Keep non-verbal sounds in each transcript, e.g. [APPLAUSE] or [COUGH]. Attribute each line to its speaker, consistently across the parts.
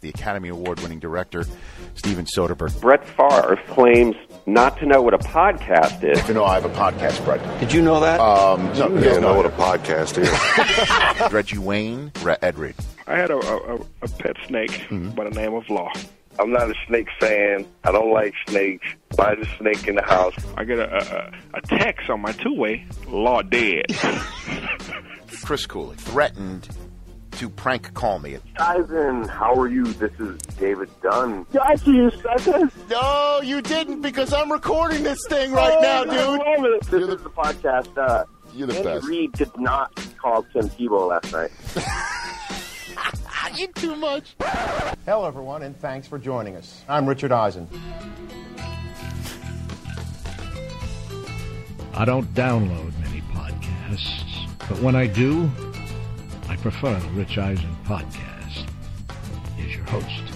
Speaker 1: the Academy Award winning director,
Speaker 2: [LAUGHS]
Speaker 1: Steven Soderbergh.
Speaker 3: Brett Favre claims not to know what a podcast is.
Speaker 4: You know, I have a podcast, Brett.
Speaker 5: Did you know that?
Speaker 4: Um, no, you guys know what a
Speaker 6: podcast is.
Speaker 1: Reggie Wayne, Ra- Ed Reed.
Speaker 7: I had a, a, a- a pet snake by the name of Law.
Speaker 8: I'm not a snake fan. I don't like snakes. Why is a snake in the house?
Speaker 7: I get a, a, a text on my two way, Law dead.
Speaker 1: Chris Cooley threatened to prank call me.
Speaker 8: Ties in. How are you? This is David Dunn.
Speaker 1: No, you didn't because I'm recording this thing right
Speaker 5: Oh,
Speaker 1: now, dude.
Speaker 8: This is the podcast. Uh,
Speaker 4: You're the
Speaker 8: Andy
Speaker 4: best.
Speaker 8: Reid did not call Tim Tebow last night.
Speaker 1: You too much.
Speaker 2: Hello, everyone, and thanks for joining us. I'm Richard Eisen.
Speaker 9: [LAUGHS] I don't download many podcasts, but when I do, I prefer the Rich Eisen podcast. Here's your host,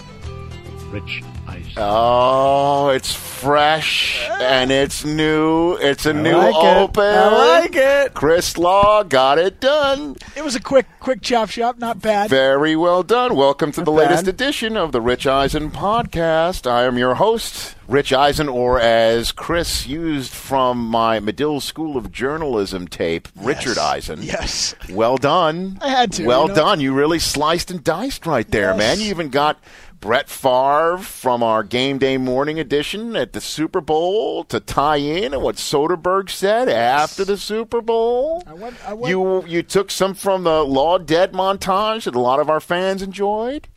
Speaker 9: Rich Eisen.
Speaker 1: Oh, it's fresh and it's new. It's a new
Speaker 5: like it.
Speaker 1: open.
Speaker 5: I like it.
Speaker 1: Chris Law got it done.
Speaker 10: It was a quick, quick chop shop. Not bad.
Speaker 1: Very well done. Welcome to the
Speaker 5: bad.
Speaker 1: latest edition of the Rich Eisen podcast. I am your host, Rich Eisen, or as Chris used from my Medill School of Journalism tape, Richard Eisen.
Speaker 10: Yes.
Speaker 1: Well done.
Speaker 10: I had to,
Speaker 1: Well
Speaker 10: you know?
Speaker 1: done. You really sliced and diced right there,
Speaker 10: Yes.
Speaker 1: man. You even got Brett Favre from our game day morning edition at the Super Bowl to tie in and what Soderbergh said after the Super Bowl.
Speaker 10: I went- I went-
Speaker 1: You you took some from the Law Dead montage that a lot of our fans enjoyed.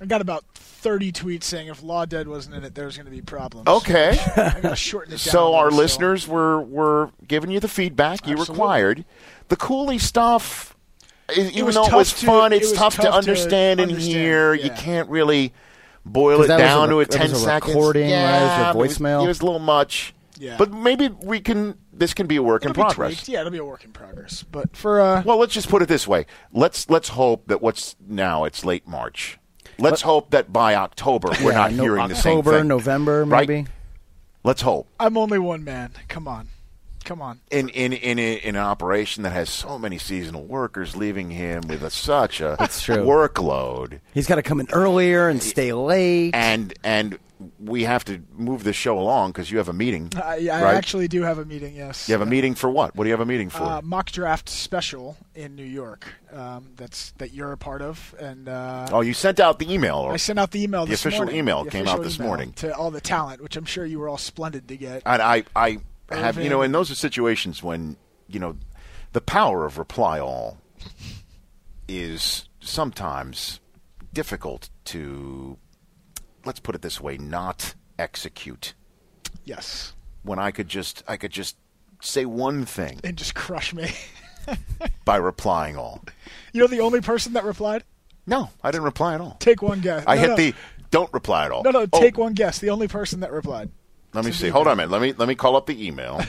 Speaker 10: I got about 30 tweets saying if Law Dead wasn't in it, there was going to be problems. [LAUGHS]
Speaker 1: Okay.
Speaker 10: I got to shorten it down. a
Speaker 1: so
Speaker 10: little
Speaker 1: our
Speaker 10: still.
Speaker 1: listeners were were giving you the feedback you
Speaker 10: Absolutely.
Speaker 1: required. The Cooley stuff, i- even
Speaker 10: was
Speaker 1: though it
Speaker 10: tough
Speaker 1: was
Speaker 10: to-
Speaker 1: fun,
Speaker 10: it
Speaker 1: it's
Speaker 10: was
Speaker 1: tough, to
Speaker 10: tough to
Speaker 1: understand and
Speaker 10: understand,
Speaker 1: hear. You
Speaker 10: yeah.
Speaker 1: can't really boil
Speaker 2: 'Cause
Speaker 1: it
Speaker 2: that was a
Speaker 1: down to a
Speaker 2: rec- that
Speaker 1: ten
Speaker 2: was a
Speaker 1: seconds.
Speaker 2: recording, right? It was your
Speaker 1: Yeah, but it was-
Speaker 2: voicemail.
Speaker 1: It was a little much.
Speaker 10: Yeah.
Speaker 1: But maybe we can. This can be a work
Speaker 10: It'll
Speaker 1: in
Speaker 10: be
Speaker 1: progress.
Speaker 10: tweaked. Yeah, it'll be a work in progress. But for uh,
Speaker 1: Well, let's just put it this way. Let's let's hope that what's now it's late March. Let's hope that by October we're
Speaker 2: Yeah,
Speaker 1: not
Speaker 2: no-
Speaker 1: hearing
Speaker 2: October,
Speaker 1: the same thing.
Speaker 2: November,
Speaker 1: Right?
Speaker 2: maybe.
Speaker 1: Let's hope.
Speaker 10: I'm only one man. Come on, come on.
Speaker 1: in in in, a- in an operation that has so many seasonal workers, leaving him with a, such a
Speaker 2: true.
Speaker 1: workload,
Speaker 5: He's got to come in earlier and stay late.
Speaker 1: and and we have to move the show along because you have a meeting.
Speaker 10: I, I
Speaker 1: right?
Speaker 10: actually do have a meeting. Yes.
Speaker 1: you have a meeting for what? What do you have a meeting for?
Speaker 10: Uh, mock draft special in New York. Um, that's that you're a part of, and uh,
Speaker 1: oh, you sent out the email. Or,
Speaker 10: I sent out the email.
Speaker 1: The
Speaker 10: this
Speaker 1: official
Speaker 10: morning.
Speaker 1: email
Speaker 10: The
Speaker 1: came
Speaker 10: official
Speaker 1: out this
Speaker 10: email
Speaker 1: morning.
Speaker 10: to all the talent, which I'm sure you were all splendid to get.
Speaker 1: and I I have you know,
Speaker 10: Irving.
Speaker 1: and those are situations when you know the power of reply all is sometimes difficult to. Let's put it this way: not execute.
Speaker 10: yes,
Speaker 1: when I could just I could just say one thing
Speaker 10: and just crush me. [LAUGHS]
Speaker 1: by replying all.
Speaker 10: you know the only person that replied.
Speaker 1: No, I didn't reply at all.
Speaker 10: Take one guess.
Speaker 1: I
Speaker 10: No,
Speaker 1: hit
Speaker 10: no.
Speaker 1: the don't reply at all.
Speaker 10: No, no.
Speaker 1: Oh,
Speaker 10: Take one guess. The only person that replied.
Speaker 1: Let me see. Hold on a minute. Let me let me call up the
Speaker 10: [LAUGHS]
Speaker 1: email.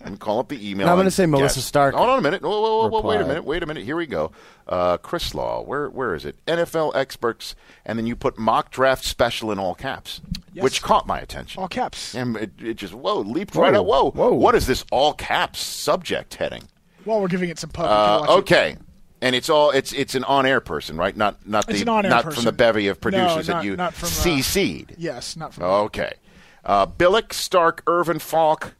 Speaker 1: Let me call up the email.
Speaker 2: No, I'm
Speaker 1: and
Speaker 2: gonna say Melissa
Speaker 1: guess.
Speaker 2: Stark
Speaker 1: Hold on a minute. Whoa, whoa, whoa, whoa, wait a
Speaker 2: replied.
Speaker 1: minute. Wait a minute. Here we go. Uh, Chris Law. Where where is it? NFL experts, and then you put mock draft special in all caps,
Speaker 10: Yes.
Speaker 1: which caught my attention.
Speaker 10: All caps.
Speaker 1: And it, it just whoa leaped right
Speaker 2: Whoa,
Speaker 1: out. Whoa,
Speaker 2: whoa.
Speaker 1: What is this all caps subject heading?
Speaker 10: While we're giving it some pub, you
Speaker 1: Uh,
Speaker 10: can watch it.
Speaker 1: okay. And it's all it's it's an on air person, right? Not not the
Speaker 10: It's an on-air
Speaker 1: not from
Speaker 10: person.
Speaker 1: the bevy of
Speaker 10: No,
Speaker 1: producers that
Speaker 10: not-
Speaker 1: you
Speaker 10: not from, uh,
Speaker 1: CC'd.
Speaker 10: Yes, not
Speaker 1: Oh.
Speaker 10: from.
Speaker 1: Okay. Uh, Billick, Stark, Irvin, Falk.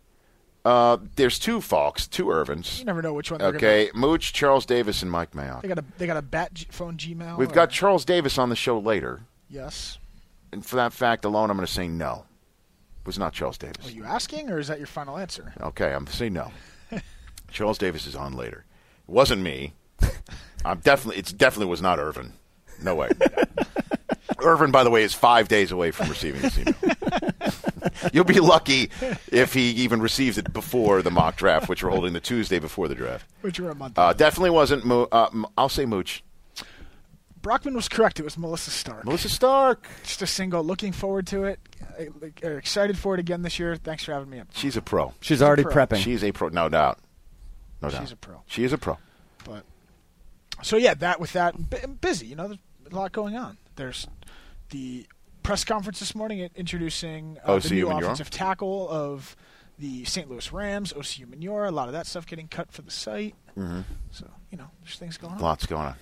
Speaker 1: Uh, there's two Falks, two Irvins.
Speaker 10: You never know which one. They're gonna
Speaker 1: Okay, Mooch, Charles Davis, and Mike Mayock.
Speaker 10: They got a they got a bat g- phone Gmail.
Speaker 1: We've
Speaker 10: or-
Speaker 1: got Charles Davis on the show later,
Speaker 10: yes.
Speaker 1: and for that fact alone, I'm going to say no. It was not Charles Davis.
Speaker 10: Are you asking, or is that your final answer?
Speaker 1: Okay, I'm saying no. [LAUGHS] Charles Davis is on later. It wasn't me. I'm definitely. It definitely was not Irvin. No
Speaker 10: [LAUGHS]
Speaker 1: way. Irvin, by the way, is five days away from receiving this email. [LAUGHS] You'll be lucky if he even receives it before the mock draft, which we're holding the Tuesday before the draft.
Speaker 10: Which were a month.
Speaker 1: Uh,
Speaker 10: Uh,
Speaker 1: definitely wasn't. Mo- uh, M- I'll say Mooch.
Speaker 10: Brockman was correct. It was Melissa Stark.
Speaker 1: Melissa Stark.
Speaker 10: Just a single. Looking forward to it. I- like, uh, excited for it again this year. Thanks for having me up.
Speaker 1: She's a pro.
Speaker 2: She's already
Speaker 10: She's a pro.
Speaker 2: prepping.
Speaker 1: She's a pro. No doubt. No doubt.
Speaker 10: She's a pro.
Speaker 1: She is a pro.
Speaker 10: But so yeah, that with that bu- busy. You know, there's a lot going on. There's the press conference this morning in- introducing uh, the
Speaker 1: OCU
Speaker 10: new
Speaker 1: Manura?
Speaker 10: offensive tackle of the St. Louis Rams, OCU
Speaker 1: Mm-hmm.
Speaker 10: Manura. A lot of that stuff getting cut for the site. So you know, there's things going on.
Speaker 1: Lots going on.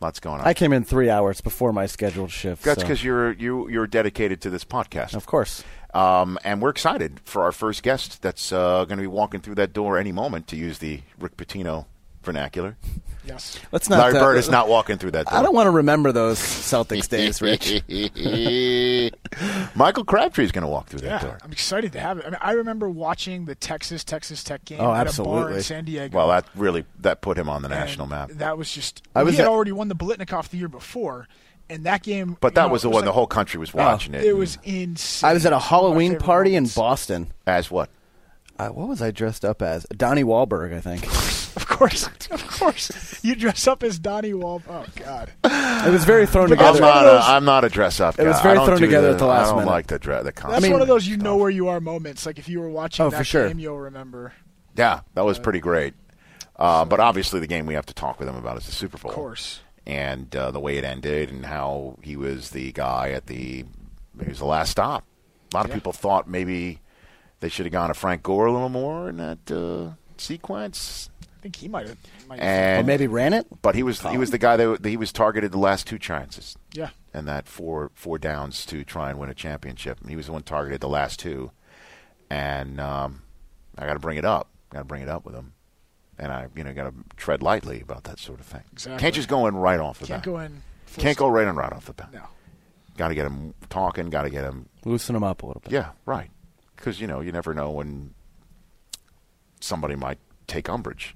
Speaker 1: Lots going on.
Speaker 5: I came in three hours before my scheduled shift.
Speaker 1: That's
Speaker 5: so-
Speaker 1: because you're you you're dedicated to this podcast,
Speaker 5: of course.
Speaker 1: Um, and we're excited for our first guest that's uh, going to be walking through that door any moment, to use the Rick Pitino vernacular.
Speaker 10: Yes.
Speaker 5: Let's [LAUGHS] not.
Speaker 1: Larry
Speaker 5: uh,
Speaker 1: Bird is not walking through that door.
Speaker 5: I don't want to remember those Celtics
Speaker 1: [LAUGHS]
Speaker 5: days, Rich.
Speaker 1: Michael Crabtree is going to walk through that
Speaker 10: Yeah,
Speaker 1: door.
Speaker 10: I'm excited to have it. I mean, I remember watching the Texas Texas Tech game
Speaker 5: Oh,
Speaker 10: at a bar
Speaker 5: absolutely.
Speaker 10: in San Diego.
Speaker 1: Well, that really that put him on the
Speaker 10: and
Speaker 1: national map.
Speaker 10: That was just.
Speaker 5: I was
Speaker 10: he had
Speaker 5: at-
Speaker 10: already won the Bolitnikoff the year before, and that game.
Speaker 1: But
Speaker 10: you
Speaker 1: that
Speaker 10: know,
Speaker 1: was the
Speaker 10: it
Speaker 1: one the
Speaker 10: like- Oh,
Speaker 1: whole country was watching it.
Speaker 10: It
Speaker 1: and-
Speaker 10: was insane.
Speaker 5: I was at
Speaker 10: One
Speaker 5: a
Speaker 10: of my
Speaker 5: Halloween
Speaker 10: favorite
Speaker 5: party in
Speaker 10: moments.
Speaker 5: Boston.
Speaker 1: as what?
Speaker 5: I, what was I dressed up as? Donnie Wahlberg,
Speaker 1: [GASPS]
Speaker 5: I think.
Speaker 10: Of course, [LAUGHS] of course, you dress up as Donnie Wahlberg. Oh God,
Speaker 5: It was very thrown
Speaker 1: I'm uh,
Speaker 5: together.
Speaker 1: not, a, I'm not a dress up guy.
Speaker 5: It was
Speaker 1: I
Speaker 5: very
Speaker 1: don't
Speaker 5: thrown
Speaker 1: do
Speaker 5: together
Speaker 1: the-
Speaker 5: at the last
Speaker 1: I don't
Speaker 5: minute.
Speaker 1: like the dress. The
Speaker 10: that's
Speaker 1: costume
Speaker 10: one of those you
Speaker 1: stuff.
Speaker 10: know where you are moments. Like if you were watching
Speaker 5: Oh,
Speaker 10: that
Speaker 5: for sure.
Speaker 10: game, you'll remember.
Speaker 1: Yeah, that was pretty great. Uh, but obviously, the game we have to talk with him about is the Super Bowl.
Speaker 10: Of course,
Speaker 1: and uh, the way it ended and how he was the guy at the he was the last stop. A lot of people thought maybe they should have gone to Frank Gore a little more in that uh, sequence,
Speaker 10: I think he might have. might have-
Speaker 5: Or
Speaker 1: and
Speaker 5: maybe ran it.
Speaker 1: but he was he was the guy that, that he was targeted the last two chances.
Speaker 10: Yeah.
Speaker 1: and that four four downs to try and win a championship. And he was the one targeted the last two, and um, I got to bring it up. Got to bring it up with him. And I, you know, got to tread lightly about that sort of thing.
Speaker 10: Exactly.
Speaker 1: Can't just go in right off the
Speaker 10: can't
Speaker 1: bat.
Speaker 10: go in. full
Speaker 1: Can't
Speaker 10: stop.
Speaker 1: go right on right off the bat.
Speaker 10: No.
Speaker 1: Got to get him talking. Got to get him.
Speaker 5: Loosen him up a little bit.
Speaker 1: Yeah, right. Because you know you never know when somebody might take umbrage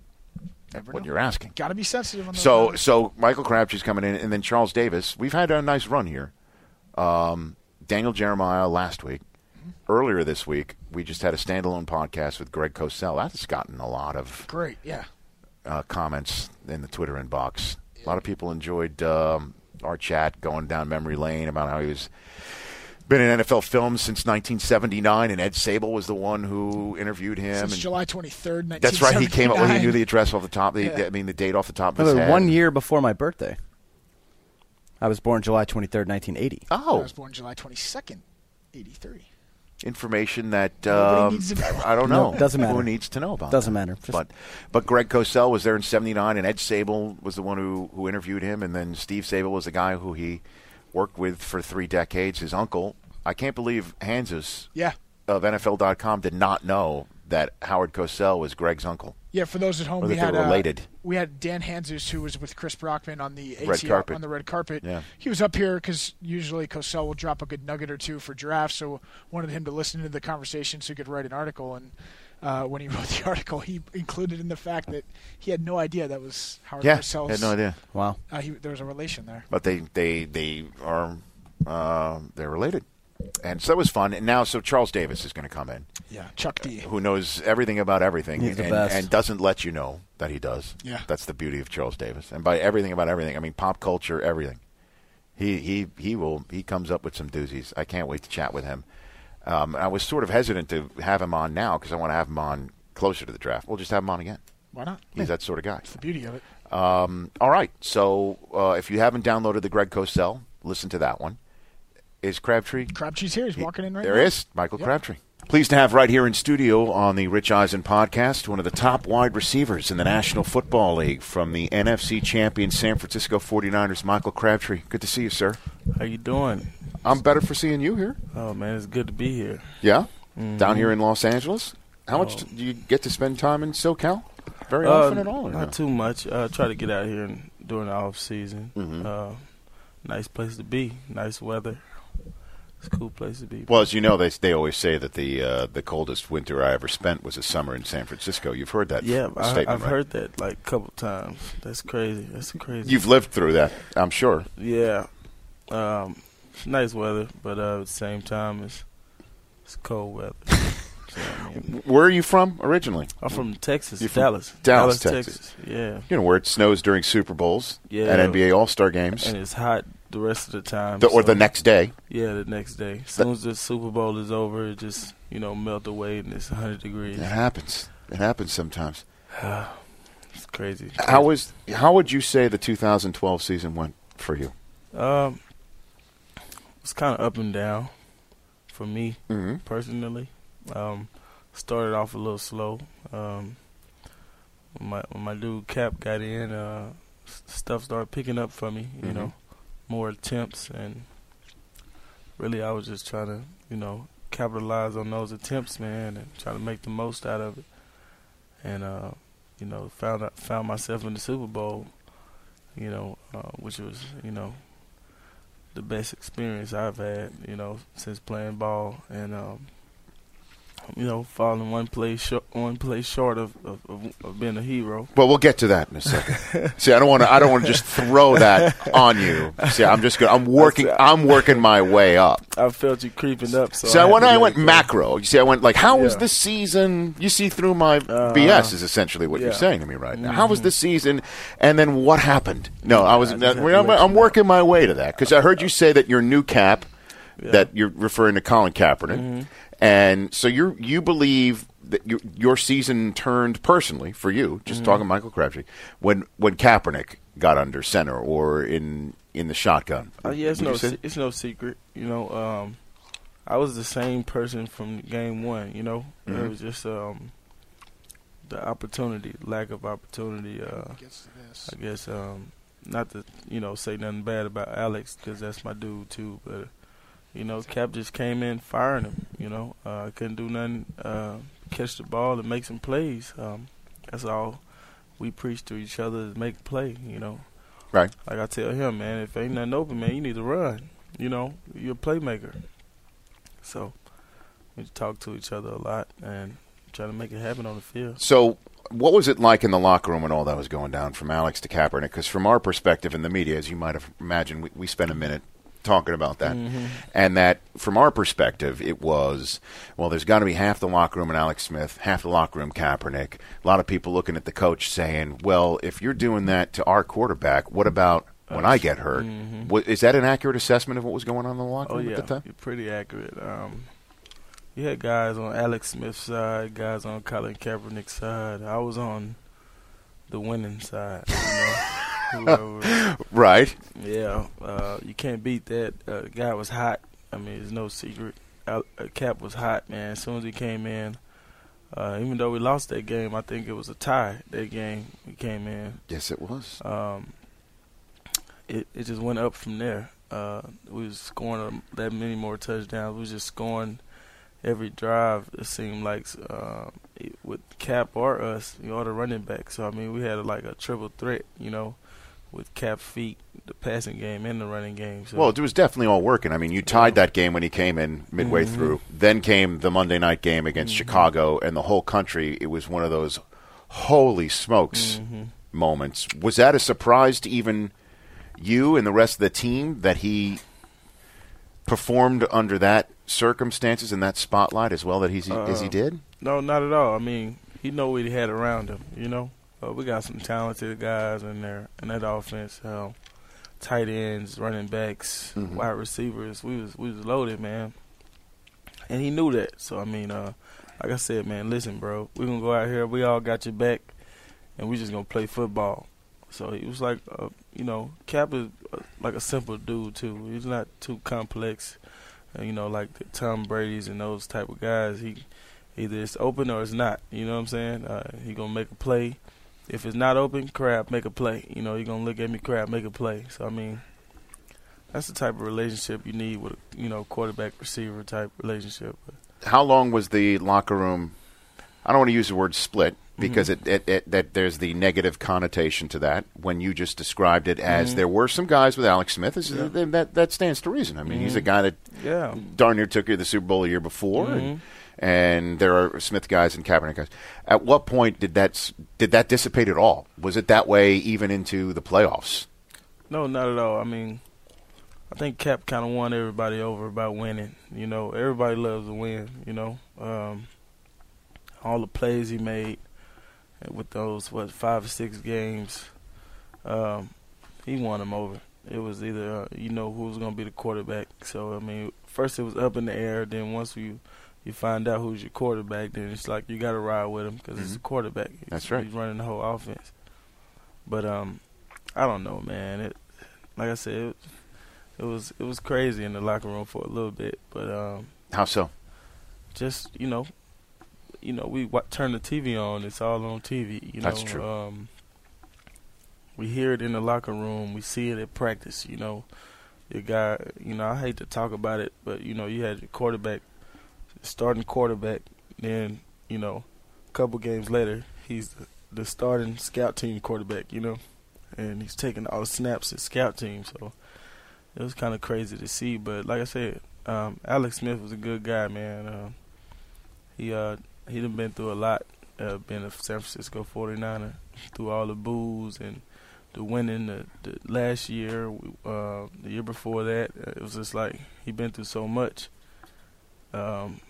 Speaker 1: at
Speaker 10: Never
Speaker 1: what
Speaker 10: know.
Speaker 1: you're asking.
Speaker 10: Got to be sensitive on those.
Speaker 1: So
Speaker 10: matters.
Speaker 1: so Michael Crabtree's coming in, and then Charles Davis. We've had a nice run here. Um, Daniel Jeremiah last week. Earlier this week, we just had a standalone podcast with Greg Cosell. That's gotten a lot of
Speaker 10: great. Yeah.
Speaker 1: uh, comments in the Twitter inbox. A lot of people enjoyed um, our chat going down memory lane about how he was been in NFL films since 1979, and Ed Sable was the one who interviewed him.
Speaker 10: Since
Speaker 1: and-
Speaker 10: July 23rd, 1979.
Speaker 1: that's right. He came up. Well, he knew the address off the top. The,
Speaker 10: Yeah.
Speaker 1: I mean, the date off the top of his
Speaker 5: Another
Speaker 1: head.
Speaker 5: one year before my birthday. I was born July 23rd, 1980.
Speaker 10: I
Speaker 1: Oh,
Speaker 10: was born July 22nd, 83.
Speaker 1: information that
Speaker 10: Nobody
Speaker 1: um,
Speaker 10: needs to know.
Speaker 1: I don't
Speaker 5: No,
Speaker 1: know.
Speaker 5: doesn't matter.
Speaker 1: Who needs to know about?
Speaker 5: Doesn't
Speaker 1: that?
Speaker 5: matter. Just-
Speaker 1: But but Greg Cosell was there in '79, and Ed Sable was the one who who interviewed him, and then Steve Sable was the guy who he worked with for three decades. His uncle. I can't believe Hanses
Speaker 10: Yeah.
Speaker 1: of NFL.com did not know that Howard Cosell was Greg's uncle.
Speaker 10: Yeah, for those at home,
Speaker 1: Or that
Speaker 10: we
Speaker 1: they
Speaker 10: had
Speaker 1: were
Speaker 10: uh,
Speaker 1: related.
Speaker 10: we had Dan Hanzus, who was with Chris Brockman on the
Speaker 1: Red
Speaker 10: ATL,
Speaker 1: carpet.
Speaker 10: on the red carpet.
Speaker 1: Yeah.
Speaker 10: He was up here because usually Cosell will drop a good nugget or two for drafts, so wanted him to listen to the conversation so he could write an article. And uh, when he [LAUGHS] wrote the article, he included in the fact that he had no idea that was Howard
Speaker 1: Yeah,
Speaker 10: Cosell's.
Speaker 1: had no idea.
Speaker 5: Wow.
Speaker 10: Uh, he, there was a relation there.
Speaker 1: but they they they are uh, they're related, and so that was fun. And now, so Charles Davis is going to come in,
Speaker 10: Yeah, Chuck D.
Speaker 1: Uh, who knows everything about everything,
Speaker 5: He's the
Speaker 1: and,
Speaker 5: best.
Speaker 1: and doesn't let you know that he does.
Speaker 10: Yeah.
Speaker 1: that's the beauty of Charles Davis, and by everything about everything, I mean pop culture, everything. He he he will he comes up with some doozies. I can't wait to chat with him. Um, I was sort of hesitant to have him on now because I want to have him on closer to the draft. We'll just have him on again.
Speaker 10: Why not?
Speaker 1: He's that sort of guy.
Speaker 10: the beauty of it.
Speaker 1: Um, all right. So uh, if you haven't downloaded the Greg Cosell, listen to that one. Is Crabtree?
Speaker 10: Crabtree's here. He's
Speaker 1: He-
Speaker 10: walking in right
Speaker 1: there
Speaker 10: now.
Speaker 1: is Michael Crabtree. Pleased to have right here in studio on the Rich Eisen podcast one of the top wide receivers in the National Football League from the NFC champion San Francisco 49ers, Michael Crabtree. Good to see you, sir.
Speaker 6: How you doing?
Speaker 1: I'm better for seeing you here.
Speaker 6: Oh man, it's good to be here.
Speaker 1: Yeah? Down here in Los Angeles. How much do you get to spend time in SoCal? Very often
Speaker 6: Uh,
Speaker 1: at all? Or
Speaker 6: not
Speaker 1: no?
Speaker 6: too much. Uh, try to get out here and during the off season.
Speaker 1: Mm-hmm.
Speaker 6: Uh, nice place to be. Nice weather. It's a cool place to be.
Speaker 1: Well, as you know, they they always say that the uh, the coldest winter I ever spent was a summer in San Francisco. You've heard that
Speaker 6: yeah,
Speaker 1: f-
Speaker 6: I,
Speaker 1: statement,
Speaker 6: I've
Speaker 1: right?
Speaker 6: heard that like a couple times. That's crazy. That's crazy.
Speaker 1: You've lived through that, I'm sure.
Speaker 6: yeah. Um, nice weather, but uh, at the same time, it's it's cold weather.
Speaker 1: [LAUGHS]
Speaker 6: so, I mean,
Speaker 1: Where are you from originally?
Speaker 6: I'm from Texas,
Speaker 1: You're from
Speaker 6: Dallas,
Speaker 1: Dallas, Texas.
Speaker 6: Texas. Yeah,
Speaker 1: You know where it snows during Super Bowls
Speaker 6: Yeah.
Speaker 1: and NBA All Star games,
Speaker 6: and it's hot the rest of the time.
Speaker 1: the, or the
Speaker 6: so-
Speaker 1: next day.
Speaker 6: Yeah, the next day. As soon as the Super Bowl is over, it just, you know, melt away and it's 100 degrees.
Speaker 1: It happens. It happens sometimes.
Speaker 6: It's crazy.
Speaker 1: How was? How would you say the 2012 season went for you?
Speaker 6: Um, it's kind of up and down for me
Speaker 1: Mm-hmm.
Speaker 6: personally. Um, started off a little slow. Um, when my when my dude Cap got in, uh, s- stuff started picking up for me. You
Speaker 1: Mhm.
Speaker 6: know, more attempts, and really, I was just trying to, you know, capitalize on those attempts, man, and try to make the most out of it. And uh, you know, found out, found myself in the Super Bowl. You know, uh, which was you know the best experience I've had, you know, since playing ball, and um, you know, falling one play short, one play short of, of, of, of being a hero.
Speaker 1: Well, we'll get to that in a
Speaker 6: [LAUGHS]
Speaker 1: second. See, I don't want to. I don't want to just throw that on you. See, I'm just. Gonna, I'm working. I'm working my way up.
Speaker 6: I felt you creeping up, so,
Speaker 1: So
Speaker 6: I
Speaker 1: I
Speaker 6: had
Speaker 1: went.
Speaker 6: to
Speaker 1: I
Speaker 6: let
Speaker 1: went
Speaker 6: it go.
Speaker 1: macro. You see, I went like, how was
Speaker 6: Yeah. Uh-huh.
Speaker 1: this season? You see through my BS is essentially what you're
Speaker 6: yeah. Mm-hmm.
Speaker 1: saying to me right now. How was this season? And then what happened? No, I was.
Speaker 6: I just
Speaker 1: that-
Speaker 6: had to
Speaker 1: I'm,
Speaker 6: let you
Speaker 1: I'm
Speaker 6: know.
Speaker 1: working my way to that because I heard you say that your new cap,
Speaker 6: Yeah. Mm-hmm.
Speaker 1: that you're referring to Colin Kaepernick, and so you you believe that your your season turned personally for you.
Speaker 6: Mm-hmm.
Speaker 1: Just talking Michael Crabtree when when Kaepernick got under center or in in the shotgun.
Speaker 6: Uh, yeah, it's
Speaker 1: Would you
Speaker 6: no,
Speaker 1: say?
Speaker 6: se- it's no secret. You know, um, I was the same person from game one. You know,
Speaker 1: Mm-hmm.
Speaker 6: it was just um, the opportunity, lack of opportunity. Uh,
Speaker 10: Gets to this.
Speaker 6: I guess um, not to you know say nothing bad about Alex because that's my dude too, but you know Cap just came in firing him. You know uh, couldn't do nothing, uh, catch the ball and make some plays. Um, that's all we preach to each other is make play. You know,
Speaker 1: Right.
Speaker 6: Like I tell him, man, if ain't nothing open, man, you need to run. You know, you're a playmaker. So we talk to each other a lot and try to make it happen on the field.
Speaker 1: So, what was it like in the locker room when all that was going down from Alex to Kaepernick? Because from our perspective in the media, as you might have imagined, we, we spent a minute talking about that. And that from our perspective, it was well, there's got to be half the locker room in Alex Smith, half the locker room Kaepernick. A lot of people looking at the coach saying, well, if you're doing that to our quarterback, what about when I get hurt? Wa- is that an accurate assessment of what was going on in the locker
Speaker 6: Oh
Speaker 1: room
Speaker 6: yeah,
Speaker 1: at the time?
Speaker 6: you're pretty accurate. Um, you had guys on Alex Smith's side, guys on Colin Kaepernick's side. I was on the winning side.
Speaker 1: [LAUGHS]
Speaker 6: You know? Whoever-
Speaker 1: Right.
Speaker 6: yeah, uh, you can't beat that. Uh, the guy was hot. I mean, it's no secret. Al- uh, Cap was hot, man. As soon as he came in, uh, even though we lost that game, I think it was a tie. That game we came in,
Speaker 1: Yes, it was.
Speaker 6: um, it it just went up from there. Uh, we was scoring um, that many more touchdowns. We was just scoring every drive. It seemed like uh, it- with Cap or us, you know, the running back. So I mean, we had like a triple threat, you know, with Cap feet, the passing game, and the running game. So
Speaker 1: Well, it was definitely all working. I mean, you tied that game when he came in midway through. Then came the Monday night game against Chicago, and the whole country. It was one of those holy smokes moments. Was that a surprise to even you and the rest of the team that he performed under that circumstances and that spotlight as well that he's, as he did?
Speaker 6: No, not at all. I mean, he know what he had around him. You know, uh, we got some talented guys in there in that offense. Um, tight ends, running backs, wide receivers. We was we was loaded, man. And he knew that. So I mean, uh, like I said, man, listen, bro, we gonna go out here. We all got your back, and we just gonna play football. So he was like, uh, you know, Cap is uh, like a simple dude too. He's not too complex. Uh, you know, like the Tom Brady's and those type of guys. He either it's open or it's not. You know what I'm saying? Uh, he gonna make a play. If it's not open, crap, make a play. You know, you gonna look at me, crap, make a play. So I mean, that's the type of relationship you need with a, you know quarterback receiver type relationship.
Speaker 1: how long was the locker room? I don't want to use the word split because it, it, it that there's the negative connotation to that. When you just described it as there were some guys with Alex Smith, this is- that that stands to reason. I mean, he's a guy that
Speaker 6: Yeah.
Speaker 1: darn near took you to the Super Bowl a year before, and, and there are Smith guys and Kaepernick guys. At what point did that s- did that dissipate at all? Was it that way even into the playoffs?
Speaker 6: No, not at all. I mean, I think Cap kind of won everybody over by winning. You know, everybody loves to win. You know, um, all the plays he made with those what five or six games, um, he won them over. It was either uh, you know who was gonna be the quarterback. So I mean, first it was up in the air. Then once you you find out who's your quarterback, then it's like you gotta ride with him because it's a quarterback.
Speaker 1: Mm-hmm. That's right.
Speaker 6: He's running the whole offense. But um, I don't know, man. It like I said, it, it was it was crazy in the locker room for a little bit, but um,
Speaker 1: How so?
Speaker 6: just you know, you know, we w- turn the TV on. It's all on TV. You
Speaker 1: That's
Speaker 6: know,
Speaker 1: true.
Speaker 6: Um, We hear it in the locker room. We see it at practice. You know, your guy. You know, I hate to talk about it, but you know, you had your quarterback, starting quarterback. Then you know, a couple games later, he's the, the starting scout team quarterback. You know, and he's taking all the snaps at scout team. So it was kind of crazy to see. But like I said, um, Alex Smith was a good guy, man. Um, he uh he done been through a lot. Uh, being a San Francisco 49er, through all the boos and the winning the, the last year, uh, the year before that, uh, it was just like he been through so much. Um,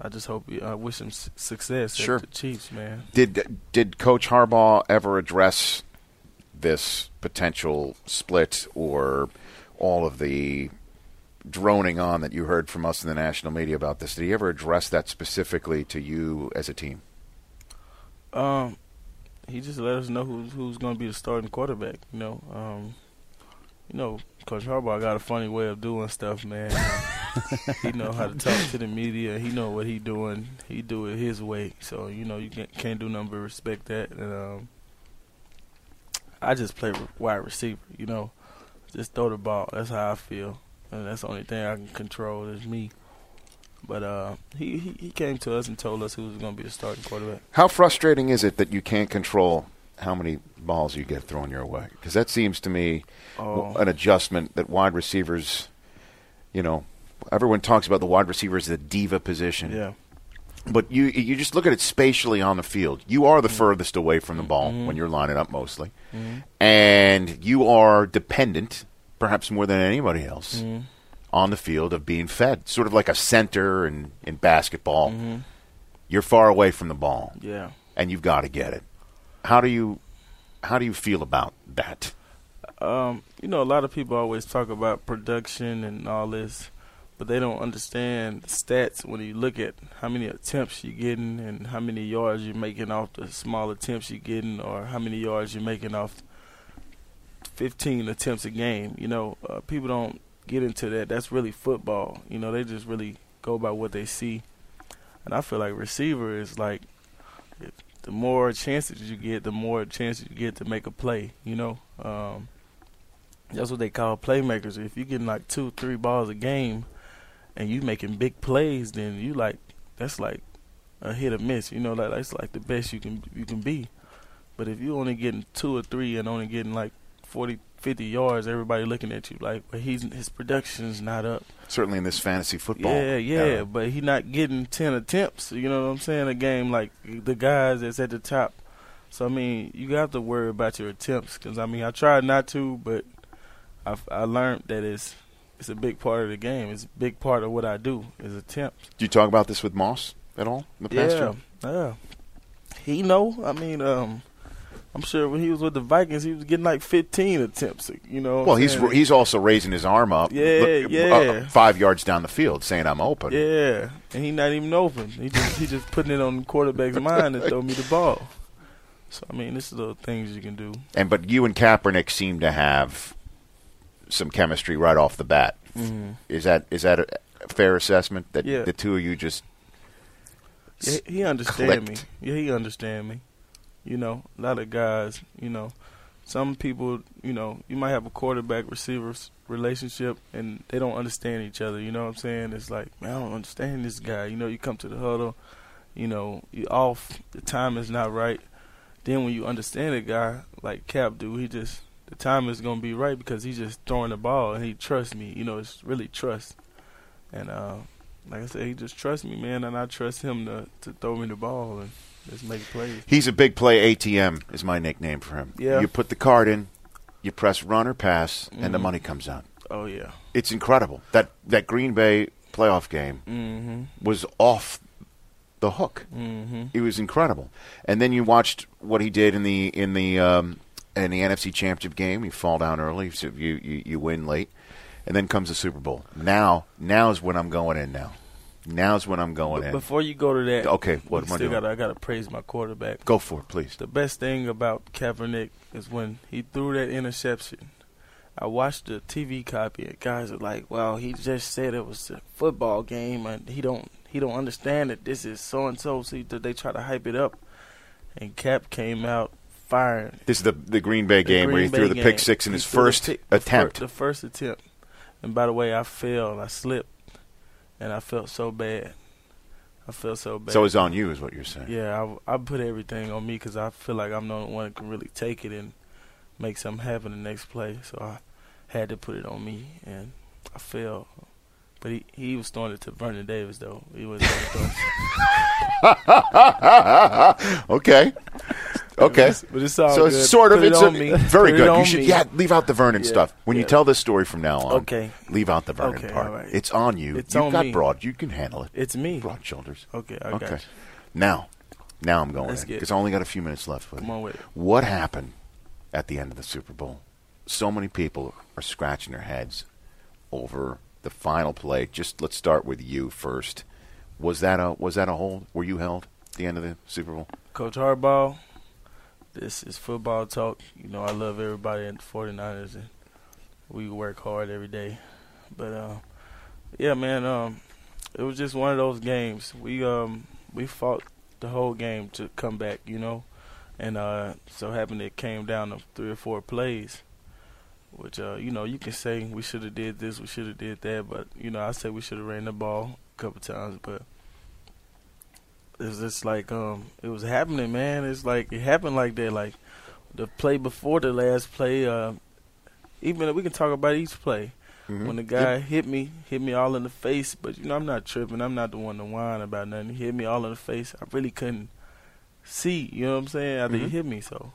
Speaker 6: I just hope he, I wish him s- success
Speaker 1: Sure.
Speaker 6: at the Chiefs, man.
Speaker 1: Did did Coach Harbaugh ever address this potential split or all of the droning on that you heard from us in the national media about this? Did he ever address that specifically to you as a team?
Speaker 6: Um, he just let us know who's who's going to be the starting quarterback. You know, um, you know, Coach Harbaugh got a funny way of doing stuff, man. he know how to talk to the media. He know what he doing. He do it his way. So you know, you can't, can't do nothing but respect that. And um, I just play re- wide receiver. You know, just throw the ball. That's how I feel, and that's the only thing I can control is me. But uh, he, he he came to us and told us who was going to be the starting quarterback.
Speaker 1: How frustrating is it that you can't control how many balls you get thrown your way? Because that seems to me
Speaker 6: Oh.
Speaker 1: an adjustment that wide receivers, you know, everyone talks about the wide receiver as the diva position.
Speaker 6: Yeah.
Speaker 1: But you you just look at it spatially on the field. You are the
Speaker 6: Mm.
Speaker 1: furthest away from the ball when you're lining up mostly, and you are dependent, perhaps more than anybody else,
Speaker 6: Mm.
Speaker 1: on the field of being fed. Sort of like a center in, in basketball.
Speaker 6: Mm-hmm.
Speaker 1: You're far away from the ball
Speaker 6: Yeah.
Speaker 1: and you've got to get it. How do you how do you feel about that?
Speaker 6: um, you know, a lot of people always talk about production and all this, but they don't understand the stats when you look at how many attempts you're getting and how many yards you're making off the small attempts you're getting, or how many yards you're making off 15 attempts a game. You know, uh, people don't get into that. That's really football. You know, they just really go by what they see. And I feel like receiver is like if the more chances you get, the more chances you get to make a play. You know, um, that's what they call playmakers. If you're getting like two, three balls a game, and you making big plays, then you like that's like a hit or miss. You know, like that's like the best you can you can be. But if you only getting two or three and only getting like 40, 50 yards, everybody looking at you like, but he's his production's not up.
Speaker 1: Certainly in this fantasy football.
Speaker 6: Yeah, yeah,
Speaker 1: era.
Speaker 6: but he not getting ten attempts. You know what I'm saying? A game like the guys that's at the top. So I mean, you have to worry about your attempts because I mean, I tried not to, but I I learned that it's it's a big part of the game. It's a big part of what I do is attempts.
Speaker 1: Do you talk about this with Moss at all? in The past year?
Speaker 6: yeah, yeah. He know. I mean, um, I'm sure when he was with the Vikings, he was getting like 15 attempts. You know. what
Speaker 1: Well,
Speaker 6: I'm
Speaker 1: he's
Speaker 6: saying?
Speaker 1: he's also raising his arm up,
Speaker 6: Yeah,
Speaker 1: look, uh,
Speaker 6: yeah.
Speaker 1: five yards down the field, saying I'm open.
Speaker 6: Yeah, and he not even open. He just he just putting it on the quarterback's mind to throw me the ball. So I mean, this is little things you can do.
Speaker 1: And but you and Kaepernick seem to have some chemistry right off the bat.
Speaker 6: Mhm.
Speaker 1: Is that is that a fair assessment that
Speaker 6: Yeah.
Speaker 1: the two of you just
Speaker 6: Yeah, he understand
Speaker 1: clicked.
Speaker 6: me. Yeah, he understand me. You know, a lot of guys. You know, some people. You know, you might have a quarterback receiver relationship, and they don't understand each other. You know what I'm saying? It's like, man, I don't understand this guy. You know, you come to the huddle. You know, you off. The time is not right. Then when you understand a guy like Cap, do he just the time is gonna be right because he's just throwing the ball and he trusts me. You know, it's really trust. And uh, like I said, he just trusts me, man, and I trust him to to throw me the ball and just make plays.
Speaker 1: He's a big play ATM is my nickname for him.
Speaker 6: Yeah.
Speaker 1: You put the card in, you press run or pass, and the
Speaker 6: Mm-hmm.
Speaker 1: money comes out.
Speaker 6: Oh yeah.
Speaker 1: It's incredible. That that Green Bay playoff game
Speaker 6: Mhm.
Speaker 1: was off the hook.
Speaker 6: Mhm.
Speaker 1: It was incredible. And then you watched what he did in the in the um, in the NFC Championship game. You fall down early, so you, you you win late, and then comes the Super Bowl. Now now's when I'm going in. Now now's when I'm going in.
Speaker 6: Before you go to that,
Speaker 1: Okay, what
Speaker 6: we
Speaker 1: am I
Speaker 6: still
Speaker 1: doing?
Speaker 6: gotta, I gotta praise my quarterback.
Speaker 1: Go for it, please.
Speaker 6: The best thing about Kaepernick is when he threw that interception. I watched the TV copy. And guys are like, "Wow, he just said it was a football game, and he don't he don't understand that this is so and so." See, that they try to hype it up, and Cap came out fi- fired.
Speaker 1: This is the the Green Bay game where he
Speaker 6: Green Bay
Speaker 1: threw the
Speaker 6: game.
Speaker 1: pick six in
Speaker 6: He
Speaker 1: his
Speaker 6: threw the
Speaker 1: first
Speaker 6: pick- the fir-
Speaker 1: attempt.
Speaker 6: The first attempt. And by the way, I failed. I slipped, and I felt so bad. I felt so bad.
Speaker 1: So it's on you, is what you're saying.
Speaker 6: Yeah, I, I put everything on me because I feel like I'm the only one that can really take it and make something happen the next play. So I had to put it on me, and I failed. But he, he was throwing it to Vernon Davis though. He
Speaker 1: [LAUGHS]
Speaker 6: was [LAUGHS]
Speaker 1: okay. Okay.
Speaker 6: But it's all
Speaker 1: so
Speaker 6: good.
Speaker 1: it's sort of
Speaker 6: Put it
Speaker 1: it's a-
Speaker 6: on me.
Speaker 1: [LAUGHS] very
Speaker 6: Put it
Speaker 1: good. You
Speaker 6: on
Speaker 1: should
Speaker 6: me.
Speaker 1: yeah, leave out the Vernon
Speaker 6: Yeah.
Speaker 1: stuff. When you
Speaker 6: Yeah.
Speaker 1: tell this story from now on,
Speaker 6: Okay.
Speaker 1: leave out the Vernon
Speaker 6: Okay,
Speaker 1: part.
Speaker 6: all right.
Speaker 1: It's on you.
Speaker 6: It's
Speaker 1: You've
Speaker 6: on
Speaker 1: got
Speaker 6: me.
Speaker 1: broad. You can handle it.
Speaker 6: It's me.
Speaker 1: Broad shoulders.
Speaker 6: Okay, I got
Speaker 1: okay.
Speaker 6: you.
Speaker 1: Now, now I'm going
Speaker 6: Let's get-
Speaker 1: because I only got a few minutes left. With
Speaker 6: Come
Speaker 1: it.
Speaker 6: on with it.
Speaker 1: What happened at the end of the Super Bowl? So many people are scratching their heads over the final play. Just let's start with you first. Was that a was that a hold? Were you held at the end of the Super Bowl?
Speaker 6: Coach Harbaugh, this is football talk. You know, I love everybody at the 49ers, and we work hard every day. But, uh, yeah, man, um, it was just one of those games. We um, we fought the whole game to come back, you know, and uh, so happened it came down to three or four plays, which uh, you know you can say we should have did this, we should have did that, but you know I say we should have ran the ball a couple times, but it's just like um it was happening man it's like it happened like that like the play before the last play uh even if we can talk about each play
Speaker 1: Mhm.
Speaker 6: when the guy hit me hit me all in the face but you know i'm not tripping i'm not the one to whine about nothing he hit me all in the face i really couldn't see you know what i'm saying after
Speaker 1: Mhm.
Speaker 6: he hit me so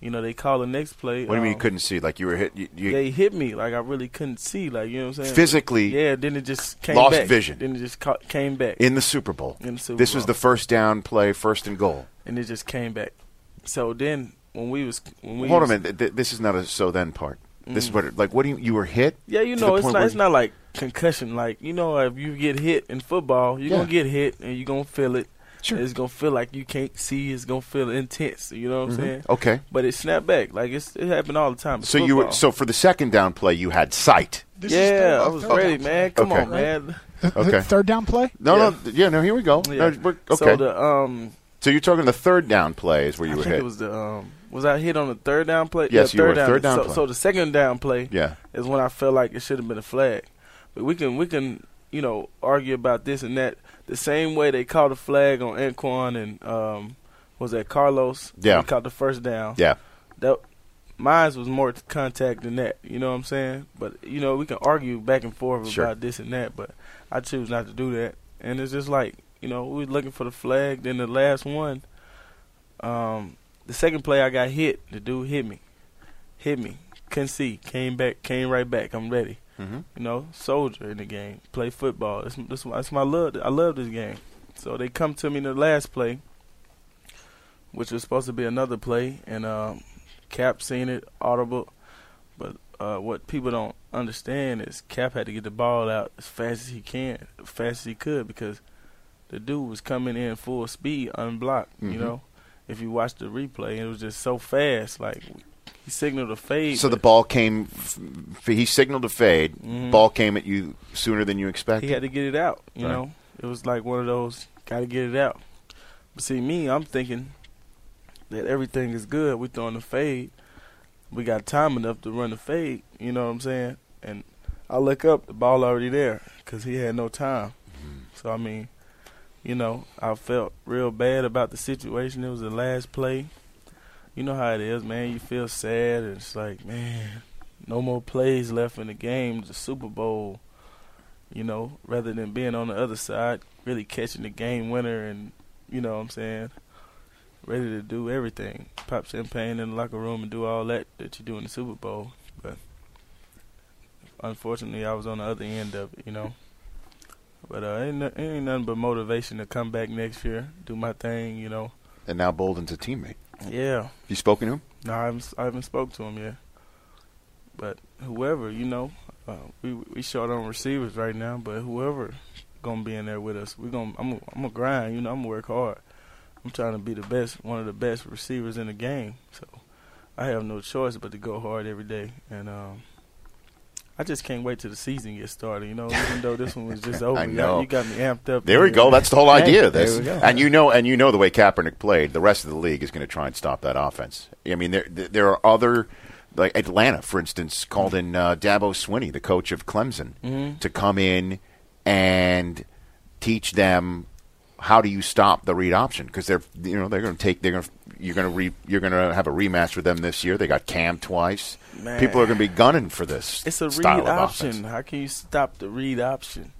Speaker 6: you know they call the next play
Speaker 1: What do you mean you
Speaker 6: um,
Speaker 1: couldn't see? Like you were hit? You, you-
Speaker 6: they hit me like I really couldn't see, like you know what I'm saying.
Speaker 1: Physically
Speaker 6: yeah. Then it just came
Speaker 1: lost
Speaker 6: back.
Speaker 1: vision.
Speaker 6: Then it just ca- came back.
Speaker 1: in the Super Bowl.
Speaker 6: In the Super
Speaker 1: this was
Speaker 6: Bowl.
Speaker 1: the first down play, first and goal.
Speaker 6: and it just came back. So then when we was when we
Speaker 1: Hold on
Speaker 6: was,
Speaker 1: a minute. Th- This is not a so then part. This is
Speaker 6: Mm.
Speaker 1: what it- like what do you you were hit?
Speaker 6: Yeah, you
Speaker 1: to the
Speaker 6: know, it's
Speaker 1: point
Speaker 6: not
Speaker 1: where
Speaker 6: it's
Speaker 1: you-
Speaker 6: not like concussion. Like you know, if you get hit in football, you're
Speaker 1: Yeah.
Speaker 6: gonna get hit and you're gonna feel it.
Speaker 1: Sure.
Speaker 6: It's gonna feel like you can't see. It's gonna feel intense. You know what
Speaker 1: Mhm.
Speaker 6: I'm saying?
Speaker 1: Okay.
Speaker 6: But it snapped back. Like it's it happened all the time. It's
Speaker 1: So you were
Speaker 6: football.
Speaker 1: so for the second down play you had sight.
Speaker 10: This is
Speaker 6: yeah,
Speaker 10: third-
Speaker 6: I was
Speaker 10: third
Speaker 6: ready,
Speaker 10: down
Speaker 6: man.
Speaker 10: play.
Speaker 6: Come
Speaker 1: Okay.
Speaker 6: on, man.
Speaker 1: Okay.
Speaker 10: Third down play?
Speaker 1: No,
Speaker 6: Yeah.
Speaker 1: no, th- yeah, no. Here we go. No,
Speaker 6: Yeah.
Speaker 1: but-
Speaker 6: So
Speaker 1: okay.
Speaker 6: the um,
Speaker 1: So you're talking the third down play is where you
Speaker 6: I
Speaker 1: were
Speaker 6: think
Speaker 1: hit.
Speaker 6: it was the um, was I hit on the third down play?
Speaker 1: Yes, you
Speaker 6: yeah, third
Speaker 1: were.
Speaker 6: down.
Speaker 1: Third down
Speaker 6: so,
Speaker 1: play.
Speaker 6: so the second down play,
Speaker 1: Yeah.
Speaker 6: is when I felt like it should have been a flag. But we can we can you know argue about this and that. The same way they called a flag on Anquan and um, was that Carlos?
Speaker 1: Yeah.
Speaker 6: he caught the first down.
Speaker 1: yeah.
Speaker 6: that mine was more contact than that. You know what I'm saying? But you know we can argue back and forth
Speaker 1: Sure.
Speaker 6: about this and that. But I choose not to do that. And it's just like you know we were looking for the flag. Then the last one, um, the second play I got hit. The dude hit me, hit me. Couldn't see. Came back. Came right back. I'm ready.
Speaker 1: Mhm.
Speaker 6: You know, soldier in the game. Play football. That's, that's, my- that's my love. I love this game. So they come to me in the last play, which was supposed to be another play, and um, Cap seen it audible. But uh, what people don't understand is Cap had to get the ball out as fast as he can, as fast as he could, because the dude was coming in full speed, unblocked.
Speaker 1: Mhm.
Speaker 6: You know, if you watch the replay, it was just so fast. Like he signaled a fade.
Speaker 1: So the
Speaker 6: but
Speaker 1: ball came. F- f- he signaled a fade.
Speaker 6: Mhm.
Speaker 1: Ball came at you sooner than you expected.
Speaker 6: he had to get it out. You
Speaker 1: Right.
Speaker 6: know, it was like one of those got to get it out. But see, me, I'm thinking that everything is good. We throwing the fade. We got time enough to run the fade. You know what I'm saying? And I look up, the ball already there because he had no time. So I mean, you know, I felt real bad about the situation. It was the last play. You know how it is, man. You feel sad, and it's like, man, no more plays left in the game. The Super Bowl you know, rather than being on the other side, really catching the game winner and, you know what I'm saying, ready to do everything. Pop champagne in the locker room and do all that that you do in the Super Bowl. But unfortunately, I was on the other end of it, you know. But uh, ain't, no- it ain't nothing but motivation to come back next year, do my thing, you know.
Speaker 1: And now Bolden's a teammate.
Speaker 6: Yeah.
Speaker 1: You spoken to him?
Speaker 6: No, I haven't, I haven't spoke to him yet. But whoever, you know, uh, we we short on receivers right now. But whoever gonna be in there with us, we gonna I'm gonna- I'm gonna grind. You know, I'm gonna work hard. I'm trying to be the best, one of the best receivers in the game. So I have no choice but to go hard every day. And um, I just can't wait till the season gets started. You know, even though this one was just
Speaker 1: [LAUGHS]
Speaker 6: over,
Speaker 1: I
Speaker 6: you
Speaker 1: know.
Speaker 6: you got me amped up.
Speaker 1: There we
Speaker 6: Yeah.
Speaker 1: go. That's the whole
Speaker 6: Hey,
Speaker 1: idea. of
Speaker 6: there
Speaker 1: this,
Speaker 6: we go.
Speaker 1: and you know, and you know the way Kaepernick played. The rest of the league is going to try and stop that offense. I mean, there there are other like Atlanta, for instance, called in uh, Dabo Swinney, the coach of Clemson,
Speaker 6: Mhm.
Speaker 1: to come in and teach them how do you stop the read option because they're you know they're going to take they're going to you're going to re, you're going to have a rematch with them this year. They got Cam twice.
Speaker 6: Man.
Speaker 1: People are going to be gunning for this.
Speaker 6: It's a read
Speaker 1: style of
Speaker 6: option.
Speaker 1: offense.
Speaker 6: How can you stop the read option?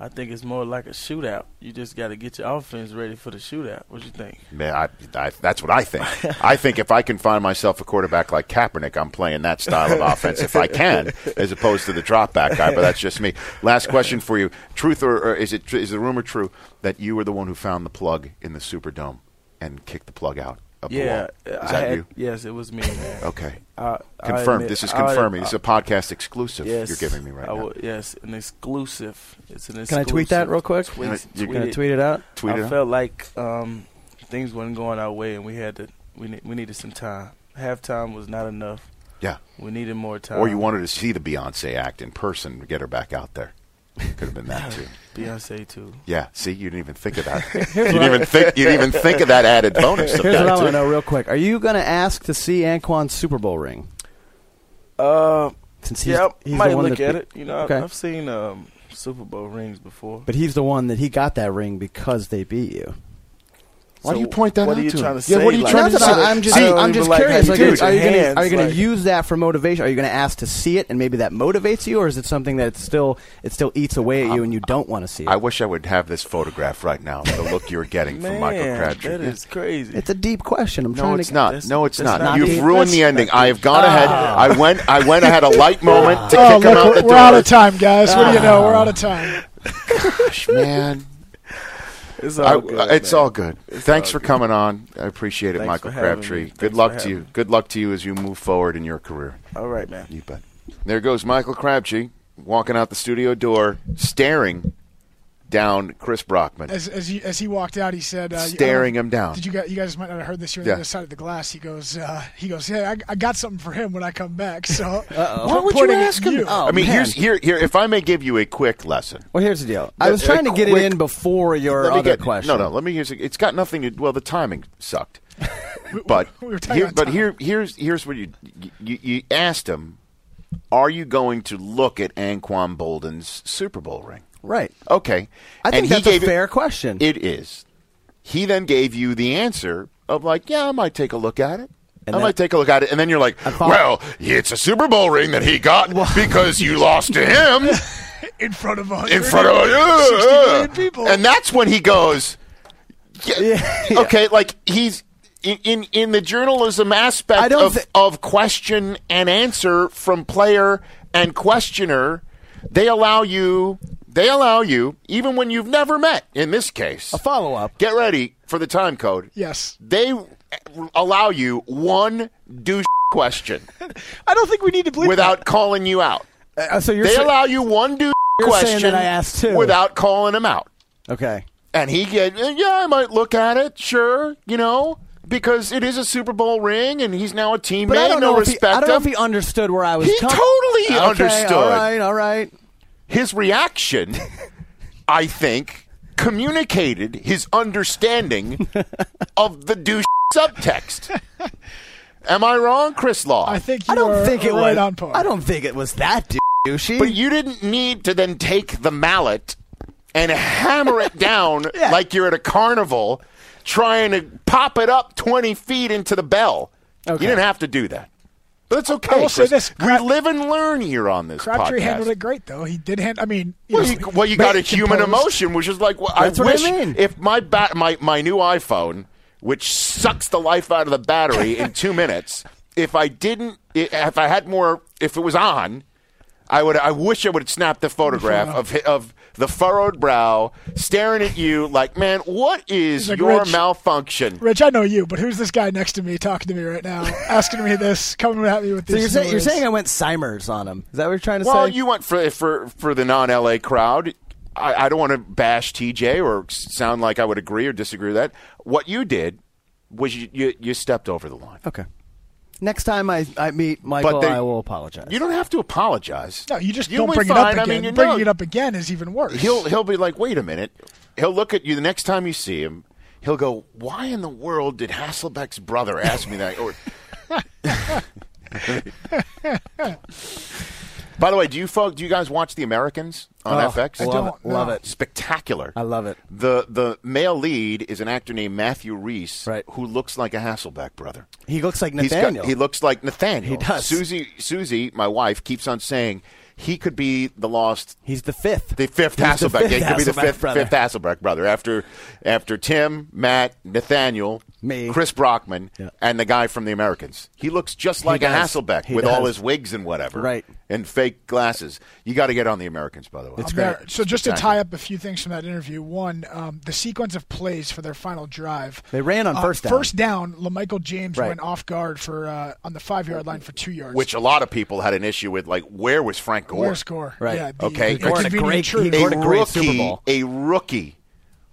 Speaker 6: I think it's more like a shootout. You just got to get your offense ready for the shootout. What you think?
Speaker 1: Man, I, I, that's what I think. I think if I can find myself a quarterback like Kaepernick, I'm playing that style of offense if I can, as opposed to the drop back guy. But that's just me. Last question for you: Truth or, or is it tr- is the rumor true that you were the one who found the plug in the Superdome and kicked the plug out? Up the
Speaker 6: yeah, uh,
Speaker 1: wall? is
Speaker 6: I
Speaker 1: that
Speaker 6: had-
Speaker 1: you?
Speaker 6: Yes, it was me. Man.
Speaker 1: [LAUGHS] Okay,
Speaker 6: I- I
Speaker 1: confirmed.
Speaker 6: admit-
Speaker 1: this is
Speaker 6: I-
Speaker 1: confirming. this is
Speaker 6: I-
Speaker 1: a podcast exclusive
Speaker 6: Yes,
Speaker 1: you're giving me right
Speaker 6: I
Speaker 1: now.
Speaker 6: will- yes, an exclusive. It's an exclusive.
Speaker 5: Can I tweet that real quick?
Speaker 6: Tweet,
Speaker 1: Can I- you're
Speaker 5: gonna tweet it out?
Speaker 1: Tweet
Speaker 6: I
Speaker 1: it out.
Speaker 6: felt like um, things wasn't going our way, and we had to. We ne- we needed some time. Halftime was not enough.
Speaker 1: Yeah.
Speaker 6: we needed more time.
Speaker 1: Or you wanted to see the Beyonce act in person to get her back out there. Could have been that too.
Speaker 6: Beyonce too.
Speaker 1: Yeah, see, you didn't even think of
Speaker 6: [LAUGHS]
Speaker 1: that. you
Speaker 5: what
Speaker 1: didn't
Speaker 5: I-
Speaker 1: even think you didn't even think of that added bonus. of
Speaker 5: Here's
Speaker 1: that,
Speaker 5: what I want
Speaker 1: too.
Speaker 5: to know real quick. Are you going to ask to see Anquan's Super Bowl ring?
Speaker 6: Uh,
Speaker 5: Since he's,
Speaker 6: yeah, I
Speaker 5: he's
Speaker 6: might
Speaker 5: the one
Speaker 6: look
Speaker 5: that
Speaker 6: at
Speaker 5: be-
Speaker 6: it. You know,
Speaker 5: Okay.
Speaker 6: I've, I've seen um, Super Bowl rings before.
Speaker 5: But he's the one that he got that ring because they beat you.
Speaker 1: Why do
Speaker 6: So
Speaker 1: you point that
Speaker 6: what
Speaker 1: out
Speaker 6: are you
Speaker 1: to him?
Speaker 6: trying to
Speaker 1: yeah,
Speaker 6: say?
Speaker 1: what are you
Speaker 6: Like,
Speaker 1: trying to
Speaker 6: Not that
Speaker 1: say?
Speaker 6: I-
Speaker 5: I'm just,
Speaker 6: See,
Speaker 5: I'm
Speaker 6: don't
Speaker 5: just
Speaker 6: even like
Speaker 5: curious.
Speaker 6: how
Speaker 5: Like,
Speaker 6: you do
Speaker 5: are you gonna- are
Speaker 6: it.
Speaker 5: you going
Speaker 6: Hands, like-
Speaker 5: to use that for motivation? Are you going to ask to see it and maybe that motivates you, or is it something that it still it still eats away at you and you don't want to see it?
Speaker 1: I wish I would have this photograph right now. The look you're getting
Speaker 6: Man,
Speaker 1: from Michael Crabtree.
Speaker 6: that is crazy.
Speaker 5: it's a deep question. I'm
Speaker 1: no,
Speaker 5: trying
Speaker 1: it's
Speaker 5: to.
Speaker 1: not.
Speaker 6: that's-
Speaker 1: no, it's
Speaker 6: that's
Speaker 1: not.
Speaker 6: not
Speaker 1: You've
Speaker 6: deep. Ah.
Speaker 1: ruined the ending. I have gone ahead. I went. I went. I had a
Speaker 6: [LAUGHS]
Speaker 1: light moment to
Speaker 10: Oh,
Speaker 1: kick him out
Speaker 10: look,
Speaker 1: the door. Ah.
Speaker 10: we're, we're out of time, guys. What do you know? We're out of time.
Speaker 1: Gosh, man.
Speaker 6: it's
Speaker 1: I-
Speaker 6: all good.
Speaker 1: it's
Speaker 6: man.
Speaker 1: all good. Thanks
Speaker 6: all
Speaker 1: for
Speaker 6: good.
Speaker 1: coming on. I appreciate it,
Speaker 6: Thanks
Speaker 1: Michael
Speaker 6: for having
Speaker 1: Crabtree.
Speaker 6: me.
Speaker 1: Good
Speaker 6: Thanks
Speaker 1: luck
Speaker 6: for
Speaker 1: to you.
Speaker 6: having me.
Speaker 1: Good luck to you as you move forward in your career.
Speaker 6: All right, man.
Speaker 1: You bet. There goes Michael Crabtree walking out the studio door, staring down Chris Brockman,
Speaker 10: As as he, as he walked out, he said, uh,
Speaker 1: staring
Speaker 10: I don't-
Speaker 1: him down.
Speaker 10: Did you guys, you guys might not have heard this. You're on
Speaker 1: Yeah.
Speaker 10: the other side of the glass. He goes, uh, he goes, hey, I, I got something for him when I come back. So [LAUGHS]
Speaker 1: Why would you
Speaker 10: pointing at
Speaker 1: ask him?
Speaker 10: you.
Speaker 5: Oh,
Speaker 1: I mean,
Speaker 5: man.
Speaker 1: here's here here. If I may give you a quick lesson.
Speaker 5: Well, here's the deal. I
Speaker 1: Let-
Speaker 5: was trying
Speaker 1: a
Speaker 5: to get
Speaker 1: quick-
Speaker 5: it in before your
Speaker 1: Let me
Speaker 5: other
Speaker 1: get-
Speaker 5: question.
Speaker 1: No, no. Let me hear. It's got nothing to. Well, the timing sucked. but
Speaker 10: we were talking
Speaker 1: here,
Speaker 10: about
Speaker 1: but
Speaker 10: time.
Speaker 1: here here's here's what you, you you asked him. Are you going to look at Anquan Bolden's Super Bowl ring?
Speaker 5: Right.
Speaker 1: Okay.
Speaker 5: I think
Speaker 1: Oh, And he
Speaker 5: that's a
Speaker 1: gave it-
Speaker 5: fair question.
Speaker 1: It is. He then gave you the answer of like, yeah, I might take a look at it.
Speaker 5: And
Speaker 1: I
Speaker 5: that-
Speaker 1: might take a look at it, and then you're like,
Speaker 5: thought-
Speaker 1: "Well, it's a Super Bowl ring that he got because you lost to him
Speaker 10: in front of us.
Speaker 1: in front of
Speaker 10: million people.
Speaker 1: and that's when he goes, yeah, "Okay, like he's in, in in the journalism aspect
Speaker 5: I don't
Speaker 1: of
Speaker 5: thi-
Speaker 1: of question and answer from player and questioner, they allow you." They allow you, even when you've never met, in this case,
Speaker 5: A follow up.
Speaker 1: Get ready for the time code.
Speaker 10: Yes.
Speaker 1: They allow you one douche
Speaker 5: [LAUGHS]
Speaker 1: question
Speaker 10: I don't think we need to believe
Speaker 1: without calling you out.
Speaker 5: Uh, so you're
Speaker 1: They
Speaker 5: sa-
Speaker 1: allow you one douche
Speaker 5: You're saying
Speaker 1: question
Speaker 5: that I asked too.
Speaker 1: without calling him out.
Speaker 5: okay.
Speaker 1: And he get, yeah, I might look at it, sure, you know, because it is a Super Bowl ring and he's now a teammate.
Speaker 5: But I don't
Speaker 1: no
Speaker 5: know. If
Speaker 1: respect
Speaker 5: he, I don't know if
Speaker 1: him.
Speaker 5: he understood where I was.
Speaker 1: He
Speaker 5: com-
Speaker 1: totally
Speaker 5: Okay,
Speaker 1: understood.
Speaker 5: All right. All right.
Speaker 1: his reaction, I think, communicated his understanding of the douche subtext. Am I wrong, Chris Law?
Speaker 10: I think you
Speaker 5: I don't
Speaker 10: are
Speaker 5: think it
Speaker 10: right
Speaker 5: was.
Speaker 10: on par.
Speaker 5: I don't think it was that dou- douchey.
Speaker 1: but you didn't need to then take the mallet and hammer it
Speaker 10: [LAUGHS]
Speaker 1: down
Speaker 5: Yeah.
Speaker 1: like you're at a carnival trying to pop it up 20 feet into the bell.
Speaker 5: Okay.
Speaker 1: You didn't have to do that. But it's okay.
Speaker 10: will say
Speaker 1: Chris.
Speaker 10: this,
Speaker 1: we
Speaker 10: Crab-
Speaker 1: live and learn here on this
Speaker 10: Crabtree
Speaker 1: podcast.
Speaker 10: handled it great though. He did hand. I mean, you
Speaker 1: Well,
Speaker 10: know,
Speaker 1: you, well, you
Speaker 10: but
Speaker 1: got a human
Speaker 10: composed.
Speaker 1: emotion, which is like well, I
Speaker 5: That's what I
Speaker 1: wish
Speaker 5: mean.
Speaker 1: if my bat, my my new iPhone, which sucks the life out of the battery in
Speaker 10: [LAUGHS]
Speaker 1: two minutes, if I didn't, i- if I had more, if it was on, I would. I wish I would have snapped the photograph of hi- of the furrowed brow staring at you like, man, what is
Speaker 10: He's like,
Speaker 1: your
Speaker 10: "Rich,
Speaker 1: malfunction?
Speaker 10: Rich, I know you, but who's this guy next to me talking to me
Speaker 1: [LAUGHS]
Speaker 10: right now, asking me this, coming at me with
Speaker 5: so
Speaker 10: these?
Speaker 5: you're, say, you're
Speaker 10: stories?
Speaker 5: saying I went Simers on him? Is that what you're trying to
Speaker 1: Well,
Speaker 5: say?
Speaker 1: you went for for for the non LA crowd. I, I don't want to bash TJ or s- sound like I would agree or disagree with that. What you did was you you, you stepped over the line.
Speaker 5: okay. Next time I, I meet Michael,
Speaker 1: they-
Speaker 5: I will apologize.
Speaker 1: You don't have to apologize.
Speaker 10: No, you just
Speaker 1: You'll
Speaker 10: don't
Speaker 1: be
Speaker 10: bring it up
Speaker 1: fine.
Speaker 10: again.
Speaker 1: I mean, you
Speaker 10: Bringing
Speaker 1: know-
Speaker 10: it up again is even worse.
Speaker 1: He'll he'll be like, wait a minute. He'll look at you the next time you see him. He'll go, why in the world did Hasselbeck's brother ask me that?
Speaker 10: [LAUGHS]
Speaker 1: Or [LAUGHS] by the way, do you folk, do you guys watch The Americans on
Speaker 5: Oh,
Speaker 1: FX?
Speaker 5: I Love don't, it, love no. it.
Speaker 1: Spectacular.
Speaker 5: I love it.
Speaker 1: The the male lead is an actor named Matthew Reese, who looks like a Hasselbeck brother.
Speaker 5: He looks like
Speaker 1: He's got-
Speaker 5: Nathaniel.
Speaker 1: he looks like Nathaniel.
Speaker 5: He does.
Speaker 1: Susie, Susie, my wife, keeps on saying he could be the lost.
Speaker 5: He's the fifth.
Speaker 1: The fifth
Speaker 5: He's [LAUGHS] the
Speaker 1: Hasselbeck.
Speaker 5: fifth
Speaker 1: Yeah, he could be the
Speaker 5: Hasselbeck
Speaker 1: fifth,
Speaker 5: brother.
Speaker 1: fifth Hasselbeck brother after after Tim, Matt, Nathaniel,
Speaker 5: Me.
Speaker 1: Chris Brockman, and the guy from The Americans. He looks just like a
Speaker 5: does.
Speaker 1: Hasselbeck
Speaker 5: He
Speaker 1: with all
Speaker 5: does.
Speaker 1: his wigs and whatever,
Speaker 5: Right.
Speaker 1: And fake glasses. You got to get on The Americans, by the way.
Speaker 5: It's
Speaker 10: I'm there. So just to tie up a few things from that interview, one, um, the sequence of plays for their final drive.
Speaker 5: They ran on
Speaker 10: Uh,
Speaker 5: first down.
Speaker 10: First down, Lamichael James
Speaker 5: Right.
Speaker 10: went off guard for uh, on the five yard line for two yards.
Speaker 1: which a lot of people had an issue with. Like, where was Frank Gore?
Speaker 10: Where's Gore?
Speaker 5: Right.
Speaker 10: Yeah, the
Speaker 1: okay.
Speaker 10: inconvenient truth.
Speaker 5: he scored a great Super Bowl.
Speaker 1: A rookie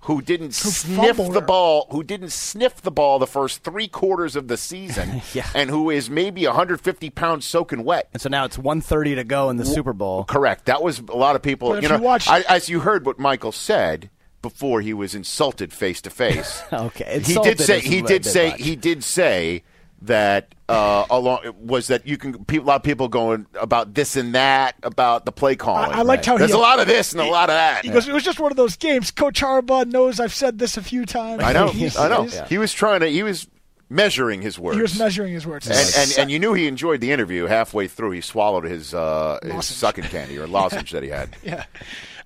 Speaker 1: who didn't sniff
Speaker 10: fumbled
Speaker 1: the
Speaker 10: her.
Speaker 1: ball, who didn't sniff the ball the first three quarters of the season,
Speaker 5: Yeah.
Speaker 1: and who is maybe 150 pounds soaking wet.
Speaker 5: And so now it's 1:30 to go in the Super Bowl.
Speaker 1: Correct. That was a lot of people.
Speaker 10: But if
Speaker 1: you know,
Speaker 10: you watched-
Speaker 1: I, as you heard what Michael said before, he was insulted face to
Speaker 10: [LAUGHS]
Speaker 1: face.
Speaker 5: Okay,
Speaker 1: he
Speaker 5: insulted
Speaker 1: did say.
Speaker 5: is
Speaker 1: He
Speaker 5: a
Speaker 1: did
Speaker 5: bit
Speaker 1: say.
Speaker 5: much.
Speaker 1: He did say that uh, along was that you can pe- a lot of people going about this and that about the play calling.
Speaker 10: I liked how he-
Speaker 1: there's a lot of this and a lot of that.
Speaker 10: He goes, it was just one of those games. Coach Harbaugh knows I've said this a few times.
Speaker 1: I know.
Speaker 10: [LAUGHS] He's-
Speaker 1: I know.
Speaker 10: he's-
Speaker 1: He was trying to. He was measuring his words.
Speaker 10: He was measuring his words.
Speaker 1: And, and, and you knew he enjoyed the interview halfway through. He swallowed his uh, his
Speaker 10: Lozenge.
Speaker 1: sucking candy or lozenge that he had.
Speaker 10: Yeah.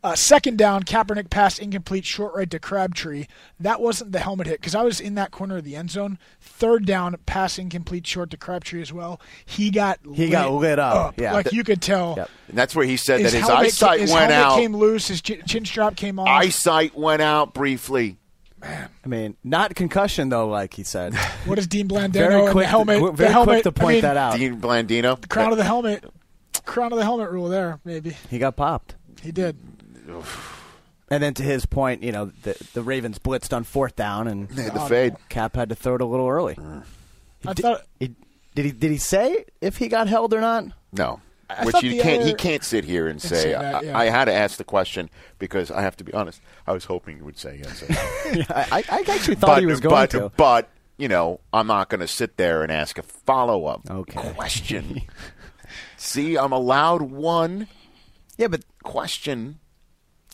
Speaker 10: Uh, second down, Kaepernick pass incomplete, short right to Crabtree. That wasn't the helmet hit because I was in that corner of the end zone. Third down, pass incomplete, short to Crabtree as well. He got
Speaker 5: He got lit up, yeah.
Speaker 10: like you could tell.
Speaker 5: Yep.
Speaker 1: And that's where he said that his
Speaker 10: helmet,
Speaker 1: eyesight
Speaker 10: his
Speaker 1: went
Speaker 10: helmet
Speaker 1: out.
Speaker 10: Came loose. His chin, chin strap came off.
Speaker 1: eyesight went out briefly.
Speaker 5: I mean, not concussion though, like he [LAUGHS] said.
Speaker 10: What is Dean Blandino
Speaker 5: Very
Speaker 10: and the
Speaker 5: quick,
Speaker 10: helmet?
Speaker 5: to, very
Speaker 10: the helmet,
Speaker 5: quick to point
Speaker 10: I mean,
Speaker 5: that out.
Speaker 1: Dean Blandino.
Speaker 10: Crown of the helmet. Crown of the helmet rule there, maybe.
Speaker 5: He got popped.
Speaker 10: He did.
Speaker 5: And then to his point, you know, the, the Ravens blitzed on fourth down, and
Speaker 1: They had the fade.
Speaker 5: Cap had to throw it a little early.
Speaker 10: I thought
Speaker 5: He, did he? Did he say if he got held or not?
Speaker 1: No.
Speaker 10: I
Speaker 1: Which
Speaker 10: thought
Speaker 1: you
Speaker 10: the
Speaker 1: can't he
Speaker 10: other-
Speaker 1: can't sit here and say
Speaker 10: say that,
Speaker 1: I,
Speaker 10: yeah.
Speaker 1: I had to ask the question because I have to be honest. I was hoping you would say
Speaker 10: [LAUGHS]
Speaker 1: yes.
Speaker 5: I, I actually thought
Speaker 1: but
Speaker 5: he was going
Speaker 1: but,
Speaker 5: to.
Speaker 1: but you know, I'm not going to sit there and ask a follow up
Speaker 5: Okay.
Speaker 1: question. See, I'm allowed one
Speaker 5: yeah, but
Speaker 1: question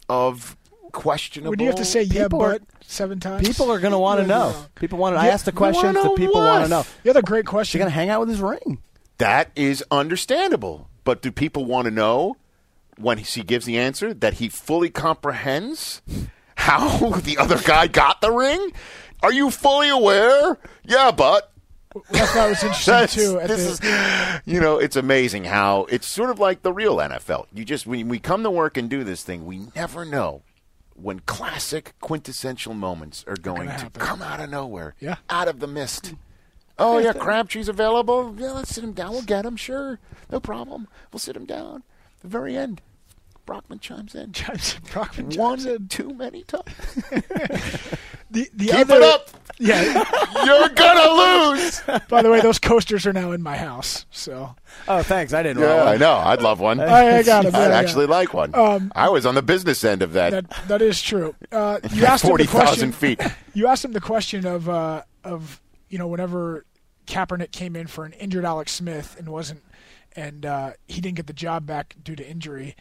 Speaker 1: of questionable.
Speaker 10: would you have to say yeah,
Speaker 5: People are-
Speaker 10: but seven times?
Speaker 5: people are going to want to
Speaker 10: Yeah.
Speaker 5: know. People want. to I
Speaker 1: You-
Speaker 5: asked the
Speaker 1: you
Speaker 5: questions
Speaker 1: wanna
Speaker 5: that
Speaker 1: know
Speaker 5: people
Speaker 1: what?
Speaker 5: want to know.
Speaker 10: The other great
Speaker 5: She's
Speaker 10: question.
Speaker 5: going to hang out with his ring.
Speaker 1: That is understandable. But do people want to know when he gives the answer that he fully comprehends how [LAUGHS] the other guy got the ring? Are you fully aware? Yeah, but
Speaker 10: That's what was
Speaker 1: [LAUGHS]
Speaker 10: interesting
Speaker 1: that's,
Speaker 10: [LAUGHS] too. At
Speaker 1: this
Speaker 10: the,
Speaker 1: is, you know, it's amazing how it's sort of like the real NFL. You just when we come to work and do this thing, we never know when classic quintessential moments are going to
Speaker 10: happen.
Speaker 1: come out of nowhere,
Speaker 10: Yeah.
Speaker 1: out of the mist. Oh yeah, Crabtree's available. Yeah, let's sit him down. We'll get him, sure, no problem. We'll sit him down. At the very end, Brockman chimes in.
Speaker 10: James Brockman Jones.
Speaker 1: One too many times.
Speaker 10: The, the
Speaker 1: Keep
Speaker 10: other,
Speaker 1: it up.
Speaker 5: [LAUGHS]
Speaker 10: Yeah.
Speaker 1: You're gonna
Speaker 10: [LAUGHS]
Speaker 1: lose.
Speaker 10: By the way, those coasters are now in my house. So
Speaker 5: Oh, thanks. I didn't.
Speaker 1: Yeah, I know. I'd love one.
Speaker 10: I, I got it.
Speaker 1: I'd
Speaker 10: Yeah, yeah.
Speaker 1: actually like one.
Speaker 10: Um,
Speaker 1: I was on the business end of that.
Speaker 10: that that is true.
Speaker 1: [LAUGHS]
Speaker 10: Uh, you asked him
Speaker 1: forty
Speaker 10: the question.
Speaker 1: thousand feet.
Speaker 10: [LAUGHS] You asked him the question of uh, of you know whenever Kaepernick came in for an injured Alex Smith and wasn't and uh, he didn't get the job back due to injury.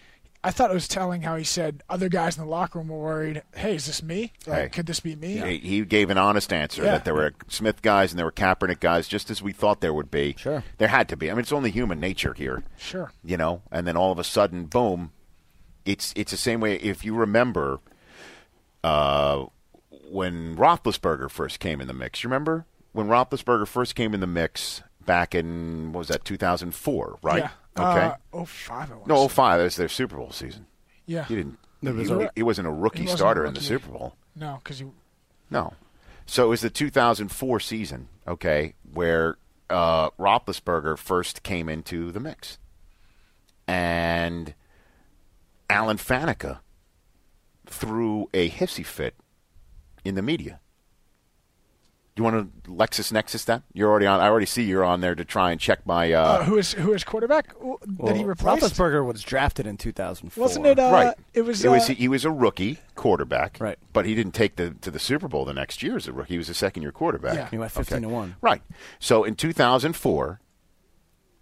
Speaker 10: I thought it was telling how he said other guys in the locker room were worried. Hey, is this me? Like,
Speaker 1: Hey.
Speaker 10: could this be me?
Speaker 1: He he gave an honest answer
Speaker 10: Yeah.
Speaker 1: that there were Smith guys and there were Kaepernick guys, just as we thought there would be.
Speaker 5: Sure.
Speaker 1: there had to be. I mean, it's only human nature here,
Speaker 10: Sure.
Speaker 1: you know. And then all of a sudden, boom! It's it's the same way. If you remember, uh, when Roethlisberger first came in the mix, you remember when Roethlisberger first came in the mix back in what was that 2004, right?
Speaker 10: Yeah.
Speaker 1: Okay.
Speaker 10: Uh, oh five. I wanna
Speaker 1: no,
Speaker 10: say.
Speaker 1: 05. That was their Super Bowl season.
Speaker 10: Yeah.
Speaker 1: He didn't.
Speaker 10: was
Speaker 1: he,
Speaker 10: a-
Speaker 1: he wasn't a rookie
Speaker 10: He wasn't a
Speaker 1: starter in the
Speaker 10: rookie.
Speaker 1: Super Bowl.
Speaker 10: No, because you.
Speaker 1: No. So it was the 2004 season, okay, where uh, Roethlisberger first came into the mix, and Alan Faneca threw a hissy fit in the media Do you want to Lexus Nexus that? You're already on. I already see you're on there to try and check my. Uh,
Speaker 10: Uh, who is who is quarterback Well, that he replaced?
Speaker 5: Roethlisberger was drafted in 2004.
Speaker 10: Wasn't it? Uh,
Speaker 1: right.
Speaker 10: It was.
Speaker 1: It was
Speaker 10: uh,
Speaker 1: he, he was a rookie quarterback.
Speaker 5: Right.
Speaker 1: But he didn't take the to the Super Bowl the next year as a rookie. He was a second year quarterback.
Speaker 10: Yeah.
Speaker 5: He went 15 to 1.
Speaker 1: Right. So in 2004,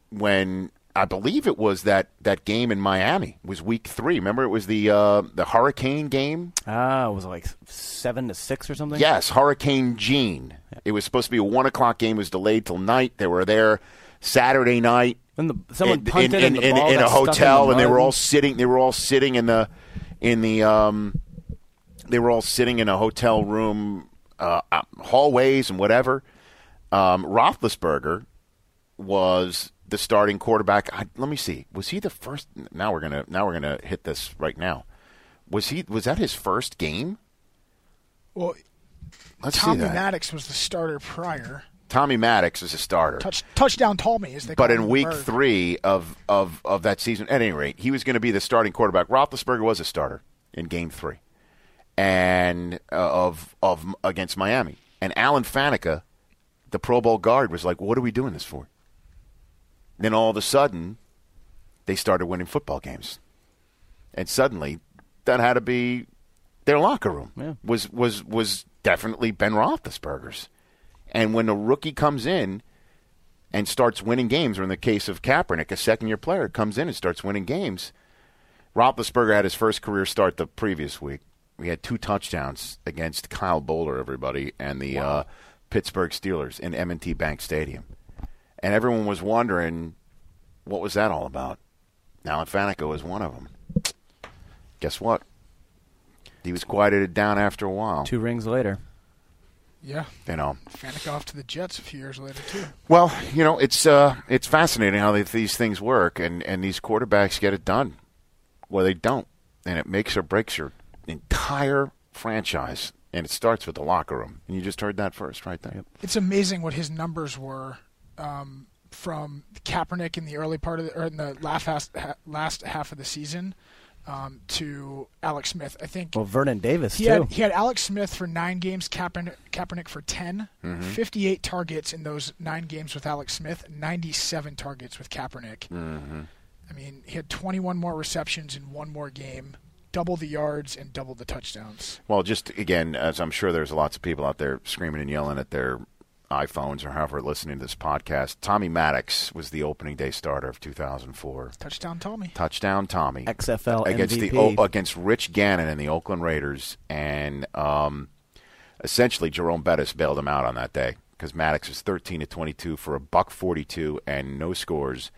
Speaker 1: when I believe it was that, that game in Miami was Week Three. Remember, it was the uh, the Hurricane game.
Speaker 5: Ah, was it like seven to six or something?
Speaker 1: Yes, Hurricane Gene. It was supposed to be a one o'clock game. It was delayed till night. They were there Saturday night.
Speaker 5: And the, someone
Speaker 1: in,
Speaker 5: punted
Speaker 1: in,
Speaker 5: and the
Speaker 1: in-
Speaker 5: ball
Speaker 1: in
Speaker 5: got
Speaker 1: a
Speaker 5: stuck in
Speaker 1: hotel,
Speaker 5: the
Speaker 1: and they were
Speaker 5: mud.
Speaker 1: all sitting. They were all sitting in the in the um, they were all sitting in a hotel room uh, uh, hallways and whatever. Um, Roethlisberger was the starting quarterback. I, let me see. Was he the first? Now we're gonna now we're gonna hit this right now. Was he? Was that his first game?
Speaker 10: well,
Speaker 1: Let's see
Speaker 10: Tommy
Speaker 1: that.
Speaker 10: Maddox was the starter prior.
Speaker 1: Tommy Maddox is a starter.
Speaker 10: Touch, touchdown Tommy is they
Speaker 1: But
Speaker 10: call
Speaker 1: in
Speaker 10: him the
Speaker 1: week
Speaker 10: bird.
Speaker 1: three of, of, of that season, at any rate, he was going to be the starting quarterback. Roethlisberger was a starter in game three, and uh, of of against Miami. And Alan Faneca, the Pro Bowl guard, was like, "What are we doing this for?" Then all of a sudden, they started winning football games, and suddenly, that had to be their locker room
Speaker 5: Yeah.
Speaker 1: was was was definitely Ben Roethlisberger's. And when a rookie comes in and starts winning games, or in the case of Kaepernick, a second year player comes in and starts winning games. Roethlisberger had his first career start the previous week. We had two touchdowns against Kyle Bowler, everybody, and the uh, Pittsburgh Steelers in M&T Bank Stadium, and everyone was wondering what was that all about. Now, Faneca was one of them. Guess what? He was quieted down after a while.
Speaker 5: Two rings later.
Speaker 10: Yeah,
Speaker 1: You know.
Speaker 10: Faneca off to the Jets a few years later too.
Speaker 1: Well, you know, it's uh, it's fascinating how they, these things work, and, and these quarterbacks get it done, or they don't, and it makes or breaks your entire franchise, and it starts with the locker room. And you just heard that first, right there.
Speaker 10: It's amazing what his numbers were um, from Kaepernick in the early part of the, or in the last half, ha- last half of the season um, to Alex Smith. I think
Speaker 5: Well, Vernon Davis,
Speaker 10: He
Speaker 5: too.
Speaker 10: had, he had Alex Smith for nine games, Kaepernick, Kaepernick for 10, 58 targets in those nine games with Alex Smith, 97 targets with Kaepernick. I mean, he had 21 more receptions in one more game, double the yards and double the touchdowns.
Speaker 1: Well, just again, as I'm sure there's lots of people out there screaming and yelling at their iPhones or however listening to this podcast. Tommy Maddox was the opening day starter of 2004.
Speaker 10: Touchdown, Tommy.
Speaker 1: Touchdown, Tommy.
Speaker 5: XFL
Speaker 1: against
Speaker 5: MVP.
Speaker 1: the O- against Rich Gannon and the Oakland Raiders, and um, essentially Jerome Bettis bailed him out on that day because Maddox was 13 to 22 for a buck 42 and no scores,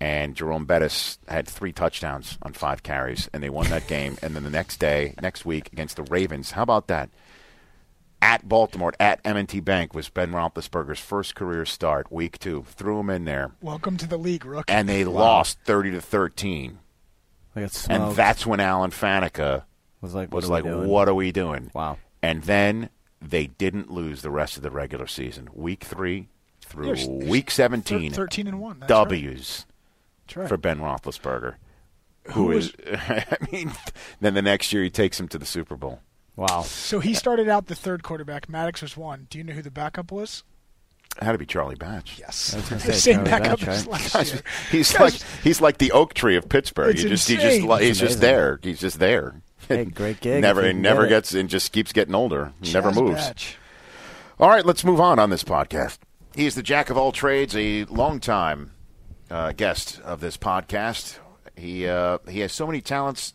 Speaker 1: and Jerome Bettis had three touchdowns on five carries, and they won that game. And then the next day, next week against the Ravens, how about that? At Baltimore, at M&T Bank, was Ben Roethlisberger's first career start, week two. Threw him in there,
Speaker 10: Welcome to the league, Rook.
Speaker 1: and they lost 30 to 13.
Speaker 5: They got
Speaker 1: And
Speaker 5: smoked.
Speaker 1: that's when Alan Faneca
Speaker 5: was like, what
Speaker 1: was
Speaker 5: are we
Speaker 1: like,
Speaker 5: doing?
Speaker 1: what are we doing?
Speaker 5: Wow.
Speaker 1: And then they didn't lose the rest of the regular season. Week three through
Speaker 10: There's- there's
Speaker 1: week 17,
Speaker 10: Thir- 13 and 1. That's right.
Speaker 1: W's
Speaker 10: That's right.
Speaker 1: for Ben Roethlisberger. Who is, [LAUGHS] I mean, then the next year he takes him to the Super Bowl.
Speaker 5: Wow.
Speaker 10: So he started out the third quarterback. Maddox was one. Do you know who the backup was?
Speaker 1: It had to be Charlie Batch.
Speaker 10: Yes.
Speaker 5: I
Speaker 10: [LAUGHS]
Speaker 5: was gonna
Speaker 10: the
Speaker 5: say
Speaker 10: same
Speaker 5: Charlie
Speaker 10: backup
Speaker 5: Batch,
Speaker 10: as
Speaker 5: right?
Speaker 10: last year.
Speaker 1: [LAUGHS] He's
Speaker 10: Guys,
Speaker 1: like he's like the oak tree of Pittsburgh.
Speaker 10: It's
Speaker 1: He just, he just
Speaker 10: insane.
Speaker 1: li- he's
Speaker 5: It's
Speaker 1: just
Speaker 5: amazing.
Speaker 1: there. He's just there.
Speaker 5: Hey, great gig
Speaker 1: [LAUGHS]
Speaker 5: if
Speaker 1: Never
Speaker 5: you
Speaker 1: he
Speaker 5: can
Speaker 1: never
Speaker 5: get it.
Speaker 1: gets and just keeps getting older. never
Speaker 10: Chaz
Speaker 1: moves.
Speaker 10: Batch.
Speaker 1: All right, let's move on on this podcast. He is the jack of all trades, a longtime uh, guest of this podcast. He uh, he has so many talents,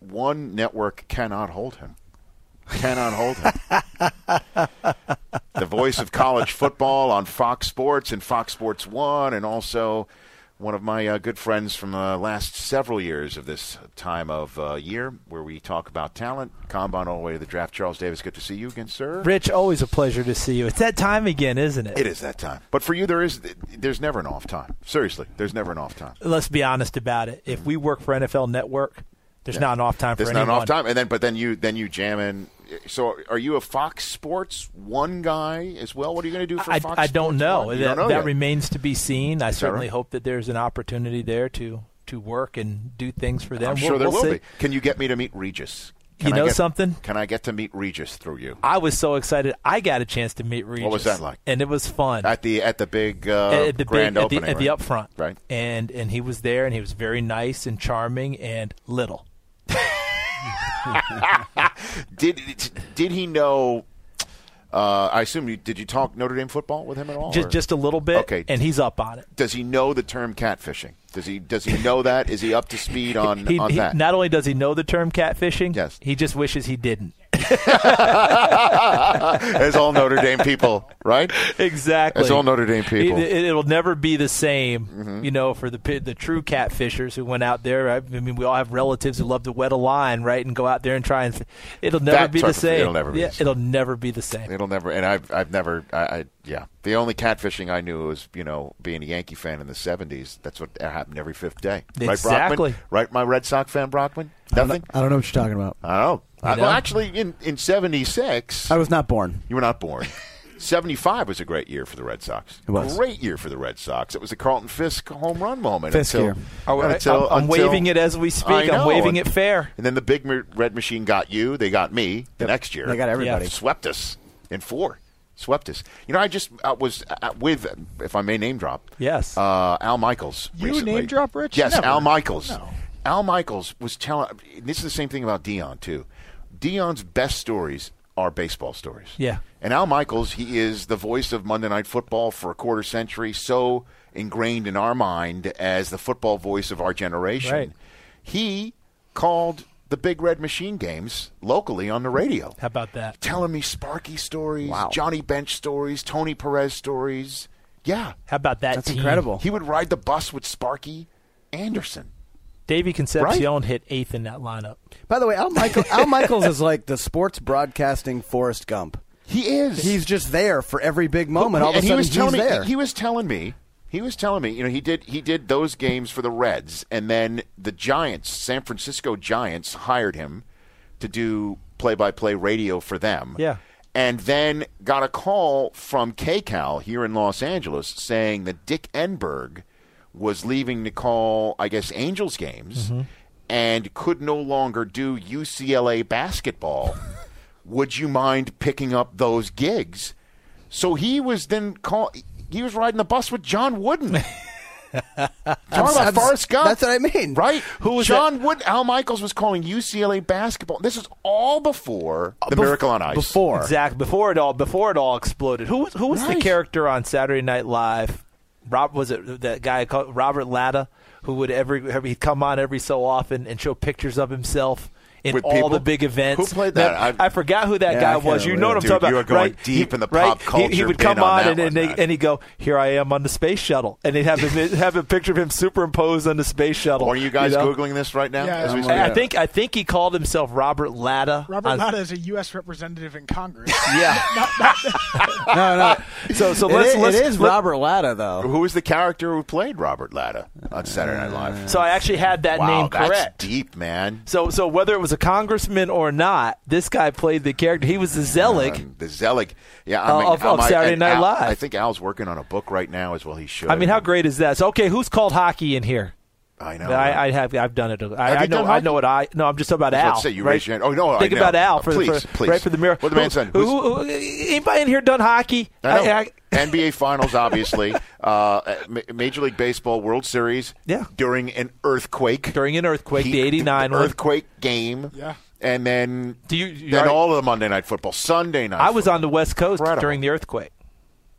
Speaker 1: one network cannot hold him. Cannot hold him. the voice of college football on Fox Sports and Fox Sports One, and also one of my uh, good friends from the last several years of this time of uh, year, where we talk about talent, combine all the way to the draft. Charles Davis, good to see you again, sir.
Speaker 11: Rich, always a pleasure to see you. It's that time again, isn't it?
Speaker 1: It is that time. But for you, there is there's never an off time. Seriously, there's never an off time.
Speaker 11: Let's be honest about it. If we work for NFL Network, there's not an off time for
Speaker 1: There's not
Speaker 11: anyone.
Speaker 1: an off time, and then but then you then you jam in. So are you a Fox Sports One guy as well? What are you going to do for
Speaker 11: I,
Speaker 1: Fox?
Speaker 11: I don't
Speaker 1: Sports
Speaker 11: know.
Speaker 1: One? You
Speaker 11: that
Speaker 1: don't know
Speaker 11: that
Speaker 1: yet.
Speaker 11: remains to be seen. I
Speaker 1: that
Speaker 11: certainly
Speaker 1: right?
Speaker 11: hope that there's an opportunity there to to work and do things for them.
Speaker 1: I'm
Speaker 11: We'll-
Speaker 1: sure there
Speaker 11: we'll
Speaker 1: will
Speaker 11: see.
Speaker 1: be. Can you get me to meet Regis? Can
Speaker 11: you
Speaker 1: I
Speaker 11: know
Speaker 1: get-
Speaker 11: something?
Speaker 1: Can I get to meet Regis through you?
Speaker 11: I was so excited. I got a chance to meet Regis.
Speaker 1: What was that like?
Speaker 11: And it was fun.
Speaker 1: At the at the big uh,
Speaker 11: at, at the
Speaker 1: grand
Speaker 11: big,
Speaker 1: opening,
Speaker 11: at
Speaker 1: right?
Speaker 11: the, at the upfront,
Speaker 1: right?
Speaker 11: And and he was there, and he was very nice and charming and little.
Speaker 1: did did he know? Uh, I assume you did. You talk Notre Dame football with him at all?
Speaker 11: Just- just a little bit.
Speaker 1: Okay,
Speaker 11: and he's up on it.
Speaker 1: Does he know the term catfishing? Does he does he know that? Is he up to speed on
Speaker 11: [LAUGHS] He,
Speaker 1: on
Speaker 11: he-
Speaker 1: that?
Speaker 11: not only does he know the term catfishing, yes. he just wishes
Speaker 1: [LAUGHS]
Speaker 11: he didn't.
Speaker 1: [LAUGHS] As all Notre Dame people, right?
Speaker 11: Exactly.
Speaker 1: As all Notre Dame people. Mm-hmm.
Speaker 11: It, will never be the same, you know, for the pi- the true catfishers who went out there. I, I mean, we all have relatives who love to wet a line, right, and go out there and try and. It'll never
Speaker 1: That
Speaker 11: be
Speaker 1: type
Speaker 11: the
Speaker 1: of-
Speaker 11: same.
Speaker 1: it'll never be
Speaker 11: yeah,
Speaker 1: the same.
Speaker 11: It'll never be the same.
Speaker 1: It'll never. And I've I've never. I, I yeah. The only catfishing I knew was you know being a Yankee fan in the '70s. That's what happened every fifth day. Right,
Speaker 5: Exactly.
Speaker 1: Brockman? Right, my Red Sox fan Brockman. Nothing.
Speaker 5: I don't know what you're talking about.
Speaker 1: I don't know. I-
Speaker 5: know?
Speaker 1: well, actually, in in '76,
Speaker 5: I was not born.
Speaker 1: you were not born. '75 was a great year for the Red Sox.
Speaker 5: It was.
Speaker 1: great year for the Red Sox. It was the Carlton Fisk home run moment.
Speaker 5: Fisk
Speaker 1: until,
Speaker 5: year. Oh, I-
Speaker 1: until-
Speaker 11: I'm- I'm
Speaker 1: until-
Speaker 11: waving it as we speak.
Speaker 1: I
Speaker 11: I'm
Speaker 1: know.
Speaker 11: waving it fair.
Speaker 1: And then the big mer- red machine got you. They got me the next year.
Speaker 5: They got everybody.
Speaker 1: Yeah. Swept us in four. Swept us. You know, I just I was uh, with, if I may name drop.
Speaker 11: Yes.
Speaker 1: Uh, Al Michaels.
Speaker 10: You
Speaker 1: recently.
Speaker 10: name drop, Rich?
Speaker 1: Yes,
Speaker 10: Never.
Speaker 1: Al Michaels.
Speaker 10: No.
Speaker 1: Al Michaels was telling. and This is the same thing about Dion too. Dion's best stories are baseball stories.
Speaker 11: Yeah.
Speaker 1: And Al Michaels, he is the voice of Monday Night Football for a quarter century, so ingrained in our mind as the football voice of our generation.
Speaker 11: Right.
Speaker 1: He called the Big Red Machine games locally on the radio,
Speaker 11: How about that?
Speaker 1: telling me Sparky stories, Johnny Bench stories, Tony Perez stories. Yeah.
Speaker 11: How about that? team?
Speaker 1: He would ride the bus with Sparky Anderson.
Speaker 11: Davey Concepcion hit eighth in that lineup.
Speaker 5: By the way, Al, Michael, Al Michaels is like the sports broadcasting Forrest Gump.
Speaker 1: He is.
Speaker 5: He's just there for every big moment. All of a
Speaker 1: and
Speaker 5: sudden,
Speaker 1: he was telling
Speaker 5: he's
Speaker 1: me,
Speaker 5: there.
Speaker 1: He was telling me. He was telling me. You know, he did. He did those games for the Reds, and then the Giants, San Francisco Giants, hired him to do play-by-play radio for them.
Speaker 11: Yeah.
Speaker 1: And then got a call from KCAL here in Los Angeles saying that Dick Enberg was leaving to call, I guess, Angels games
Speaker 5: Mm-hmm.
Speaker 1: and could no longer do UCLA
Speaker 5: [LAUGHS]
Speaker 1: basketball. Would you mind picking up those gigs? So he was then call. He was riding the bus with John
Speaker 5: [LAUGHS]
Speaker 1: Wooden. Talking about
Speaker 5: I'm-
Speaker 1: Forrest Gump.
Speaker 5: that's what I mean.
Speaker 1: right?
Speaker 5: Who was
Speaker 1: John Wooden? Al Michaels was calling UCLA basketball. This is all before
Speaker 5: Uh,
Speaker 1: the
Speaker 11: Bef-
Speaker 1: Miracle on Ice.
Speaker 11: exactly. Before it all, before it all exploded. Who was who was
Speaker 1: Right.
Speaker 11: the character on Saturday Night Live? Rob was it that guy called Robert Latta who would every every- he'd come on every so often and show pictures of himself. In
Speaker 1: With
Speaker 11: all
Speaker 1: people?
Speaker 11: the big events,
Speaker 1: Who played that?
Speaker 11: I, forgot who that
Speaker 1: Yeah, I
Speaker 11: guy
Speaker 1: can't
Speaker 11: was. You know what I'm
Speaker 1: remember.
Speaker 11: talking
Speaker 1: Dude,
Speaker 11: about,
Speaker 1: you are going
Speaker 11: right?
Speaker 1: deep in the
Speaker 11: right?
Speaker 1: pop
Speaker 11: He- He,
Speaker 1: culture
Speaker 11: would come
Speaker 1: bin on
Speaker 11: on,
Speaker 1: that
Speaker 11: and, and,
Speaker 1: one,
Speaker 11: they, and he'd go, "Here I am on the space shuttle," and they'd have him [LAUGHS] have a picture of him superimpose on the space shuttle.
Speaker 1: Are you guys
Speaker 11: know?
Speaker 1: googling this right now?
Speaker 10: Yeah,
Speaker 1: as we
Speaker 10: I'm
Speaker 1: speak?
Speaker 11: I think I think he called himself Robert Latta.
Speaker 10: Robert
Speaker 11: on-
Speaker 10: Latta is a U.S. representative
Speaker 1: [LAUGHS]
Speaker 10: in Congress.
Speaker 11: Yeah.
Speaker 5: no, no.
Speaker 11: So, so
Speaker 5: It
Speaker 11: let's,
Speaker 5: is-
Speaker 11: let's
Speaker 5: it is
Speaker 11: let-
Speaker 5: Robert Latta though.
Speaker 1: Who was the character who played Robert Latta on Saturday Night Live?
Speaker 11: So I actually had that
Speaker 1: wow,
Speaker 11: name
Speaker 1: that's
Speaker 11: correct.
Speaker 1: deep, man.
Speaker 11: So, so whether it was a congressman or not, this guy played the character. He was the Zelig.
Speaker 1: Um, the Zelig. Yeah,
Speaker 11: Uh,
Speaker 1: I mean,
Speaker 11: of-
Speaker 1: I
Speaker 11: of
Speaker 1: might-
Speaker 11: Saturday
Speaker 1: and
Speaker 11: Night
Speaker 1: Al-
Speaker 11: Live.
Speaker 1: I think Al's working on a book right now as well. He should.
Speaker 11: I mean, how great is that? So, okay, who's called hockey in here?
Speaker 1: I know.
Speaker 11: I, I have. I've done it. I,
Speaker 1: you
Speaker 11: I know.
Speaker 1: done
Speaker 11: I
Speaker 1: hockey?
Speaker 11: know what I. No, I'm just talking about
Speaker 1: I was about
Speaker 11: Al.
Speaker 1: to say, you
Speaker 11: right?
Speaker 1: raised your hand. Oh, no, I
Speaker 11: Think
Speaker 1: know.
Speaker 11: about Al for
Speaker 1: Please,
Speaker 11: the for,
Speaker 1: please.
Speaker 11: right for the mirror.
Speaker 1: What the man's done.
Speaker 11: Who,
Speaker 1: Who's-
Speaker 11: who- who- anybody in here done hockey?
Speaker 1: I know. [LAUGHS]
Speaker 11: I- I-
Speaker 1: NBA Finals,
Speaker 11: [LAUGHS]
Speaker 1: obviously. uh, Ma- Major League Baseball World Series. Yeah. During an earthquake.
Speaker 11: During an earthquake, the
Speaker 1: Heat-
Speaker 11: 89 one.
Speaker 1: earthquake game.
Speaker 10: Yeah.
Speaker 1: And then,
Speaker 11: Do you- you
Speaker 1: then
Speaker 11: already-
Speaker 1: all of the Monday Night Football, Sunday Night.
Speaker 11: I was on the West Coast
Speaker 1: Incredible.
Speaker 11: during the earthquake.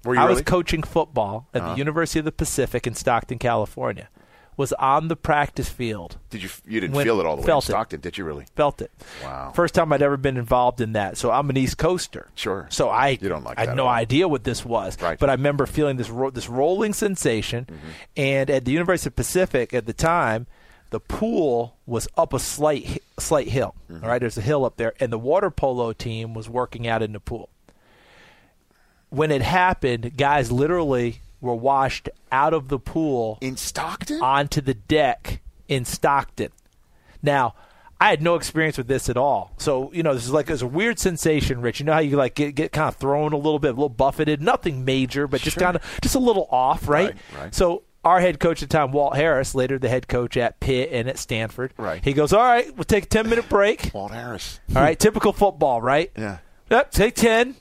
Speaker 1: Were you
Speaker 11: I was
Speaker 1: really?
Speaker 11: coaching football at
Speaker 1: Uh-huh.
Speaker 11: the University of the Pacific in Stockton, California. Was on the practice field.
Speaker 1: Did you? You didn't
Speaker 11: When-
Speaker 1: feel it all the way in
Speaker 11: felt it.
Speaker 1: Stockton, did you? Really?
Speaker 11: Felt it.
Speaker 1: Wow.
Speaker 11: First time I'd ever been involved in that. So I'm an East Coaster.
Speaker 1: Sure.
Speaker 11: So I
Speaker 1: You don't like that
Speaker 11: I had
Speaker 1: at
Speaker 11: no
Speaker 1: all.
Speaker 11: idea what this was. Right. But I remember feeling this ro- this rolling sensation,
Speaker 1: Mm-hmm.
Speaker 11: and at the University of Pacific at the time, the pool was up a slight hi- slight hill.
Speaker 1: Mm-hmm.
Speaker 11: All right, there's a hill up there, and the water polo team was working out in the pool. When it happened, guys literally were washed out of the pool
Speaker 1: in Stockton
Speaker 11: onto the deck in Stockton. Now, I had no experience with this at all. So, you know, this is like it's a weird sensation, Rich. You know how you like get, get kind of thrown a little bit, a little buffeted, nothing major, but just kind of just a little off, right?
Speaker 1: Right, right.
Speaker 11: So our head coach at the time, Walt Harris, later the head coach at Pitt and at Stanford. Right. He goes, all right, we'll take a ten
Speaker 1: [LAUGHS]
Speaker 11: minute break.
Speaker 1: Walt Harris.
Speaker 11: All right, typical football, right? Yeah. Yep, take ten.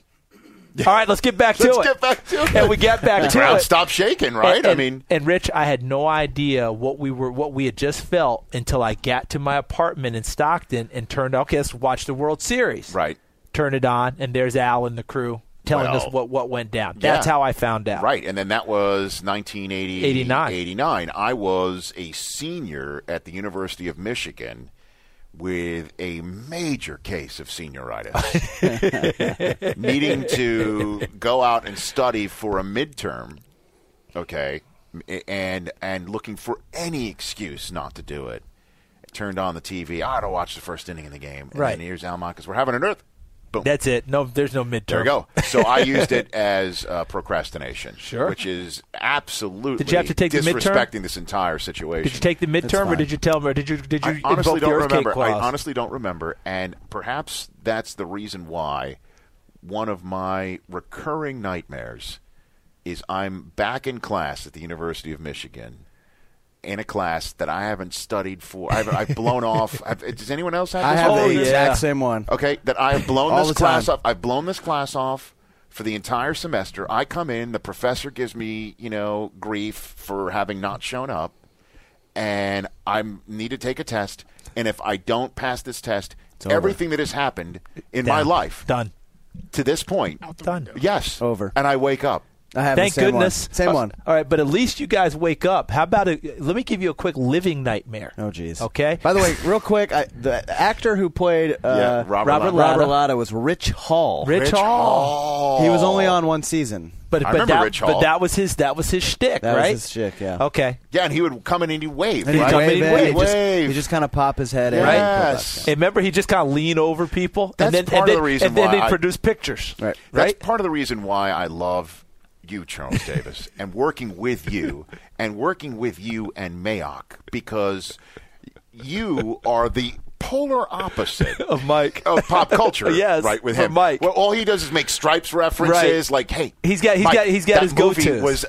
Speaker 11: All right, let's get back
Speaker 1: [LAUGHS]
Speaker 11: to
Speaker 1: Let's
Speaker 11: it.
Speaker 1: get back to it.
Speaker 11: And we got
Speaker 1: [LAUGHS]
Speaker 11: back
Speaker 1: The
Speaker 11: to
Speaker 1: ground
Speaker 11: it.
Speaker 1: stopped shaking, right?
Speaker 11: And-
Speaker 1: I
Speaker 11: and-
Speaker 1: mean-
Speaker 11: and Rich, I had no idea what we were, what we had just felt until I got to my apartment in Stockton and turned. Okay, let's watch the World Series.
Speaker 1: Right.
Speaker 11: Turn it on, and there's Al and the crew telling
Speaker 1: Well,
Speaker 11: us what what went down. That's
Speaker 1: Yeah.
Speaker 11: how I found out.
Speaker 1: Right, and then that was 1980
Speaker 11: 89.
Speaker 1: 89. I was a senior at the University of Michigan with a major case of senioritis. Needing to go out and study for a midterm, okay, and and looking for any excuse not to do it. Turned on the TV. I ought to watch the first inning of the game. And
Speaker 11: Right.
Speaker 1: then here's Al Mock, 'cause We're having an Earth. Boom.
Speaker 11: That's it. No, there's no midterm.
Speaker 1: There you go. So I used
Speaker 11: [LAUGHS]
Speaker 1: it as uh, procrastination,
Speaker 11: Sure.
Speaker 1: which is absolutely
Speaker 11: Did you have to take the midterm?
Speaker 1: disrespecting this entire situation.
Speaker 11: Did you take the midterm, or did you tell them, or did you did you
Speaker 1: I honestly
Speaker 11: invoke the
Speaker 1: don't
Speaker 11: earthquake
Speaker 1: remember. I
Speaker 11: clause?
Speaker 1: honestly don't remember, and perhaps that's the reason why one of my recurring nightmares is I'm back in class at the University of Michigan. In a class that I haven't studied for, I've, I've
Speaker 11: [LAUGHS]
Speaker 1: blown off. I've, does anyone else have?
Speaker 5: I
Speaker 1: this
Speaker 5: have the
Speaker 1: problem?
Speaker 5: exact same one.
Speaker 1: Okay, that I have blown
Speaker 5: [LAUGHS] All
Speaker 1: this
Speaker 5: the
Speaker 1: class
Speaker 5: time.
Speaker 1: off. I've blown this class off for the entire semester. I come in, the professor gives me, you know, grief for having not shown up, and I need to take a test. And if I don't pass this test,
Speaker 5: over.
Speaker 1: everything that has happened in my
Speaker 5: Done.
Speaker 1: life
Speaker 11: done
Speaker 1: to this point
Speaker 11: done.
Speaker 1: Yes, over. And I wake up.
Speaker 5: I have
Speaker 11: Thank
Speaker 5: the same
Speaker 11: goodness.
Speaker 5: One.
Speaker 1: Uh,
Speaker 5: Same one.
Speaker 11: All right, but at least you guys wake up. How about a? Let me give you a quick living nightmare. Oh, jeez. Okay.
Speaker 5: By the way, real quick, I, the actor who played uh,
Speaker 11: Yeah, Robert Robert Latta.
Speaker 5: Robert Latta was Rich Hall.
Speaker 11: Rich Rich Hall. Hall.
Speaker 5: He was
Speaker 1: Oh.
Speaker 5: only on one season.
Speaker 11: but but that, but that was his that was his shtick,
Speaker 5: That was
Speaker 11: right?
Speaker 5: his shtick, yeah.
Speaker 11: Okay.
Speaker 1: Yeah, and he would come in and he wave.
Speaker 5: And he'd
Speaker 1: right?
Speaker 5: come in,
Speaker 1: Wave,
Speaker 5: he'd just-
Speaker 1: wave.
Speaker 5: he'd just kind of pop his head in.
Speaker 1: Right.
Speaker 5: and
Speaker 1: Yes.
Speaker 11: And remember, he just kind of lean over people,
Speaker 1: That's
Speaker 11: and then
Speaker 1: part
Speaker 11: and then,
Speaker 1: of the reason
Speaker 11: and then
Speaker 1: why
Speaker 11: they
Speaker 1: I-
Speaker 11: produce pictures, right?
Speaker 1: That's part of the reason why I love you, Charles Davis, and working with you, and working with you and Mayock, because you are the polar opposite
Speaker 11: of Mike
Speaker 1: of pop culture.
Speaker 11: [LAUGHS] Yes,
Speaker 1: right with
Speaker 11: of
Speaker 1: him,
Speaker 11: Mike.
Speaker 1: Well, all he does is make Stripes references.
Speaker 11: Right.
Speaker 1: Like, hey,
Speaker 11: He's got- he's
Speaker 1: he's
Speaker 11: got- he's got
Speaker 1: that
Speaker 11: his
Speaker 1: movie
Speaker 11: go-tos.
Speaker 1: Was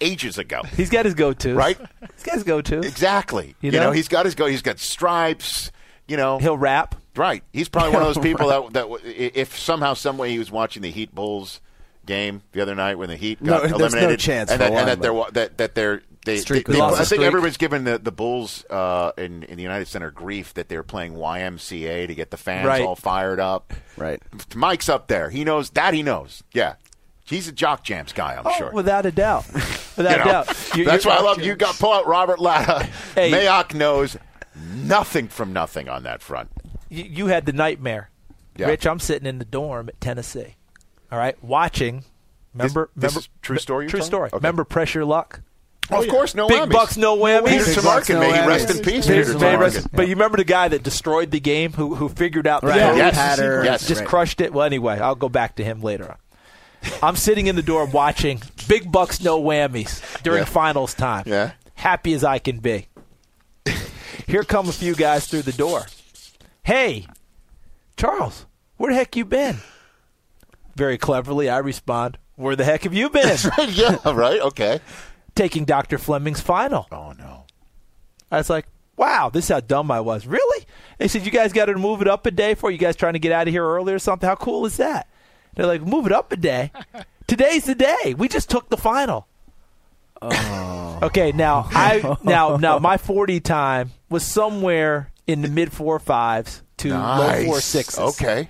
Speaker 1: ages
Speaker 11: [LAUGHS]
Speaker 1: ago.
Speaker 11: He's got his go-to,
Speaker 1: Right?
Speaker 11: He's got his go-to.
Speaker 1: Exactly. You, know? he's got his go. He's got stripes. You know,
Speaker 11: he'll rap.
Speaker 1: Right. He's probably one of
Speaker 5: [LAUGHS]
Speaker 1: those people
Speaker 11: He'll
Speaker 1: that that w- i- if somehow, some way, he was watching the Heat Bulls game the other night when the Heat
Speaker 5: No,
Speaker 1: got
Speaker 5: there's no
Speaker 1: eliminated,
Speaker 5: chance
Speaker 1: and
Speaker 5: for
Speaker 1: that,
Speaker 5: one,
Speaker 1: and that
Speaker 5: but-
Speaker 1: they're wa- that that they're they,
Speaker 5: Streak
Speaker 1: they-
Speaker 5: was
Speaker 1: they-
Speaker 5: lost.
Speaker 1: I think
Speaker 5: Streak.
Speaker 1: everyone's given the the Bulls uh, in in the United Center grief that they're playing YMCA to get the fans
Speaker 11: Right.
Speaker 1: all fired up. Right. Mike's up there. He knows that. He knows. Yeah. He's a jock jams guy. I'm
Speaker 11: Oh,
Speaker 1: sure.
Speaker 11: without a doubt. Without
Speaker 1: You know,
Speaker 11: a doubt. You-
Speaker 1: that's
Speaker 11: you-
Speaker 1: why I love you. Got pull out Robert Latta.
Speaker 11: Hey.
Speaker 1: Mayock knows nothing from nothing on that front.
Speaker 11: you, you had the nightmare.
Speaker 1: Yeah.
Speaker 11: Rich, I'm sitting in the dorm at Tennessee. All right, watching. Remember,
Speaker 1: this
Speaker 11: remember
Speaker 1: is true story you're
Speaker 11: True
Speaker 1: telling?
Speaker 11: story. Remember pressure luck.
Speaker 5: Oh,
Speaker 1: Of course, no
Speaker 11: big
Speaker 1: whammies.
Speaker 11: bucks, no whammies.
Speaker 1: Peter Big bucks, Tamarkin, no may he rest whammies. in peace, Peter
Speaker 11: may he rest-
Speaker 1: Tamarkin.
Speaker 11: But you remember the guy that destroyed the game, who who figured out the
Speaker 1: Right.
Speaker 11: code?
Speaker 1: Yes. Pattern. Yes.
Speaker 11: just
Speaker 1: Right.
Speaker 11: crushed it. Well, anyway, I'll go back to him later on. I'm sitting in the dorm watching big bucks, no whammies during
Speaker 1: Yeah.
Speaker 11: finals time.
Speaker 1: Yeah.
Speaker 11: happy as I can be. Here come a few guys through the door. Hey, Charles, where the heck you been? Very cleverly, I respond, Where the heck have you been?
Speaker 1: [LAUGHS] yeah, right, okay.
Speaker 11: Taking Dr. Fleming's final.
Speaker 1: Oh, no.
Speaker 11: I was like, Wow, this is how dumb I was. Really? They said, You guys got to move it up a day for you guys trying to get out of here early or something. How cool is that? They're like, Move it up a day. Today's the day. We just took the final.
Speaker 1: Oh.
Speaker 11: Okay, now
Speaker 1: [LAUGHS]
Speaker 11: I now now my forty time was somewhere in the mid four fives to
Speaker 1: Nice.
Speaker 11: low four sixes.
Speaker 1: Okay.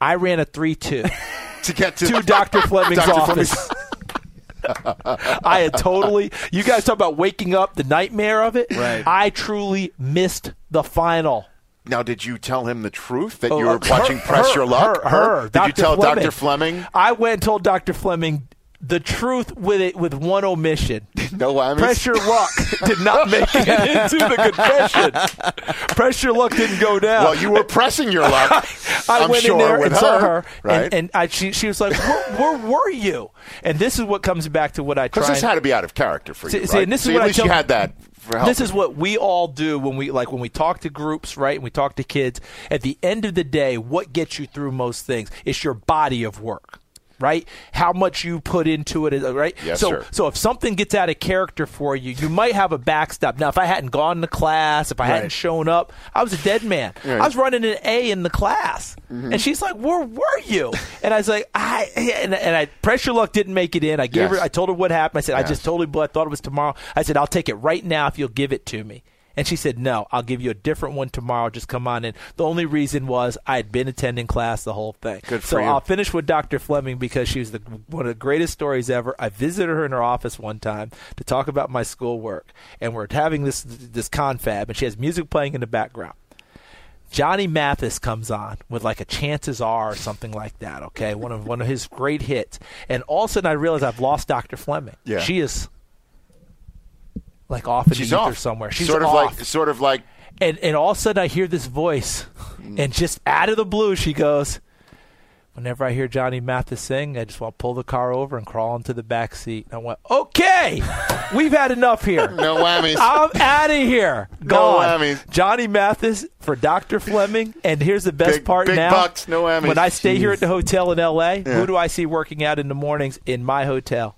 Speaker 11: I ran a
Speaker 1: [LAUGHS]
Speaker 11: three two
Speaker 1: to get to,
Speaker 11: Doctor Fleming's
Speaker 1: Dr.
Speaker 11: office. [LAUGHS] I had totally. You guys talk about waking up, the nightmare of it. Right. I truly missed the final.
Speaker 1: Now, did you tell him the truth that
Speaker 11: Oh,
Speaker 1: you were
Speaker 11: her-
Speaker 1: watching Press
Speaker 11: her-
Speaker 1: Your Luck?
Speaker 11: Her, her.
Speaker 1: Did
Speaker 11: Dr.
Speaker 1: you tell
Speaker 11: Fleming.
Speaker 1: Dr. Fleming?
Speaker 11: I went and told Dr. Fleming the truth with it with one omission.
Speaker 1: [LAUGHS] No whammies. [LAUGHS]
Speaker 11: Pressure luck did not make it into the confession. Pressure luck didn't go down.
Speaker 1: Well, you were pressing your luck.
Speaker 11: [LAUGHS] I
Speaker 1: I'm
Speaker 11: went
Speaker 1: sure
Speaker 11: in there
Speaker 1: with
Speaker 11: and saw
Speaker 1: her,
Speaker 11: her,
Speaker 1: right?
Speaker 11: and, and I, she, she was like, where, "Where were you?" And this is what comes back to what I try.
Speaker 1: Because this
Speaker 11: and-
Speaker 1: had to be out of character for you,
Speaker 11: See-
Speaker 1: right?
Speaker 11: see, and this is
Speaker 1: See,
Speaker 11: what
Speaker 1: at
Speaker 11: I
Speaker 1: least
Speaker 11: tell-
Speaker 1: you had that for help.
Speaker 11: This is what we all do when we like when we talk to groups, right? And we talk to kids. At the end of the day, what gets you through most things? It's your body of work. right? How much you put into it, uh, right?
Speaker 1: Yes,
Speaker 11: so,
Speaker 1: sir.
Speaker 11: so if something gets out of character for you, you might have a backstop. Now, if I hadn't gone to class, if I hadn't
Speaker 1: Right.
Speaker 11: shown up, I was a dead man.
Speaker 1: Right.
Speaker 11: I was running an A in the class,
Speaker 1: Mhm.
Speaker 11: and she's like, "Where were you?" And I was like, "I," and, and I pressure luck didn't make it in. I gave
Speaker 1: Yes.
Speaker 11: her, I told her what happened. I said, "I
Speaker 1: Yes.
Speaker 11: just totally blew. I thought it was tomorrow." I said, "I'll take it right now if you'll give it to me." And she said, "No, I'll give you a different one tomorrow. Just come on in." The only reason was I had been attending class the whole thing.
Speaker 1: Good for
Speaker 11: so
Speaker 1: you.
Speaker 11: I'll finish with Dr. Fleming because she was the, one of the greatest stories ever. I visited her in her office one time to talk about my schoolwork, and we're having this this confab, and she has music playing in the background. Johnny Mathis comes on with like a chances are or something like that, okay? One of one of his great hits. And all of a sudden I realize I've lost Dr. Fleming.
Speaker 1: Yeah.
Speaker 11: She is like off in
Speaker 1: She's
Speaker 11: the ether
Speaker 1: off.
Speaker 11: somewhere. She's
Speaker 1: sort of
Speaker 11: off.
Speaker 1: like sort of like
Speaker 11: and and all of a sudden I hear this voice
Speaker 1: Mm.
Speaker 11: and just out of the blue she goes Whenever I hear Johnny Mathis sing, I just want to pull the car over and crawl into the back seat. And I went, okay, we've had enough here.
Speaker 1: [LAUGHS] No whammies.
Speaker 11: I'm out of here.
Speaker 1: No
Speaker 11: Gone.
Speaker 1: whammies.
Speaker 11: Johnny Mathis for Dr. Fleming. And here's the best
Speaker 1: Big-
Speaker 11: part
Speaker 1: big
Speaker 11: now.
Speaker 1: bucks, no whammies.
Speaker 11: When I stay here
Speaker 1: Jeez.
Speaker 11: at the hotel in LA,
Speaker 1: Yeah.
Speaker 11: who do I see working out in the mornings in my hotel?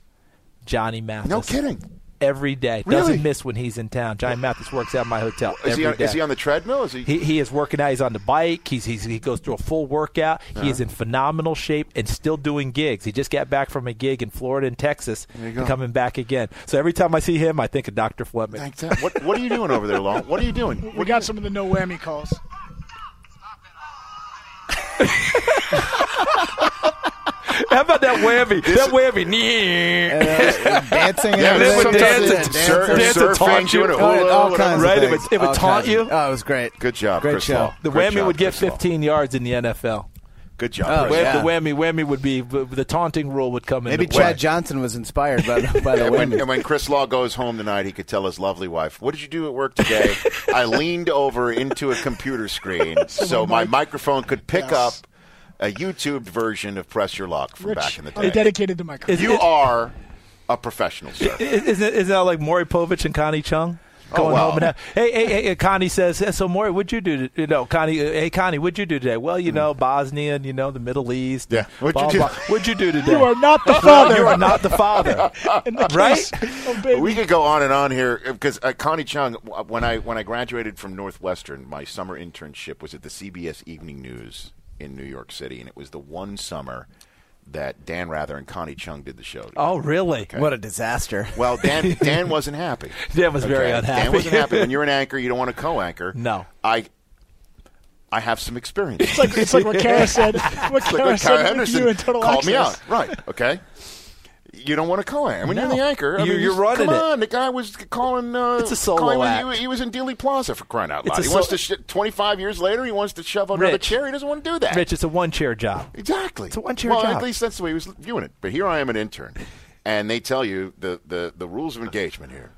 Speaker 11: Johnny Mathis.
Speaker 1: No kidding.
Speaker 11: Every day.
Speaker 1: Really?
Speaker 11: Doesn't miss when he's in town. Johnny Mathis works out in my hotel.
Speaker 1: Is
Speaker 11: every
Speaker 1: he on,
Speaker 11: day.
Speaker 1: is he on the treadmill? Is he?
Speaker 11: He, he is working out. He's on the bike. He's, he's he goes through a full workout.
Speaker 1: Uh-huh.
Speaker 11: He is in phenomenal shape and still doing gigs. He just got back from a gig in Florida and Texas,
Speaker 1: There you
Speaker 11: and
Speaker 1: go.
Speaker 11: coming back again. So every time I see him, I think of Doctor Fleming.
Speaker 1: Like that. What What are you doing over there, Long? What are you doing?
Speaker 10: We got some of the no whammy calls.
Speaker 11: [LAUGHS] How about that whammy? that whammy.
Speaker 5: dancing and
Speaker 11: Yeah,
Speaker 5: everything.
Speaker 11: they would dance
Speaker 5: Yeah,
Speaker 11: it.
Speaker 5: dancing.
Speaker 11: Sur-
Speaker 5: Dance
Speaker 11: surfing,
Speaker 5: and taunt
Speaker 11: doing a hula,
Speaker 5: Oh, all
Speaker 11: whatever.
Speaker 5: kinds of
Speaker 11: Right, it
Speaker 5: things.
Speaker 11: would- it would
Speaker 5: All
Speaker 11: taunt
Speaker 5: kinds.
Speaker 11: you?
Speaker 5: Oh, it was great.
Speaker 1: Good job,
Speaker 5: Great
Speaker 1: Chris
Speaker 5: show.
Speaker 1: Law.
Speaker 11: The
Speaker 1: Good
Speaker 11: whammy
Speaker 1: job,
Speaker 11: would get
Speaker 1: Chris Law.
Speaker 11: 15 yards in the NFL.
Speaker 1: Good job.
Speaker 5: Oh,
Speaker 11: Wha-
Speaker 5: yeah.
Speaker 11: The whammy whammy would be the taunting rule would come
Speaker 5: Maybe
Speaker 11: into play.
Speaker 5: Chad Johnson was inspired by, the- by the
Speaker 1: and, when,
Speaker 5: women.
Speaker 1: and when Chris Law goes home tonight, he could tell his lovely wife, "What did you do at work
Speaker 10: [LAUGHS]
Speaker 1: today?" I leaned over into a computer screen so my microphone could pick up a YouTube version of "Press Your Luck" from
Speaker 10: Rich,
Speaker 1: back in the
Speaker 10: I'm
Speaker 1: day.
Speaker 10: dedicated to my career.
Speaker 1: You are a professional,
Speaker 10: [LAUGHS]
Speaker 1: sir.
Speaker 11: Is- Isn't isn't that like Maury Povich and Connie Chung
Speaker 1: Oh,
Speaker 11: going
Speaker 1: wow.
Speaker 11: home and have, hey, hey, hey, hey, Connie says, "Hey, so Maury, what'd you do? To, you know, Connie, uh, hey, Connie, what'd you do today? Well, you know, Bosnia and you know the Middle East.
Speaker 1: Hmm. Yeah. What'd you do?
Speaker 11: What'd you do today?
Speaker 10: You are not
Speaker 11: [LAUGHS]
Speaker 10: the
Speaker 11: No,
Speaker 10: father.
Speaker 11: you are not the father,
Speaker 10: [LAUGHS] In the
Speaker 11: right?
Speaker 10: case of baby.
Speaker 1: We could go on and on here because uh, Connie Chung, w- when I when I graduated from Northwestern, my summer internship was at the CBS Evening News in New York City, and it was the one summer that Dan Rather and Connie Chung did the show. together.
Speaker 11: Oh, really?
Speaker 5: What a disaster.
Speaker 1: Well,
Speaker 11: [LAUGHS]
Speaker 1: Dan Dan wasn't happy.
Speaker 11: Dan was very unhappy.
Speaker 1: Dan wasn't happy. When
Speaker 11: [LAUGHS]
Speaker 1: you're an anchor, you don't want to co-anchor.
Speaker 11: No.
Speaker 1: I I have some experience.
Speaker 11: [LAUGHS]
Speaker 10: It's like it's
Speaker 1: [LAUGHS]
Speaker 10: like what Kara said. What
Speaker 1: Like
Speaker 10: Kara
Speaker 1: when
Speaker 10: said
Speaker 1: Kyle
Speaker 10: with
Speaker 1: Henderson
Speaker 10: you in Total
Speaker 1: called
Speaker 10: Access.
Speaker 1: me out. Right. Okay. You don't want to co-anchor. When
Speaker 11: No.
Speaker 1: you're the anchor, I
Speaker 11: You're-
Speaker 1: mean,
Speaker 11: you're
Speaker 1: just-
Speaker 11: running
Speaker 1: Come
Speaker 11: it.
Speaker 1: on, the guy was calling. Uh,
Speaker 11: It's a solo
Speaker 1: calling when
Speaker 11: act.
Speaker 1: He, he was in Dealey Plaza for crying out
Speaker 11: It's
Speaker 1: loud.
Speaker 11: a
Speaker 1: He wants
Speaker 11: so-
Speaker 1: to. Sh- Twenty-five years later, he wants to shove another
Speaker 11: Rich.
Speaker 1: chair. He doesn't want to do that.
Speaker 11: Rich, it's a one chair job.
Speaker 1: Exactly.
Speaker 11: It's a one-chair
Speaker 1: well,
Speaker 11: job.
Speaker 1: at least that's the way he was viewing it. But here I am, an intern, and they tell you the, the, the rules of engagement here.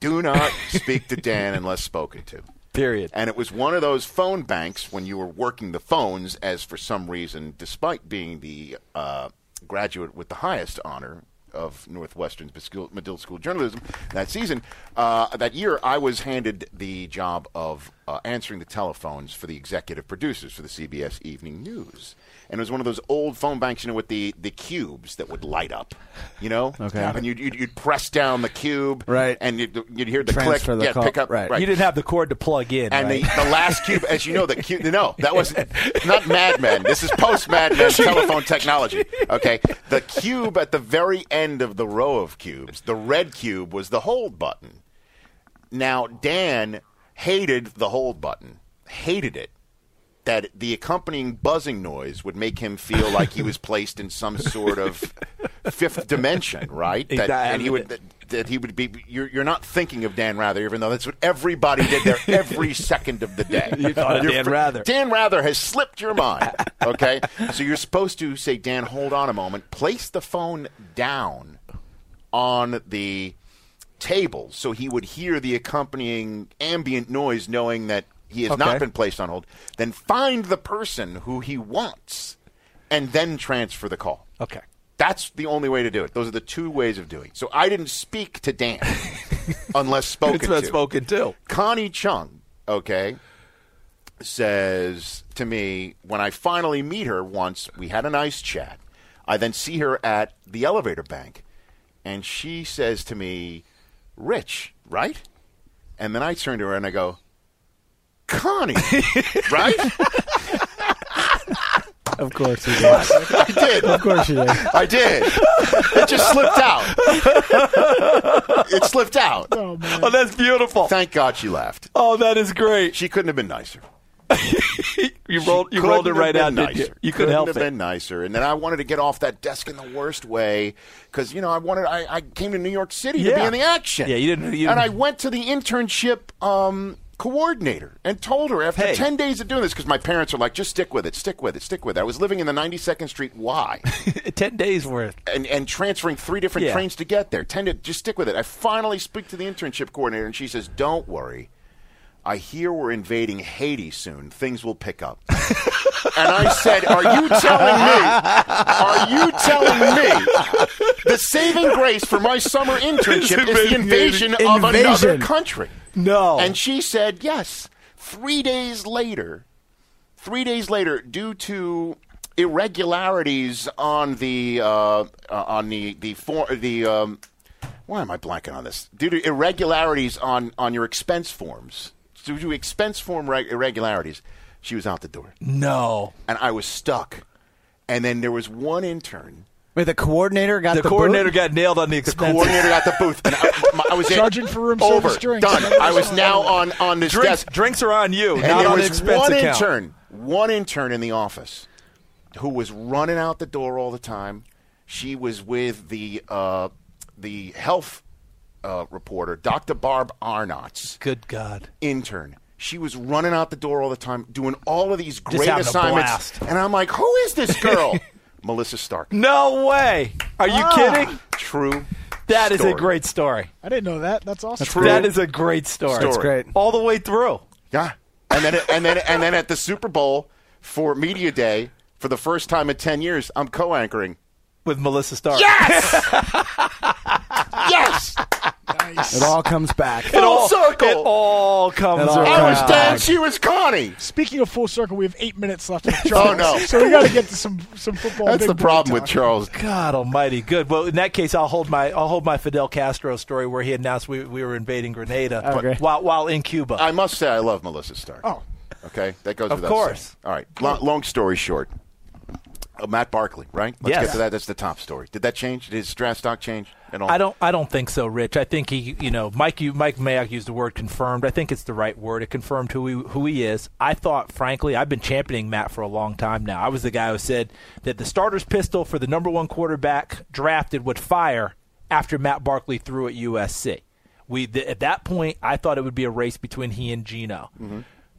Speaker 1: Do not speak to Dan unless spoken to.
Speaker 11: Period.
Speaker 1: And it was one of those phone banks when you were working the phones, as for some reason, despite being the uh, graduate with the highest honor of Northwestern's Medill- Medill School of Journalism that season, uh, that year I was handed the job of uh, answering the telephones for the executive producers for the CBS Evening News. And it was one of those old phone banks, you know, with the, the cubes that would light up, you know?
Speaker 5: Okay.
Speaker 1: And you'd, you'd, you'd press down the cube.
Speaker 5: Right.
Speaker 1: And you'd, you'd hear the
Speaker 5: Transfer
Speaker 1: click.
Speaker 5: the
Speaker 1: yeah,
Speaker 5: call.
Speaker 1: pick up.
Speaker 5: Right.
Speaker 11: You didn't have the cord to plug in.
Speaker 1: And
Speaker 11: right?
Speaker 1: the, the last cube, as you know, the cube. No, that was not Mad Men. This is post Mad Men telephone technology. Okay, the cube at the very end of the row of cubes, the red cube was the hold button. Now Dan hated the hold button, hated it. That the accompanying buzzing noise would make him feel like he was placed in some sort of fifth dimension, right? That, and he would that, that he would be. You're, you're not thinking of Dan Rather, even though that's what everybody did there every second of the day.
Speaker 11: You thought of
Speaker 1: Your
Speaker 11: Dan
Speaker 1: fr-
Speaker 11: Rather.
Speaker 1: Dan Rather has slipped your mind. Okay, [LAUGHS] so you're supposed to say, Dan, hold on a moment. Place the phone down on the table so he would hear the accompanying ambient noise, knowing that he has
Speaker 11: Okay.
Speaker 1: not been placed on hold. Then find the person who he wants, and then transfer the call.
Speaker 11: okay.
Speaker 1: That's the only way to do it. Those are the two ways of doing. it. So I didn't speak to
Speaker 11: [LAUGHS]
Speaker 1: Dan unless spoken
Speaker 11: It's
Speaker 1: to.
Speaker 11: been spoken too.
Speaker 1: Connie Chung, okay, says to me when I finally meet her once, we had a nice chat. I then see her at the elevator bank, and she says to me, "Rich, right?" And then I turn to her and I go,
Speaker 5: [LAUGHS]
Speaker 1: "Connie, right?"
Speaker 5: Of course
Speaker 6: [LAUGHS]
Speaker 5: you did.
Speaker 1: I did.
Speaker 5: Of course you did.
Speaker 1: I did. It just slipped out. It slipped out.
Speaker 10: Oh, man.
Speaker 11: Oh, that's beautiful.
Speaker 1: Thank God she laughed.
Speaker 11: Oh, that is great.
Speaker 1: She couldn't have been nicer.
Speaker 11: You rolled, you rolled it
Speaker 1: Couldn't have
Speaker 11: right
Speaker 1: been
Speaker 11: out, didn't
Speaker 1: Nicer.
Speaker 11: you? You
Speaker 1: couldn't
Speaker 11: couldn't help
Speaker 1: have
Speaker 11: it.
Speaker 1: been nicer. And then I wanted to get off that desk in the worst way because you know I wanted. I, I came to New York City to be
Speaker 11: Yeah.
Speaker 1: in the action.
Speaker 11: Yeah, you didn't- you
Speaker 1: And
Speaker 11: didn't-
Speaker 1: I went to the internship um, coordinator and told her after
Speaker 11: Hey.
Speaker 1: ten days of doing this because my parents are like, just stick with it, stick with it, stick with it. I was living in the 92nd Street Y.
Speaker 11: [LAUGHS] Ten days worth.
Speaker 1: and, and transferring three different
Speaker 11: Yeah.
Speaker 1: trains to get there. Tend to just stick with it. I finally speak to the internship coordinator, and she says, "Don't worry. I hear we're invading Haiti soon. Things will pick up." and I said, "Are you telling me? Are you telling me the saving grace for my summer internship is the invasion of another
Speaker 5: Invasion.
Speaker 1: country?"
Speaker 10: Oh.
Speaker 11: No.
Speaker 1: And she said, yes. Three days later, three days later, due to irregularities on the uh, uh, on the the for, the um, why am I blanking on this? Due to irregularities on on your expense forms, due to expense form reg- irregularities, she was out the door,
Speaker 11: No.
Speaker 1: and I was stuck. And then there was one intern.
Speaker 5: Wait, the coordinator got
Speaker 11: The
Speaker 5: the,
Speaker 11: coordinator
Speaker 5: boot?
Speaker 11: got nailed on the expense.
Speaker 1: Coordinator got the booth, and I, my-
Speaker 10: [LAUGHS]
Speaker 1: I was in-
Speaker 10: Sergeant for room
Speaker 1: over,
Speaker 10: service drinks.
Speaker 1: done. I was now on on this
Speaker 11: Drinks,
Speaker 1: desk.
Speaker 11: drinks are on you,
Speaker 1: And
Speaker 11: not
Speaker 1: there
Speaker 11: on the
Speaker 1: was
Speaker 11: expense
Speaker 1: one
Speaker 11: account.
Speaker 1: intern, one intern in the office, who was running out the door all the time. She was with the uh, the health uh, reporter, Dr. Barb Arnott's
Speaker 11: Good God.
Speaker 1: intern. She was running out the door all the time, doing all of these great
Speaker 11: having a
Speaker 1: assignments,
Speaker 11: blast.
Speaker 1: and I'm like, "Who is this
Speaker 11: [LAUGHS]
Speaker 1: girl?" Melissa Stark.
Speaker 11: No way. Are you
Speaker 1: Ah.
Speaker 11: kidding?
Speaker 1: True.
Speaker 11: That is
Speaker 1: story.
Speaker 11: a great story.
Speaker 10: I didn't know that. That's awesome.
Speaker 11: That is a great story.
Speaker 1: That's
Speaker 5: great.
Speaker 11: All the way through.
Speaker 1: Yeah. And then and then and then at the Super Bowl for media day for the first time in ten years, I'm co-anchoring.
Speaker 11: With Melissa Starr.
Speaker 1: Yes. yes.
Speaker 10: Nice.
Speaker 5: It all comes back.
Speaker 11: It all,
Speaker 1: Full circle.
Speaker 11: It all comes
Speaker 5: It all
Speaker 11: around.
Speaker 1: I was
Speaker 5: Wow.
Speaker 1: Dan. She was Connie.
Speaker 10: Speaking of full circle, we have eight minutes
Speaker 1: [LAUGHS]
Speaker 10: left with Charles.
Speaker 1: Oh, no.
Speaker 10: So we got to get to some some football.
Speaker 1: That's
Speaker 10: big
Speaker 1: the
Speaker 10: boy
Speaker 1: problem with
Speaker 10: talk.
Speaker 1: Charles.
Speaker 11: God Almighty, good. Well, in that case, I'll hold my I'll hold my Fidel Castro story where he announced we, we were invading Grenada
Speaker 5: Oh,
Speaker 11: but-
Speaker 5: great.
Speaker 11: while while in Cuba.
Speaker 1: I must say, I love Melissa Stark.
Speaker 10: Oh.
Speaker 1: Okay, that goes
Speaker 11: Of
Speaker 1: without
Speaker 11: course.
Speaker 1: saying. All right. Lo- long story short, uh, Matt Barkley, right? Let's
Speaker 11: Yes.
Speaker 1: get to that. That's the top story. Did that change? Did his draft stock change at all?
Speaker 11: I don't I don't think so, Rich. I think he you know Mike you, Mike Mayock used the word confirmed. I think it's the right word. It confirmed who he who he is. I thought frankly I've been championing Matt for a long time now. I was the guy who said that the starter's pistol for the number one quarterback drafted would fire after Matt Barkley threw at USC. We th- at that point I thought it would be a race between he and Gino.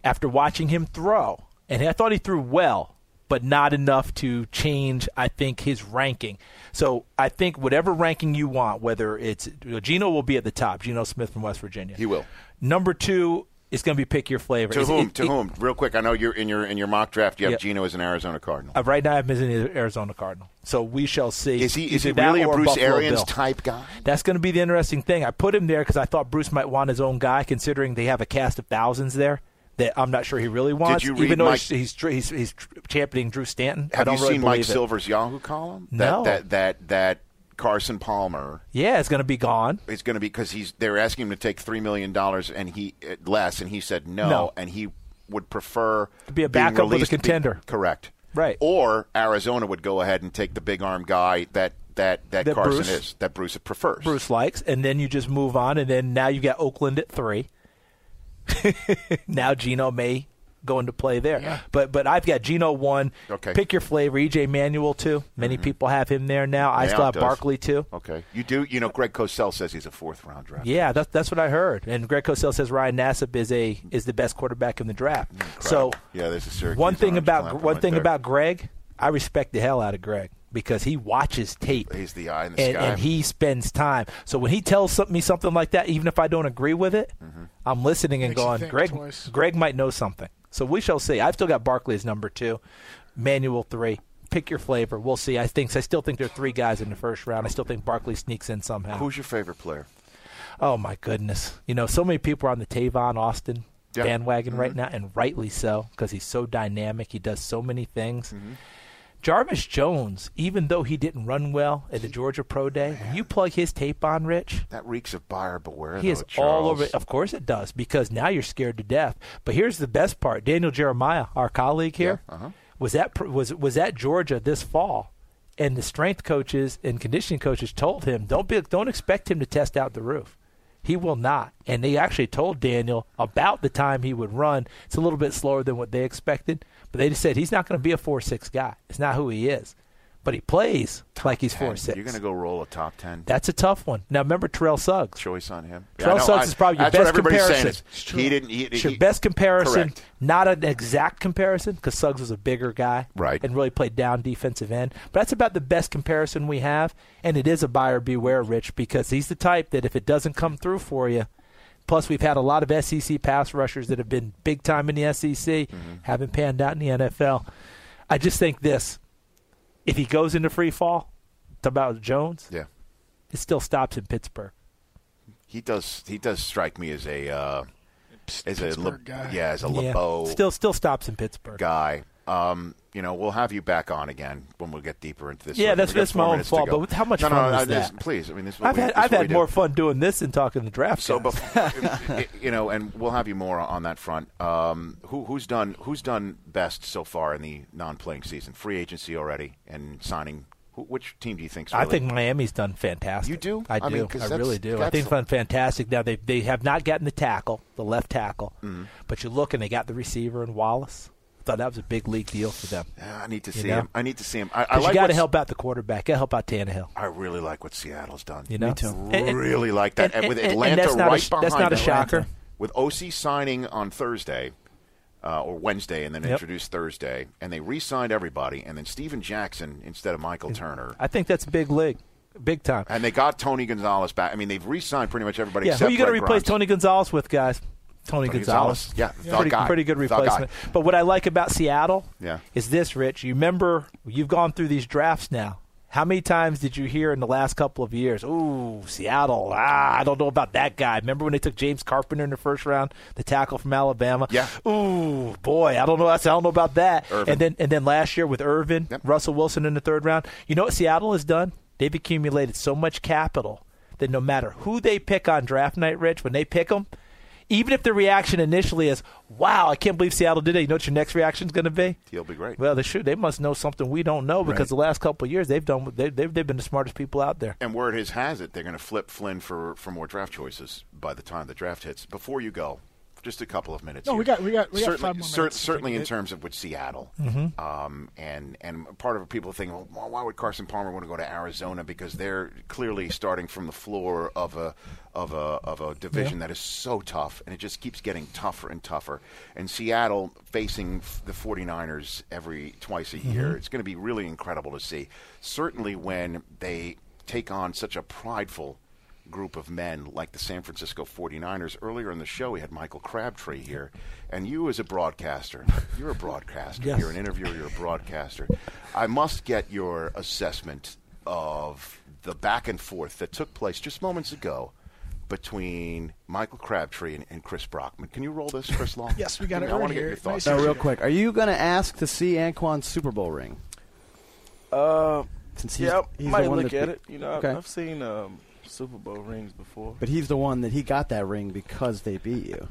Speaker 11: After watching him throw, and I thought he threw well but not enough to change, I think, his ranking. So I think whatever ranking you want, whether it's Gino will be at the top, Gino Smith from West Virginia.
Speaker 1: He will.
Speaker 11: Number two is going to be pick your flavor.
Speaker 1: To
Speaker 11: Is-
Speaker 1: whom?
Speaker 11: it-
Speaker 1: to
Speaker 11: it-
Speaker 1: whom? Real quick. I know you're in your in your mock draft. You have
Speaker 11: Yeah.
Speaker 1: Gino as an Arizona Cardinal.
Speaker 11: uh, Right now, I'm missing the Arizona Cardinal. So we shall see.
Speaker 1: Is he is he
Speaker 11: Either that
Speaker 1: really a
Speaker 11: or
Speaker 1: Bruce
Speaker 11: Buffalo
Speaker 1: Arians
Speaker 11: Bill.
Speaker 1: type guy?
Speaker 11: That's going to be the interesting thing. I put him there because I thought Bruce might want his own guy, considering they have a cast of thousands there that I'm not sure he really wants.
Speaker 1: you read
Speaker 11: even though
Speaker 1: Mike-
Speaker 11: he's, he's, tr- he's, he's tr- championing Drew Stanton. I
Speaker 1: Have
Speaker 11: don't
Speaker 1: you
Speaker 11: really
Speaker 1: seen Mike
Speaker 11: believe it.
Speaker 1: Silver's Yahoo column?
Speaker 11: No.
Speaker 1: That that that, that Carson Palmer
Speaker 11: Yeah, it's going to be gone.
Speaker 1: is going to be because he's they're asking him to take three million dollars and he uh, less, and he said no,
Speaker 11: No.
Speaker 1: and he would prefer
Speaker 11: To be a
Speaker 1: being
Speaker 11: backup with a
Speaker 1: released- be-
Speaker 11: contender.
Speaker 1: correct.
Speaker 11: Right.
Speaker 1: Or Arizona would go ahead and take the big arm guy that that that,
Speaker 11: That
Speaker 1: Carson
Speaker 11: Bruce-
Speaker 1: is that Bruce prefers.
Speaker 11: Bruce likes, and then you just move on, and then now you got Oakland at three. [LAUGHS] now Gino may go into play there, but but I've got Gino one.
Speaker 1: Okay. Mm-hmm.
Speaker 11: pick your flavor. EJ Manuel two. Many people have him there now. I still
Speaker 1: Mayock
Speaker 11: have
Speaker 1: does.
Speaker 11: Barkley too.
Speaker 1: Okay. You do. You know, Greg Cosell says he's a fourth round draft.
Speaker 11: Yeah, that's that's what I heard. And Greg Cosell says Ryan Nassib is a is the best quarterback in the draft. So
Speaker 1: Yeah, there's a Syracuse
Speaker 11: one thing
Speaker 1: orange
Speaker 11: about
Speaker 1: clamp
Speaker 11: one
Speaker 1: right
Speaker 11: thing
Speaker 1: there.
Speaker 11: about Greg, I respect the hell out of Greg because he watches tape.
Speaker 1: He's the eye in the
Speaker 11: and,
Speaker 1: sky.
Speaker 11: and he spends time. So when he tells some- me something like that, even if I don't agree with it,
Speaker 1: Mm-hmm.
Speaker 11: I'm listening and
Speaker 10: Makes you
Speaker 11: going,
Speaker 10: think
Speaker 11: Greg,
Speaker 10: twice."
Speaker 11: Greg might know something. So we shall see. I've still got Barkley as number two, Manual three. Pick your flavor. We'll see. I think I still think there are three guys in the first round. I still think Barkley sneaks in somehow.
Speaker 1: Who's your favorite player?
Speaker 11: Oh my goodness! You know, so many people are on the Tavon Austin
Speaker 1: Yeah.
Speaker 11: bandwagon right now, and rightly so because he's so dynamic. He does so many things. Jarvis Jones, even though he didn't run well at the Georgia Pro Day, when you plug his tape on, Rich,
Speaker 1: that reeks of buyer beware.
Speaker 11: He is
Speaker 1: though,
Speaker 11: all over.
Speaker 1: Charles.
Speaker 11: Of course it does, because now you're scared to death. But here's the best part: Daniel Jeremiah, our colleague here,
Speaker 1: uh-huh.
Speaker 11: was at pr- was was at Georgia this fall, and the strength coaches and conditioning coaches told him, "Don't be, don't expect him to test out the roof." He will not. And they actually told Daniel about the time he would run. It's a little bit slower than what they expected, but they just said he's not going to be a four six guy. It's not who he is. But he plays like he's four six.
Speaker 1: You're going to go roll a top ten.
Speaker 11: That's a tough one. Now remember Terrell Suggs.
Speaker 1: Choice on him. Yeah, I
Speaker 11: Terrell
Speaker 1: know,
Speaker 11: Suggs
Speaker 1: I-
Speaker 11: is probably your
Speaker 1: that's what
Speaker 11: best
Speaker 1: everybody's saying
Speaker 11: comparison.
Speaker 1: is he didn't- he-
Speaker 11: it's your
Speaker 1: he-
Speaker 11: best comparison,
Speaker 1: correct.
Speaker 11: not an exact comparison, because Suggs was a bigger guy, right, and really played down defensive end. But that's about the best comparison we have, and it is a buyer beware, Rich, because he's the type that if it doesn't come through for you. Plus, we've had a lot of SEC pass rushers that have been big time in the SEC,
Speaker 1: Mm-hmm.
Speaker 11: haven't panned out in the NFL. I just think this: if he goes into free fall, it's about Jones.
Speaker 1: Yeah.
Speaker 11: it still stops in Pittsburgh.
Speaker 1: He does. He does strike me as a uh, as a Le,
Speaker 11: Pittsburgh guy.
Speaker 1: yeah as a
Speaker 11: Yeah.
Speaker 1: LeBeau
Speaker 11: Still, still stops in Pittsburgh.
Speaker 1: guy. Um, you know, we'll have you back on again when we get deeper into this.
Speaker 11: Yeah,
Speaker 1: We
Speaker 11: that's-
Speaker 1: got
Speaker 11: that's
Speaker 1: four
Speaker 11: my own
Speaker 1: minutes to
Speaker 11: fault,
Speaker 1: go.
Speaker 11: but with- how much
Speaker 1: no, no,
Speaker 11: fun
Speaker 1: no,
Speaker 11: was
Speaker 1: this-
Speaker 11: that?
Speaker 1: Please, I mean, this. is what
Speaker 11: I've
Speaker 1: we-
Speaker 11: had
Speaker 1: this is
Speaker 11: I've
Speaker 1: what we
Speaker 11: had
Speaker 1: do.
Speaker 11: more fun doing this than talking the draft.
Speaker 1: So,
Speaker 11: guys.
Speaker 1: before, you know, and we'll have you more on that front. Um, who, who's done who's done best so far in the non-playing season? Free agency already and signing. Who, which team do you think's
Speaker 11: I
Speaker 1: really-
Speaker 11: think Miami's done fantastic. You do? I do.
Speaker 1: I
Speaker 11: I,
Speaker 1: mean, 'cause that's-
Speaker 11: really do. I
Speaker 1: that's-
Speaker 11: think they've done fantastic. Now they they have not gotten the tackle, the left tackle,
Speaker 1: Mhm.
Speaker 11: but you look and they got the receiver and Wallace. I thought that was a big league deal for them.
Speaker 1: Yeah, Ah, I need to
Speaker 11: You
Speaker 1: see
Speaker 11: know?
Speaker 1: him. I need to see him. I, I
Speaker 11: 'Cause
Speaker 1: like
Speaker 11: you got to
Speaker 1: what's-
Speaker 11: help out the quarterback. Got to help out Tannehill.
Speaker 1: I really like what Seattle's done.
Speaker 11: You know? Me too. And- and-
Speaker 1: Really like that.
Speaker 11: and-
Speaker 1: with
Speaker 11: and- and
Speaker 1: Atlanta
Speaker 11: that's not a
Speaker 1: right
Speaker 11: sh- that's
Speaker 1: behind
Speaker 11: not a
Speaker 1: Atlanta.
Speaker 11: shocker.
Speaker 1: With OC signing on Thursday uh, or Wednesday and then introduced Thursday, and they re signed everybody, and then Steven Jackson instead of Michael Turner.
Speaker 11: I think that's big league, big time.
Speaker 1: And they got Tony Gonzalez back. I mean, they've re signed pretty much everybody
Speaker 11: yeah, who
Speaker 1: except
Speaker 11: are you going
Speaker 1: Greg
Speaker 11: to replace
Speaker 1: Grimes.
Speaker 11: Tony Gonzalez with, guys? Tony,
Speaker 1: Tony
Speaker 11: Gonzalez.
Speaker 1: Gonzalez. Yeah, the
Speaker 11: pretty,
Speaker 1: guy.
Speaker 11: pretty good
Speaker 1: The guy.
Speaker 11: replacement. But what I like about Seattle
Speaker 1: Yeah.
Speaker 11: is this, Rich. You remember you've gone through these drafts now. How many times did you hear in the last couple of years? Ooh, Seattle. Ah, I don't know about that guy. Remember when they took James Carpenter in the first round, the tackle from Alabama? Yeah. Ooh, boy, I don't know. I don't know about that.
Speaker 1: Irvin.
Speaker 11: And then and then last year with Irvin, Russell Wilson in the third round. You know what Seattle has done? They've accumulated so much capital that no matter who they pick on draft night, Rich, when they pick them, even if the reaction initially is, "Wow, I can't believe Seattle did it," you know what your next reaction is going to be?
Speaker 1: He'll be great.
Speaker 11: Well, they should. They must know something we don't know because
Speaker 1: Right.
Speaker 11: the last couple of years they've done. They, they've they've been the smartest people out there.
Speaker 1: And word is has it they're going to flip Flynn for, for more draft choices by the time the draft hits. Before you go, just a couple of minutes.
Speaker 10: No,
Speaker 1: here.
Speaker 10: we got- we got- we got
Speaker 1: certainly,
Speaker 10: five more
Speaker 1: cer-
Speaker 10: minutes.
Speaker 1: certainly in
Speaker 10: It-
Speaker 1: terms of with Seattle,
Speaker 10: Mhm.
Speaker 1: um, and and part of people think, well, why would Carson Palmer want to go to Arizona because they're clearly starting from the floor of a of a of a division that is so tough, and it just keeps getting tougher and tougher. And Seattle facing f- the 49ers every twice a year,
Speaker 12: Mhm.
Speaker 1: it's going to be really incredible to see. Certainly when they take on such a prideful group of men like the San Francisco 49ers. Earlier in the show, we had Michael Crabtree here, and you, as a broadcaster, you're a broadcaster,
Speaker 12: Yes.
Speaker 1: you're an interviewer, you're a broadcaster. I must get your assessment of the back and forth that took place just moments ago. Between Michael Crabtree and, and Chris Brockman, can you roll this, Chris Long?
Speaker 10: Yes, we got it
Speaker 1: I want
Speaker 10: right
Speaker 1: to get
Speaker 10: here.
Speaker 1: your thoughts.
Speaker 5: No, real quick. Are you going to ask to see Anquan's Super Bowl ring?
Speaker 6: Uh,
Speaker 5: Since he's-
Speaker 6: yeah,
Speaker 5: he's the
Speaker 6: I might
Speaker 5: one
Speaker 6: look
Speaker 5: that-
Speaker 6: at it. You know, I've-
Speaker 5: Okay.
Speaker 6: I've seen um, Super Bowl rings before.
Speaker 5: But he's the one that he got that ring because they beat you.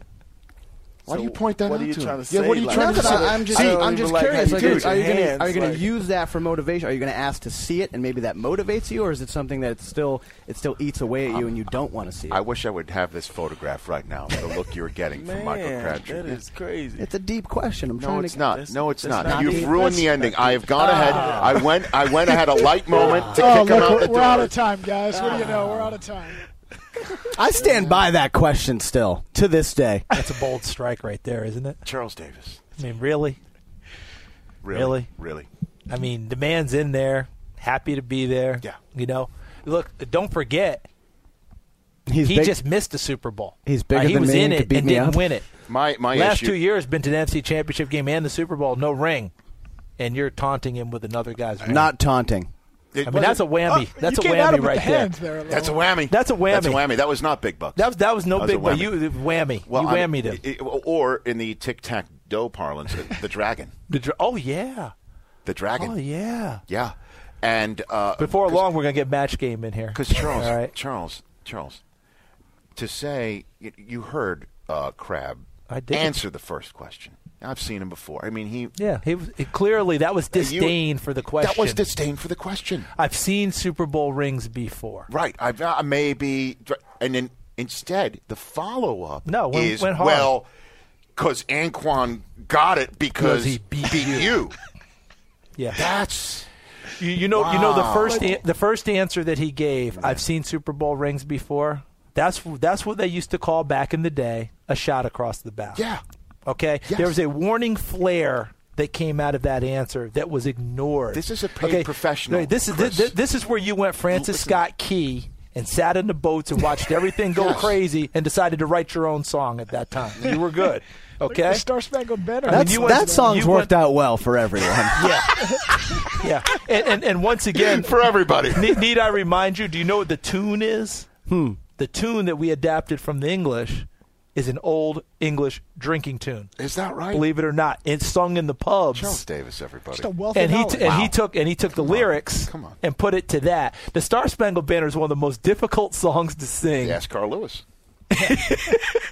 Speaker 6: Why do you
Speaker 1: point that
Speaker 6: what
Speaker 1: out
Speaker 6: are you
Speaker 1: to
Speaker 6: trying
Speaker 1: him?
Speaker 6: to
Speaker 1: Yeah,
Speaker 6: say?
Speaker 1: what are you
Speaker 6: Like,
Speaker 1: trying to
Speaker 6: I
Speaker 1: say?
Speaker 6: don't
Speaker 5: I'm just,
Speaker 6: even
Speaker 5: I'm just
Speaker 6: like how
Speaker 5: curious.
Speaker 6: you
Speaker 5: Like,
Speaker 6: do
Speaker 5: are you
Speaker 6: it. Your
Speaker 5: going to
Speaker 6: hands,
Speaker 5: are you going
Speaker 6: like-
Speaker 5: to use that for motivation? Are you going to ask to see it, and maybe that motivates you, or is it something that it still it still eats away at you, and you don't want to see it?
Speaker 1: I wish I would have this photograph right now. The look you're getting from Michael
Speaker 6: Man,
Speaker 1: Crabtree.
Speaker 6: that is crazy.
Speaker 5: It's a deep question. I'm
Speaker 1: No,
Speaker 5: trying
Speaker 1: it's
Speaker 5: to.
Speaker 1: not. No, it's
Speaker 5: that's
Speaker 1: not.
Speaker 5: not
Speaker 1: You've
Speaker 5: deep.
Speaker 1: ruined
Speaker 5: That's
Speaker 1: the
Speaker 5: not
Speaker 1: ending. I have gone ahead. I went. I went. I had a light moment to
Speaker 10: Ah. [LAUGHS] oh,
Speaker 1: kick
Speaker 10: look,
Speaker 1: him Ah. out the
Speaker 10: we're,
Speaker 1: door.
Speaker 10: we're out of time, guys. What do you know? We're out of time.
Speaker 5: I stand by that question still to this day.
Speaker 11: That's a bold strike right there, isn't it?
Speaker 1: Charles Davis.
Speaker 11: I mean, really,
Speaker 1: Really?
Speaker 11: really,
Speaker 1: Really?
Speaker 11: I mean, the man's in there, happy to be there. Yeah, you know. Look, don't forget,
Speaker 5: He's
Speaker 11: he
Speaker 5: big-
Speaker 11: just missed the Super Bowl.
Speaker 5: He's bigger
Speaker 11: he
Speaker 5: than
Speaker 11: was
Speaker 5: me
Speaker 11: in
Speaker 5: and
Speaker 11: it
Speaker 5: could beat
Speaker 11: and
Speaker 5: me
Speaker 11: didn't
Speaker 5: up.
Speaker 11: win it.
Speaker 1: My my
Speaker 11: last
Speaker 1: issue.
Speaker 11: two years been to the NFC Championship game and the Super Bowl, no ring, and you're taunting him with another guy's ring.
Speaker 5: Not taunting.
Speaker 11: I mean,
Speaker 1: Uh,
Speaker 11: that's a whammy. that's a whammy right there.
Speaker 1: That's a whammy.
Speaker 11: That's a whammy.
Speaker 1: That's a whammy. That was not big bucks.
Speaker 11: That was that was no
Speaker 1: That was a
Speaker 11: big but
Speaker 1: whammy.
Speaker 11: You the whammy.
Speaker 1: Well,
Speaker 11: you
Speaker 1: I mean,
Speaker 11: whammied him.
Speaker 1: it- it- or in the tic tac doe parlance, the- the dragon.
Speaker 11: The dra- oh yeah.
Speaker 1: the dragon.
Speaker 11: Oh yeah.
Speaker 1: Yeah. And uh,
Speaker 11: Before long, we're gonna get match game in here.
Speaker 1: Because Charles,
Speaker 11: All right.
Speaker 1: Charles, Charles, to say you, you heard uh, Crab
Speaker 11: I did.
Speaker 1: answer the first question. I've seen him before. I mean, he
Speaker 11: Yeah, he, was- he- clearly that was disdain for the question.
Speaker 1: that was disdain for the question.
Speaker 11: I've seen Super Bowl rings before.
Speaker 1: Right. I've uh, maybe, and then instead the follow up.
Speaker 11: No, went-
Speaker 1: is
Speaker 11: went hard.
Speaker 1: well because Anquan got it because
Speaker 11: he
Speaker 1: beat, you.
Speaker 11: Yeah.
Speaker 1: That's
Speaker 11: You, you know, you know the
Speaker 1: Wow.
Speaker 11: first an- the first answer that he gave. I've seen Super Bowl rings before. That's that's what they used to call back in the day a shot across the bow.
Speaker 1: Yeah.
Speaker 11: Okay. There was a warning flare that came out of that answer that was ignored.
Speaker 1: This is a paid
Speaker 11: Okay,
Speaker 1: professional,
Speaker 11: wait, This is
Speaker 1: Chris.
Speaker 11: this, this is where you went Francis Scott Key and sat in the boats and watched everything
Speaker 1: [LAUGHS]
Speaker 11: go
Speaker 1: Yes.
Speaker 11: crazy and decided to write your own song at that time. You were good.
Speaker 10: Look at
Speaker 11: Okay.
Speaker 10: the Star Spangled Banner.
Speaker 11: I mean,
Speaker 5: That's,
Speaker 11: you went-
Speaker 5: that song's
Speaker 11: you
Speaker 5: worked out well for
Speaker 1: [LAUGHS]
Speaker 5: everyone.
Speaker 11: Yeah. [LAUGHS] yeah. And, and and once
Speaker 1: [LAUGHS]
Speaker 11: again
Speaker 1: for everybody.
Speaker 11: need, need I remind you? Do you know what the tune is? Hmm. The tune that we adapted from the English is an old English drinking tune.
Speaker 1: Is that right?
Speaker 11: Believe it or not, it's sung in the pubs.
Speaker 1: Charles Davis, everybody.
Speaker 10: Just a wealth
Speaker 11: and
Speaker 10: of
Speaker 11: he
Speaker 10: knowledge.
Speaker 11: t- and he took and he took the lyrics
Speaker 1: Come on.
Speaker 11: and put it to that. The Star Spangled Banner is one of the most difficult songs to sing.
Speaker 1: Ask Carl
Speaker 11: [LAUGHS]
Speaker 1: Lewis.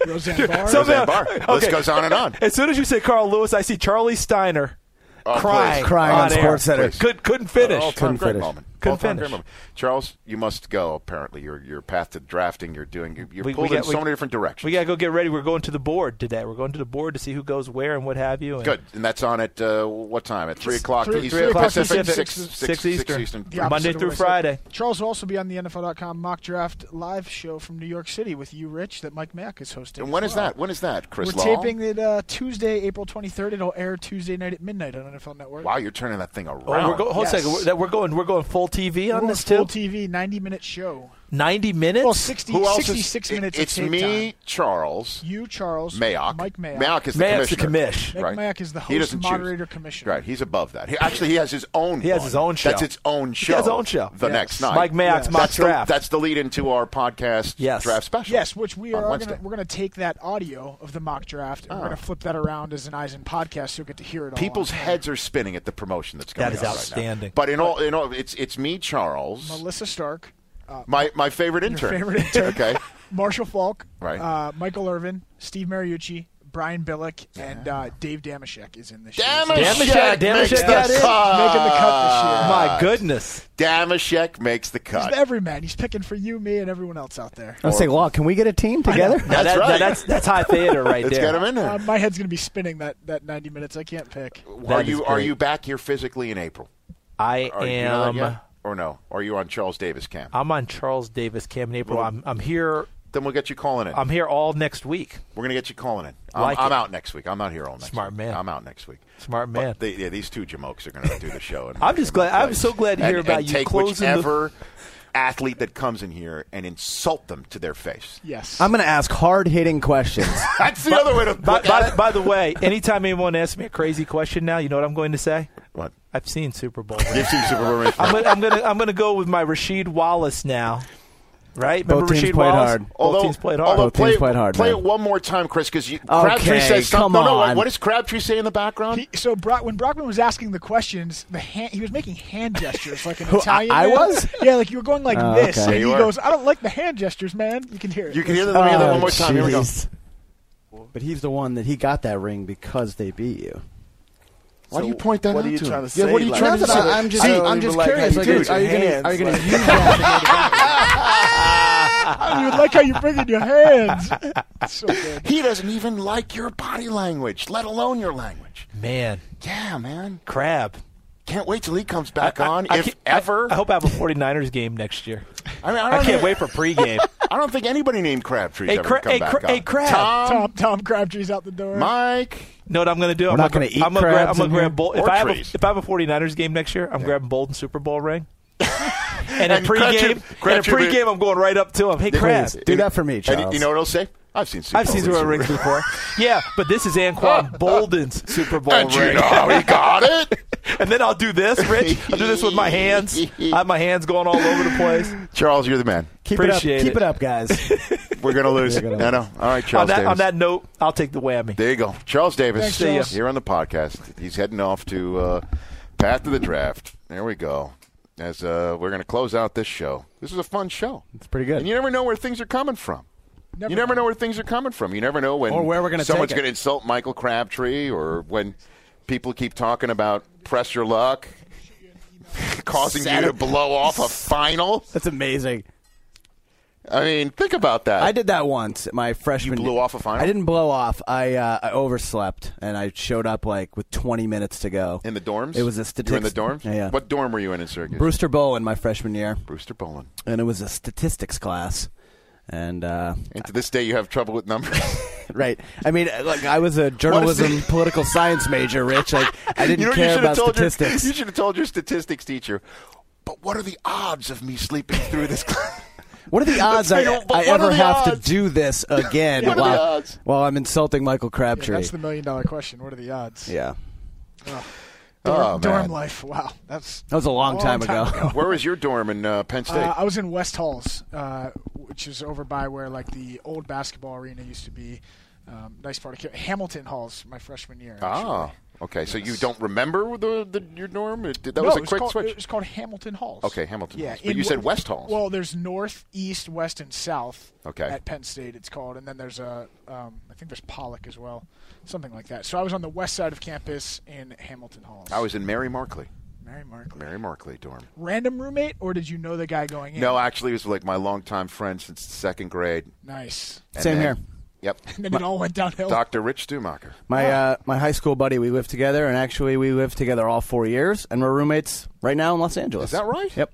Speaker 10: Roseanne Barr.
Speaker 11: Somehow-
Speaker 1: Roseanne Barr. List goes on and on.
Speaker 11: As soon as you say Carl Lewis, I see Charlie Steiner
Speaker 1: Oh,
Speaker 11: crying,
Speaker 1: please.
Speaker 5: Crying on
Speaker 11: air.
Speaker 5: SportsCenter.
Speaker 1: Please.
Speaker 11: Could, couldn't [LAUGHS] finish.
Speaker 1: All time
Speaker 5: Couldn't
Speaker 1: great
Speaker 5: finish.
Speaker 1: moment.
Speaker 11: Couldn't
Speaker 1: All-time
Speaker 11: finish.
Speaker 1: great moment. Charles, you must go. Apparently, your your path to drafting, you're doing. You're, you're
Speaker 11: We- we
Speaker 1: pulled in
Speaker 11: got- we-
Speaker 1: so many different directions.
Speaker 11: We gotta go get ready. We're going to the board today. We're going to the board to see who goes where and what have you. And
Speaker 1: Good, and that's on at uh, what time? At three o'clock
Speaker 10: three-
Speaker 1: Eastern,
Speaker 10: three o'clock
Speaker 1: Pacific,
Speaker 10: Pacific,
Speaker 1: six,
Speaker 11: six
Speaker 1: six,
Speaker 11: Eastern.
Speaker 1: six Eastern.
Speaker 10: The opposite
Speaker 11: Monday
Speaker 10: of
Speaker 11: through
Speaker 10: what I said.
Speaker 11: Friday.
Speaker 10: Charles will also be on the NFL.com mock draft live show from New York City with you, Rich, that Mike Mack is hosting.
Speaker 1: And when
Speaker 10: as
Speaker 1: is
Speaker 10: well.
Speaker 1: that? When is that, Chris
Speaker 10: We're
Speaker 1: Law?
Speaker 10: taping it uh, Tuesday, April 23rd. It'll air Tuesday night at midnight on NFL Network.
Speaker 1: Wow, you're turning that thing around.
Speaker 11: Oh, we're go- hold
Speaker 10: Yes.
Speaker 11: a second. We're, that- we're going. We're going full TV
Speaker 10: We're
Speaker 11: on
Speaker 10: on
Speaker 11: this
Speaker 10: full
Speaker 11: too.
Speaker 10: TV 90 minute show.
Speaker 11: Ninety minutes.
Speaker 10: Well, 60,
Speaker 1: Who else is-
Speaker 10: 66
Speaker 1: it-
Speaker 10: minutes. of
Speaker 1: It's
Speaker 10: tape
Speaker 1: me,
Speaker 10: time.
Speaker 1: Charles,
Speaker 10: You, Charles.
Speaker 1: Mayock.
Speaker 10: Mike Mayock.
Speaker 1: is the
Speaker 11: Mayock's the
Speaker 1: commissioner.
Speaker 11: commish.
Speaker 10: Mike
Speaker 1: right?
Speaker 10: Mayock is the
Speaker 1: He
Speaker 10: host,
Speaker 1: doesn't choose.
Speaker 10: moderator, commissioner.
Speaker 1: Right, he's above that. He, actually, he has his own.
Speaker 11: He has
Speaker 1: one.
Speaker 11: his own show.
Speaker 1: That's its own show.
Speaker 11: has his own show.
Speaker 1: The
Speaker 11: Yes.
Speaker 1: next night,
Speaker 11: Mike Mayock's mock
Speaker 1: that's
Speaker 11: draft.
Speaker 1: The, that's the lead into our podcast
Speaker 11: Yes.
Speaker 1: draft special.
Speaker 10: Yes, which we
Speaker 1: on
Speaker 10: are
Speaker 1: Wednesday. Ah.
Speaker 10: gonna, we're going to take that audio of the mock draft and we're going to flip that around as an Eisen podcast so you'll get to hear it all.
Speaker 1: People's
Speaker 10: on.
Speaker 1: heads are spinning at the promotion that's going
Speaker 11: That
Speaker 1: on.
Speaker 11: is outstanding.
Speaker 1: But in all, in all, it's it's me, Charles,
Speaker 10: Melissa Stark, uh,
Speaker 1: my my favorite
Speaker 10: your
Speaker 1: intern.
Speaker 10: favorite intern.
Speaker 1: [LAUGHS] okay.
Speaker 10: Marshall Falk,
Speaker 1: Right.
Speaker 10: uh, Michael Irvin, Steve Mariucci, Brian Billick, and uh, Dave Damashek is in this.
Speaker 1: Damashek,
Speaker 11: Damashek
Speaker 1: makes the
Speaker 11: got in.
Speaker 1: cut.
Speaker 10: Making the cut this year.
Speaker 11: My goodness.
Speaker 1: Damashek makes the
Speaker 10: He's
Speaker 1: cut.
Speaker 10: the everyman. He's picking for you, me, and everyone else out there.
Speaker 5: I was saying, Law, can we get a team together?
Speaker 11: Now
Speaker 1: That's
Speaker 11: that-
Speaker 1: right.
Speaker 11: now that's that's high theater right
Speaker 1: Let's
Speaker 11: there.
Speaker 1: get him in there.
Speaker 10: Uh, my head's going to be spinning that, that 90 minutes. I can't pick.
Speaker 1: are
Speaker 11: That is
Speaker 1: you are
Speaker 11: great.
Speaker 1: you back here physically in April?
Speaker 11: I
Speaker 1: Are you
Speaker 11: am.
Speaker 1: doing that Oh, yet? or no? Are you on Charles Davis camp?
Speaker 11: I'm on Charles Davis Cam in April. I'm I'm here.
Speaker 1: then we'll get you calling in.
Speaker 11: I'm here all next week.
Speaker 1: We're gonna get you calling in. I'm,
Speaker 11: Like
Speaker 1: I'm
Speaker 11: it.
Speaker 1: out next week. I'm not here all next.
Speaker 11: Smart
Speaker 1: week.
Speaker 11: man.
Speaker 1: I'm out next week.
Speaker 11: Smart
Speaker 1: But
Speaker 11: man.
Speaker 1: they- yeah, these two jamokes are gonna do the show. and-
Speaker 11: [LAUGHS] I'm just glad- I'm so glad to hear
Speaker 1: and,
Speaker 11: about
Speaker 1: and
Speaker 11: you
Speaker 1: Take
Speaker 11: closing the-
Speaker 1: whichever athlete that comes in here and insult them to their face.
Speaker 10: Yes.
Speaker 5: I'm going to ask hard hitting questions.
Speaker 1: [LAUGHS] That's the other way to.
Speaker 11: By,
Speaker 1: look at [LAUGHS]
Speaker 11: by,
Speaker 1: it.
Speaker 11: by the way, anytime anyone asks me a crazy question now, you know what I'm going to say?
Speaker 1: What?
Speaker 11: I've seen Super Bowl.
Speaker 1: You've seen Super Bowl rings.
Speaker 11: I'm gonna, I'm gonna I'm gonna go with my Rashid Wallace now. Right?
Speaker 5: Both
Speaker 11: Remember
Speaker 5: teams
Speaker 11: Rasheed
Speaker 5: played
Speaker 11: Wallace?
Speaker 5: hard.
Speaker 11: Both
Speaker 1: Although,
Speaker 11: teams played hard.
Speaker 1: although
Speaker 5: Both
Speaker 1: play,
Speaker 5: teams played hard,
Speaker 1: Play
Speaker 5: man.
Speaker 1: it one more time, Chris, because Crabtree
Speaker 5: Okay,
Speaker 1: says
Speaker 5: come
Speaker 1: something. No, no,
Speaker 5: on.
Speaker 1: wait, what does Crabtree say in the background?
Speaker 10: He- so Brock, when Brockman was asking the questions, the hand, he was making hand gestures like an
Speaker 5: [LAUGHS] Who, I-
Speaker 10: Italian.
Speaker 5: I
Speaker 10: man.
Speaker 5: was?
Speaker 10: Yeah, like you were going like
Speaker 5: Oh,
Speaker 10: this,
Speaker 5: okay.
Speaker 10: and
Speaker 1: Yeah, you
Speaker 10: he
Speaker 1: were.
Speaker 10: goes, "I don't like the hand gestures, man." You can hear it.
Speaker 1: you can hear that. Let me hear that one
Speaker 5: Oh,
Speaker 1: more time. Here we go.
Speaker 5: jeez. But he's the one that he got that ring because they beat you.
Speaker 1: Why do you point that
Speaker 6: what
Speaker 1: out
Speaker 6: are you
Speaker 1: to
Speaker 6: trying
Speaker 1: him?
Speaker 6: to say?
Speaker 1: Yeah, what are you
Speaker 6: Like,
Speaker 1: trying to
Speaker 6: I
Speaker 1: say?
Speaker 6: don't
Speaker 5: I'm just,
Speaker 6: even
Speaker 5: I'm just
Speaker 6: like how
Speaker 5: curious.
Speaker 6: you
Speaker 5: Like,
Speaker 6: do
Speaker 5: are you
Speaker 6: it.
Speaker 5: gonna,
Speaker 6: Your
Speaker 5: are you gonna
Speaker 6: hands,
Speaker 5: use that?
Speaker 10: I would like how you bring in your hands. [LAUGHS]
Speaker 1: [LAUGHS]
Speaker 10: so good.
Speaker 1: He doesn't even like your body language, let alone your language.
Speaker 11: Man,
Speaker 1: Yeah, man.
Speaker 11: crab.
Speaker 1: Can't wait till he comes back on,
Speaker 11: I
Speaker 1: if
Speaker 11: can't- I-
Speaker 1: ever.
Speaker 11: I, hope I have a 49ers game next year.
Speaker 1: I, mean, I,
Speaker 11: I
Speaker 1: don't
Speaker 11: can't
Speaker 1: think-
Speaker 11: wait for pregame.
Speaker 1: I don't think anybody named Crabtree's
Speaker 11: Hey,
Speaker 1: ever
Speaker 11: Cra-
Speaker 1: come
Speaker 11: hey,
Speaker 1: back
Speaker 11: Cra-
Speaker 1: on.
Speaker 11: hey, Crab.
Speaker 1: Tom,
Speaker 10: Tom Tom Crabtree's out the door.
Speaker 1: Mike.
Speaker 11: know what I'm going to do? I'm
Speaker 5: not
Speaker 11: gonna
Speaker 5: gonna
Speaker 11: gra-
Speaker 5: eat
Speaker 11: I'm gonna grab.
Speaker 5: crabs in
Speaker 11: I'm going to grab.
Speaker 5: here?
Speaker 11: Bowl, if
Speaker 1: Or
Speaker 11: I have a,
Speaker 1: trees.
Speaker 11: if I have a 49ers game next year, I'm grabbing Bolden Super
Speaker 1: [LAUGHS]
Speaker 11: Bowl ring. and in
Speaker 1: And Crabtree-
Speaker 11: pregame, and in
Speaker 1: Crabtree-
Speaker 11: pregame, I'm going right up to him. Hey, crab.
Speaker 5: Please, do that for me,
Speaker 1: And
Speaker 5: Charles.
Speaker 1: you know what I'll say? I've seen Super
Speaker 11: I've seen Super Bowl rings before. yeah, but this is
Speaker 1: [LAUGHS]
Speaker 11: Anquan Bolden's Super Bowl
Speaker 1: And you
Speaker 11: ring.
Speaker 1: know how he got it?
Speaker 11: And then I'll do this, Rich. I'll do this with my hands. I have my hands going all over the place.
Speaker 1: [LAUGHS] Charles, you're the man.
Speaker 5: keep it up,
Speaker 11: appreciate
Speaker 5: keep
Speaker 11: it.
Speaker 5: it
Speaker 1: [LAUGHS]
Speaker 5: up, guys.
Speaker 1: We're going to lose.
Speaker 5: gonna
Speaker 1: no, no. All right,
Speaker 11: On
Speaker 1: Charles
Speaker 11: that,
Speaker 1: Davis.
Speaker 11: on that note, I'll take the whammy.
Speaker 1: There you go. Charles Davis
Speaker 10: Thanks, See ya. Charles.
Speaker 1: here on the podcast. He's heading off to uh, Path to the draft. There we go. As uh, we're going to close out this show. This is a fun show.
Speaker 5: It's pretty good.
Speaker 1: And you never know where things are coming from. you never know. where things are coming from. You never know when
Speaker 5: Or where we're gonna
Speaker 1: someone's
Speaker 5: take it.
Speaker 1: going to insult Michael Crabtree or when people keep talking about press your luck, [LAUGHS] causing you to
Speaker 5: Saturday-
Speaker 1: blow off a final.
Speaker 5: That's amazing.
Speaker 1: I mean, think about that.
Speaker 5: I did that once. at My freshman.
Speaker 1: blew off a final?
Speaker 5: I didn't blow off. I uh, I overslept and I showed up like with 20 minutes to go
Speaker 1: in the dorms.
Speaker 5: It was a
Speaker 1: You were in the
Speaker 5: statistics.
Speaker 1: dorms.
Speaker 5: Yeah, yeah.
Speaker 1: What dorm were you in in Syracuse?
Speaker 5: Brewster Bowen my freshman year.
Speaker 1: Brewster Bowen.
Speaker 5: And it was a statistics class, and
Speaker 1: [LAUGHS]
Speaker 5: uh,
Speaker 1: And to this day, you have trouble with
Speaker 5: [LAUGHS]
Speaker 1: numbers.
Speaker 5: right. I mean, like I was a journalism, political science major, Rich. Like I
Speaker 1: [LAUGHS]
Speaker 5: didn't
Speaker 1: you know what you
Speaker 5: care
Speaker 1: should
Speaker 5: about
Speaker 1: have told
Speaker 5: statistics.
Speaker 1: Your, [LAUGHS] you should have told your statistics teacher. But what are the odds of me sleeping [LAUGHS] through this class?
Speaker 5: What are
Speaker 1: [LAUGHS]
Speaker 5: the
Speaker 1: Let's
Speaker 5: odds I,
Speaker 1: figure out- but
Speaker 5: I
Speaker 1: what are
Speaker 5: ever
Speaker 1: the
Speaker 5: have
Speaker 1: odds?
Speaker 5: to
Speaker 1: [LAUGHS]
Speaker 5: do this again
Speaker 1: What are the
Speaker 5: while,
Speaker 1: odds?
Speaker 5: while I'm insulting Michael
Speaker 10: Yeah,
Speaker 5: Crabtree?
Speaker 10: that's the million dollar question. What are the odds?
Speaker 5: Yeah.
Speaker 10: Ugh.
Speaker 1: Oh,
Speaker 10: Dorm, dorm
Speaker 1: man.
Speaker 10: life. Wow, that's
Speaker 5: That was a long, time, ago.
Speaker 1: Where was your dorm in uh, Penn State?
Speaker 10: Uh, I was in West Halls, uh, which is over by where like the old basketball arena used to be. Um, nice part of Ca- Hamilton Halls, my freshman year.
Speaker 1: ah,
Speaker 10: actually.
Speaker 1: okay. So you don't remember the, the your dorm? It- that
Speaker 10: No,
Speaker 1: was a
Speaker 10: it
Speaker 1: quick
Speaker 10: called,
Speaker 1: switch.
Speaker 10: It was called Hamilton Halls.
Speaker 1: Okay, Hamilton
Speaker 10: Yeah,
Speaker 1: Halls. But
Speaker 10: in
Speaker 1: you said
Speaker 10: Wa-
Speaker 1: West Halls.
Speaker 10: Well, there's north, east, west, and south.
Speaker 1: Okay.
Speaker 10: At Penn State, it's called, and then there's a, um, I think there's Pollock as well, something like that. So I was on the west side of campus in Hamilton Halls.
Speaker 1: I was in Mary Markley.
Speaker 10: Mary Markley.
Speaker 1: Mary Markley dorm.
Speaker 10: Random roommate, or did you know the guy going in?
Speaker 1: No, actually, it was like my longtime friend since second grade.
Speaker 10: Nice.
Speaker 1: And
Speaker 5: Same
Speaker 1: then-
Speaker 5: here.
Speaker 1: Yep.
Speaker 10: [LAUGHS] And then it all went downhill.
Speaker 1: Dr. Rich Stumacher.
Speaker 5: [LAUGHS] My uh, my high school buddy, we lived together, and actually we lived together all four years, and we're roommates right now in Los
Speaker 1: Is
Speaker 5: Angeles.
Speaker 1: that right?
Speaker 5: Yep.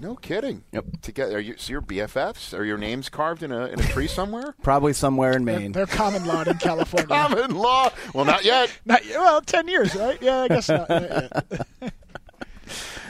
Speaker 1: No kidding.
Speaker 5: Yep.
Speaker 1: Together, are you, so you're BFFs? Are your names carved in a in a
Speaker 10: [LAUGHS]
Speaker 1: tree somewhere?
Speaker 5: Probably somewhere in Maine.
Speaker 10: They're common law
Speaker 1: [LAUGHS]
Speaker 10: in California.
Speaker 1: Common law. Well, not yet.
Speaker 10: Not yet. Well, ten years, right? Yeah, I guess not. Not
Speaker 1: [LAUGHS]
Speaker 10: yet.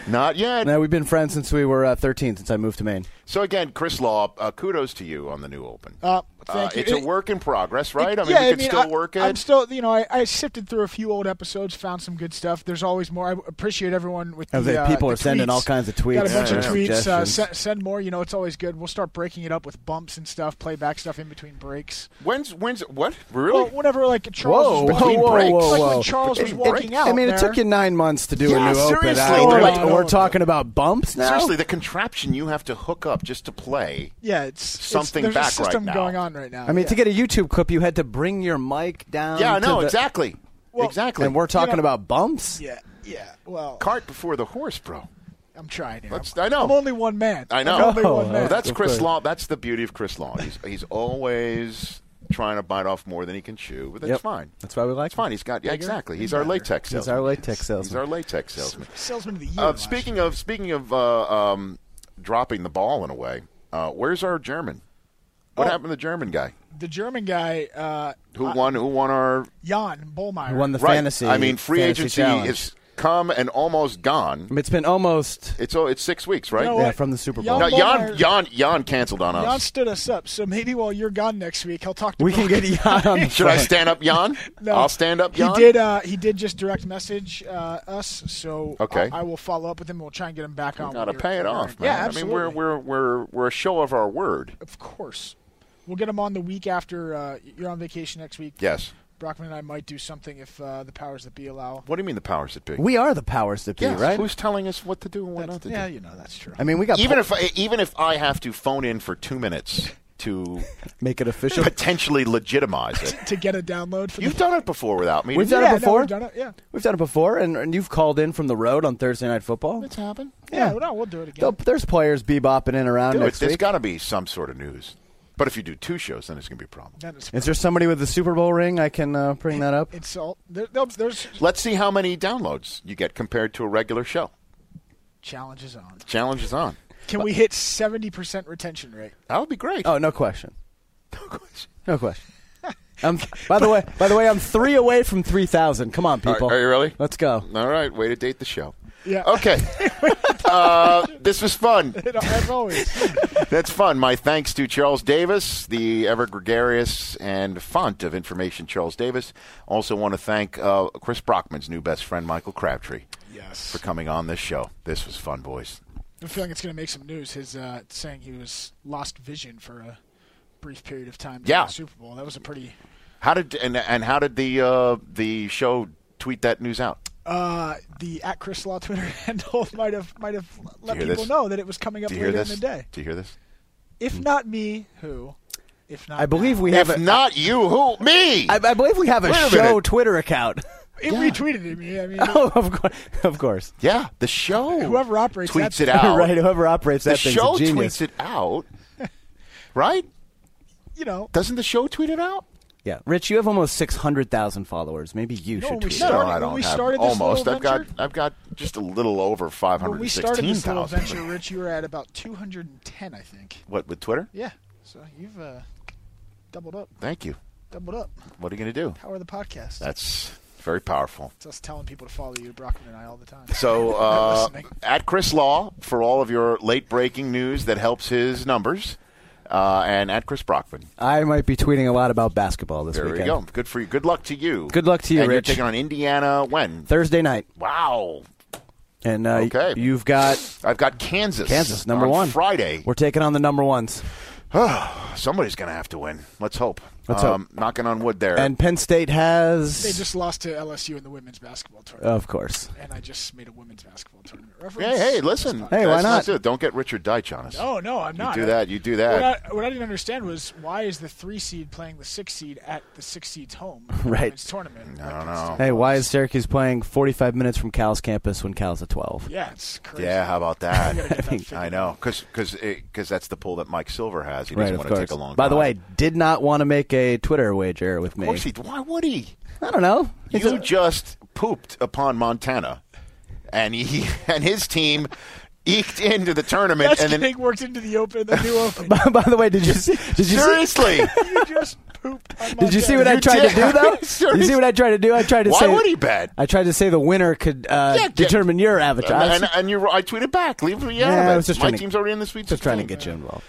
Speaker 1: Not yet.
Speaker 5: No, we've been friends since we were uh, 13, since I moved to Maine.
Speaker 1: So again, Chris Law, uh, kudos to you on the new open.
Speaker 10: Uh, thank you.
Speaker 1: It's a
Speaker 10: It-
Speaker 1: work in progress, right? I mean,
Speaker 10: yeah,
Speaker 1: you can still
Speaker 10: I,
Speaker 1: work it.
Speaker 10: I'm still, you know, I, I sifted through a few old episodes, found some good stuff. There's always more. I appreciate everyone with
Speaker 5: I was
Speaker 10: the,
Speaker 5: like,
Speaker 10: uh,
Speaker 5: Oh, people
Speaker 10: the
Speaker 5: are sending
Speaker 10: tweets.
Speaker 5: all kinds of
Speaker 10: Got a
Speaker 5: tweets
Speaker 10: bunch
Speaker 1: and
Speaker 10: of tweets. Uh,
Speaker 5: suggestions.
Speaker 10: send, send more. You know, it's always good. We'll start breaking it up with bumps and stuff, playback stuff in between breaks.
Speaker 1: when's when's what? Really?
Speaker 10: Well, whenever like Charles
Speaker 5: Whoa,
Speaker 10: was
Speaker 5: whoa,
Speaker 10: walking,
Speaker 5: whoa,
Speaker 10: breaks.
Speaker 5: whoa,
Speaker 10: like when
Speaker 5: whoa.
Speaker 10: Charles was
Speaker 1: It-
Speaker 10: walking out.
Speaker 5: I mean,
Speaker 10: there.
Speaker 5: it took you nine months to do
Speaker 1: Yeah,
Speaker 5: a new open. I-
Speaker 1: seriously,
Speaker 5: we're,
Speaker 1: like-
Speaker 5: we're talking about bumps now.
Speaker 1: Seriously, the contraption you have to hook up just to play.
Speaker 10: Yeah, it's
Speaker 1: Something
Speaker 10: it's, there's
Speaker 1: back
Speaker 10: a
Speaker 1: right
Speaker 10: system
Speaker 1: now.
Speaker 10: going on right now.
Speaker 5: I mean,
Speaker 10: yeah.
Speaker 5: to get a YouTube clip, you had to bring your mic
Speaker 10: Um,
Speaker 5: down.
Speaker 1: yeah, I
Speaker 5: to
Speaker 1: know
Speaker 5: the-
Speaker 1: exactly, exactly.
Speaker 5: And we're talking
Speaker 10: know-
Speaker 5: about bumps.
Speaker 10: Yeah, yeah. Well,
Speaker 1: cart before the horse, bro.
Speaker 10: I'm trying. Here.
Speaker 1: Let's-
Speaker 10: I'm,
Speaker 1: I know.
Speaker 10: I'm only one man.
Speaker 1: I know.
Speaker 10: I'm
Speaker 1: [LAUGHS]
Speaker 10: only one man.
Speaker 1: Well, that's
Speaker 5: Of
Speaker 1: Chris
Speaker 5: course.
Speaker 1: Law. That's the beauty of Chris Law. He's he's always trying to bite off more than he can chew, but that's
Speaker 5: Yep.
Speaker 1: fine.
Speaker 5: That's why we like
Speaker 1: It's fine. He's got yeah, exactly. He's our latex
Speaker 5: He's
Speaker 1: salesman.
Speaker 5: our latex salesman.
Speaker 1: He's our latex salesman.
Speaker 10: Salesman of the year.
Speaker 1: Uh,
Speaker 10: last
Speaker 1: speaking of speaking of uh, um, dropping the ball in a way, uh, where's our German? What
Speaker 10: Oh.
Speaker 1: happened to the German guy
Speaker 10: year. the German guy, uh,
Speaker 1: who won? Who won our
Speaker 10: Jan Bollmeyer.
Speaker 5: Who won the
Speaker 1: right?
Speaker 5: fantasy.
Speaker 1: I mean, free
Speaker 5: fantasy
Speaker 1: agency
Speaker 5: challenge.
Speaker 1: is come and almost gone.
Speaker 5: I mean, It's been almost
Speaker 1: It's oh, it's six weeks, right?
Speaker 10: You know
Speaker 5: yeah,
Speaker 10: what?
Speaker 5: from the Super
Speaker 10: Y'all
Speaker 5: Bowl.
Speaker 1: No, Jan
Speaker 10: Bollmeyer-
Speaker 1: Jan Jan canceled on
Speaker 10: Jan
Speaker 1: us.
Speaker 10: stood us up, so maybe while you're gone next week, he'll talk to
Speaker 5: we
Speaker 10: [LAUGHS]
Speaker 5: can
Speaker 10: Bill.
Speaker 5: get
Speaker 1: [LAUGHS]
Speaker 5: Jan on the
Speaker 1: Should I
Speaker 5: phone.
Speaker 1: stand up, Jan?
Speaker 10: [LAUGHS] No.
Speaker 1: I'll stand up, Jan.
Speaker 10: He did. Uh, he did just direct message uh, us, so
Speaker 1: Okay.
Speaker 10: I, I will follow up with him. We'll try and get him back on.
Speaker 1: We gotta
Speaker 10: when you're-
Speaker 1: pay it
Speaker 10: when you're
Speaker 1: off, man.
Speaker 10: in. Yeah,
Speaker 1: I mean,
Speaker 10: absolutely.
Speaker 1: we're we're we're we're a show of our word.
Speaker 10: of course. We'll get him on the week after uh, you're on vacation next week.
Speaker 1: Yes.
Speaker 10: Brockman and I might do something if uh, the powers that be allow.
Speaker 1: What do you mean the powers that be?
Speaker 5: We are the powers that be,
Speaker 1: Yes,
Speaker 5: right?
Speaker 1: Who's telling us what to do and what not
Speaker 10: That's-
Speaker 1: to
Speaker 10: yeah,
Speaker 1: do?
Speaker 10: you know that's true.
Speaker 5: I mean, we got
Speaker 1: Even if
Speaker 5: po-
Speaker 1: I- even if I have to phone in for two minutes to
Speaker 10: [LAUGHS]
Speaker 5: make it official.
Speaker 1: potentially legitimize it,
Speaker 10: to get a download for
Speaker 1: you've
Speaker 10: the.
Speaker 1: done it before without me.
Speaker 5: We've done
Speaker 10: yeah,
Speaker 5: it before.
Speaker 10: No, we've done it. Yeah.
Speaker 5: We've done it before, and, and you've called in from the road on Thursday Night Football.
Speaker 1: It's happened.
Speaker 10: yeah, No, we'll do it again.
Speaker 5: There'll- There's players bebopping in around
Speaker 1: Dude,
Speaker 5: next
Speaker 1: there's
Speaker 5: week.
Speaker 1: got to be some sort of news. But if you do two shows, then it's going to be a problem.
Speaker 10: Then it's
Speaker 5: Is there somebody with the Super Bowl ring I can uh, bring that up?
Speaker 10: it's all there, there'll- there's
Speaker 1: Let's see how many downloads you get compared to a regular show.
Speaker 10: challenges on.
Speaker 1: Challenge is on.
Speaker 10: Can we hit seventy percent retention rate? [LAUGHS]
Speaker 1: That would be great. [LAUGHS]
Speaker 5: Oh, no question. No question. I'm, by the way, by the way, I'm three away from three thousand. Come on, people.
Speaker 1: Are- are you really?
Speaker 5: Let's go.
Speaker 1: All right, way to date the show.
Speaker 10: Yeah. [LAUGHS]
Speaker 1: Okay. uh, this was fun.
Speaker 10: As always.
Speaker 1: [LAUGHS] That's fun. My thanks to Charles Davis, the ever gregarious and font of information, Charles Davis. Also, want to thank uh, Chris Brockman's new best friend, Michael Crabtree,
Speaker 10: yes.
Speaker 1: for coming on this show. This was fun, boys.
Speaker 10: I'm feeling it's going to make some news. His uh, saying he was lost vision for a brief period of time. during
Speaker 1: Yeah.
Speaker 10: The Super Bowl. That was a pretty.
Speaker 1: How did and and how did the uh, the show tweet that news out?
Speaker 10: Uh, the at Chris Law Twitter [LAUGHS] handle might have might have let
Speaker 1: hear
Speaker 10: people
Speaker 1: this?
Speaker 10: know that it was coming up
Speaker 1: Do you
Speaker 10: later
Speaker 1: hear this?
Speaker 10: in the day.
Speaker 1: Do you hear this? Hmm.
Speaker 10: If not me, who? If not,
Speaker 5: I believe we
Speaker 1: If
Speaker 5: have. a-
Speaker 1: not you, who? Me.
Speaker 5: I, I believe we have a
Speaker 1: Wait a
Speaker 5: show
Speaker 1: minute.
Speaker 5: Twitter account.
Speaker 1: [LAUGHS]
Speaker 10: it retweeted it, me. I mean,
Speaker 5: oh, of course, of course.
Speaker 1: Yeah, the show
Speaker 10: whoever operates
Speaker 1: tweets it
Speaker 10: that- [LAUGHS]
Speaker 1: out.
Speaker 5: [LAUGHS] right, whoever operates
Speaker 1: Oh. The
Speaker 5: that thing's
Speaker 1: show
Speaker 5: a genius.
Speaker 1: tweets it out. [LAUGHS] Right?
Speaker 10: you
Speaker 1: [LAUGHS]
Speaker 10: know,
Speaker 1: Doesn't the show tweet it out?
Speaker 5: Yeah, Rich, you have almost six hundred thousand followers. Maybe you
Speaker 10: No,
Speaker 5: should
Speaker 10: we
Speaker 5: tweet.
Speaker 10: started-
Speaker 5: it.
Speaker 1: no, I
Speaker 10: when
Speaker 1: don't
Speaker 10: we
Speaker 1: have
Speaker 10: started this
Speaker 1: almost.
Speaker 10: little
Speaker 1: I've got
Speaker 10: venture-
Speaker 1: I've got just a little over five
Speaker 10: when
Speaker 1: hundred
Speaker 10: we
Speaker 1: and
Speaker 10: started
Speaker 1: sixteen
Speaker 10: this little venture,
Speaker 1: thousand.
Speaker 10: Rich, you were at about 210, I think.
Speaker 1: What with Twitter?
Speaker 10: Yeah, so you've uh, doubled up,
Speaker 1: Thank you.
Speaker 10: doubled up.
Speaker 1: What are you going to do?
Speaker 10: Power of the podcast.
Speaker 1: That's very powerful.
Speaker 10: [LAUGHS] it's us telling people to follow you, Brockman and I, all the time. [LAUGHS]
Speaker 1: So uh,
Speaker 10: Listening.
Speaker 1: at Chris Law for all of your late breaking news that helps his numbers, uh, and at Chris Brockman.
Speaker 5: I might be tweeting a lot about basketball this
Speaker 1: There
Speaker 5: weekend.
Speaker 1: you go. Good for you. Good luck to you.
Speaker 5: Good luck to you,
Speaker 1: and
Speaker 5: Rich.
Speaker 1: You're taking on Indiana when?
Speaker 5: Thursday night,
Speaker 1: Wow.
Speaker 5: and uh,
Speaker 1: Okay.
Speaker 5: you've got
Speaker 1: I've got Kansas.
Speaker 5: Kansas number
Speaker 1: on
Speaker 5: one
Speaker 1: Friday.
Speaker 5: We're taking on the number ones,
Speaker 1: Somebody's going to have to win. Let's hope. Um,
Speaker 5: Let's
Speaker 1: Knocking on wood there.
Speaker 5: and Penn State has,
Speaker 10: They just lost to LSU in the women's basketball tournament,
Speaker 5: of course.
Speaker 10: and I just made a women's basketball tournament
Speaker 1: hey,
Speaker 10: reference.
Speaker 1: Oh. hey, listen.
Speaker 5: Hey, why
Speaker 1: That's-
Speaker 5: not?
Speaker 1: let's do it. Don't get Richard Deitch on us.
Speaker 10: Oh no, I'm
Speaker 1: you
Speaker 10: not.
Speaker 1: do that. You do
Speaker 10: What
Speaker 1: that.
Speaker 10: I, what I didn't understand was why is the three seed playing the six seed at the six seed's home
Speaker 5: Right.
Speaker 10: in its tournament?
Speaker 1: I don't know.
Speaker 5: Hey, why is Syracuse playing 45 minutes from Cal's campus when Cal's at 12?
Speaker 10: Yeah, it's crazy.
Speaker 1: Yeah, how about
Speaker 10: [LAUGHS]
Speaker 1: that?
Speaker 5: [LAUGHS]
Speaker 10: think-
Speaker 1: I know, because that's the pull that Mike Silver has. He
Speaker 5: right,
Speaker 1: doesn't
Speaker 5: of
Speaker 1: want
Speaker 5: course.
Speaker 1: to take a long.
Speaker 5: By the
Speaker 1: time.
Speaker 5: way, did not want to make a Twitter wager with
Speaker 1: of
Speaker 5: me.
Speaker 1: course he. Why would he?
Speaker 5: I don't know. He's
Speaker 1: You
Speaker 5: a-
Speaker 1: just pooped upon Montana, and he [LAUGHS] and his team eked into the tournament,
Speaker 10: That's
Speaker 1: and then
Speaker 10: getting worked into the open, the new open.
Speaker 5: [LAUGHS] by, by the way, did you see? Did you see? [LAUGHS]
Speaker 1: seriously, [LAUGHS]
Speaker 10: you just pooped. On
Speaker 5: Did you see what
Speaker 10: Montana.
Speaker 5: I tried to do
Speaker 1: did.
Speaker 5: though?
Speaker 1: [LAUGHS] Seriously?
Speaker 5: You see what I tried to do? I tried to
Speaker 1: why
Speaker 5: say
Speaker 1: would he bet?
Speaker 5: I tried to say the winner could uh,
Speaker 1: Yeah, get-
Speaker 5: determine your avatar. I was
Speaker 1: And, and you, I tweeted back. Leave me out
Speaker 5: Yeah,
Speaker 1: of it.
Speaker 5: I was just
Speaker 1: My
Speaker 5: trying to-
Speaker 1: team's already in the sweet.
Speaker 5: just trying to
Speaker 1: 16.
Speaker 5: get you involved.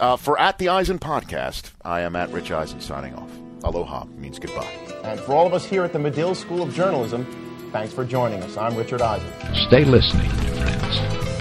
Speaker 1: Uh, for at the Eisen podcast, I am at Rich Eisen signing off. Aloha means goodbye.
Speaker 2: And for all of us here at the Medill School of Journalism, thanks for joining us. I'm Richard Eisen.
Speaker 9: Stay listening, my friends.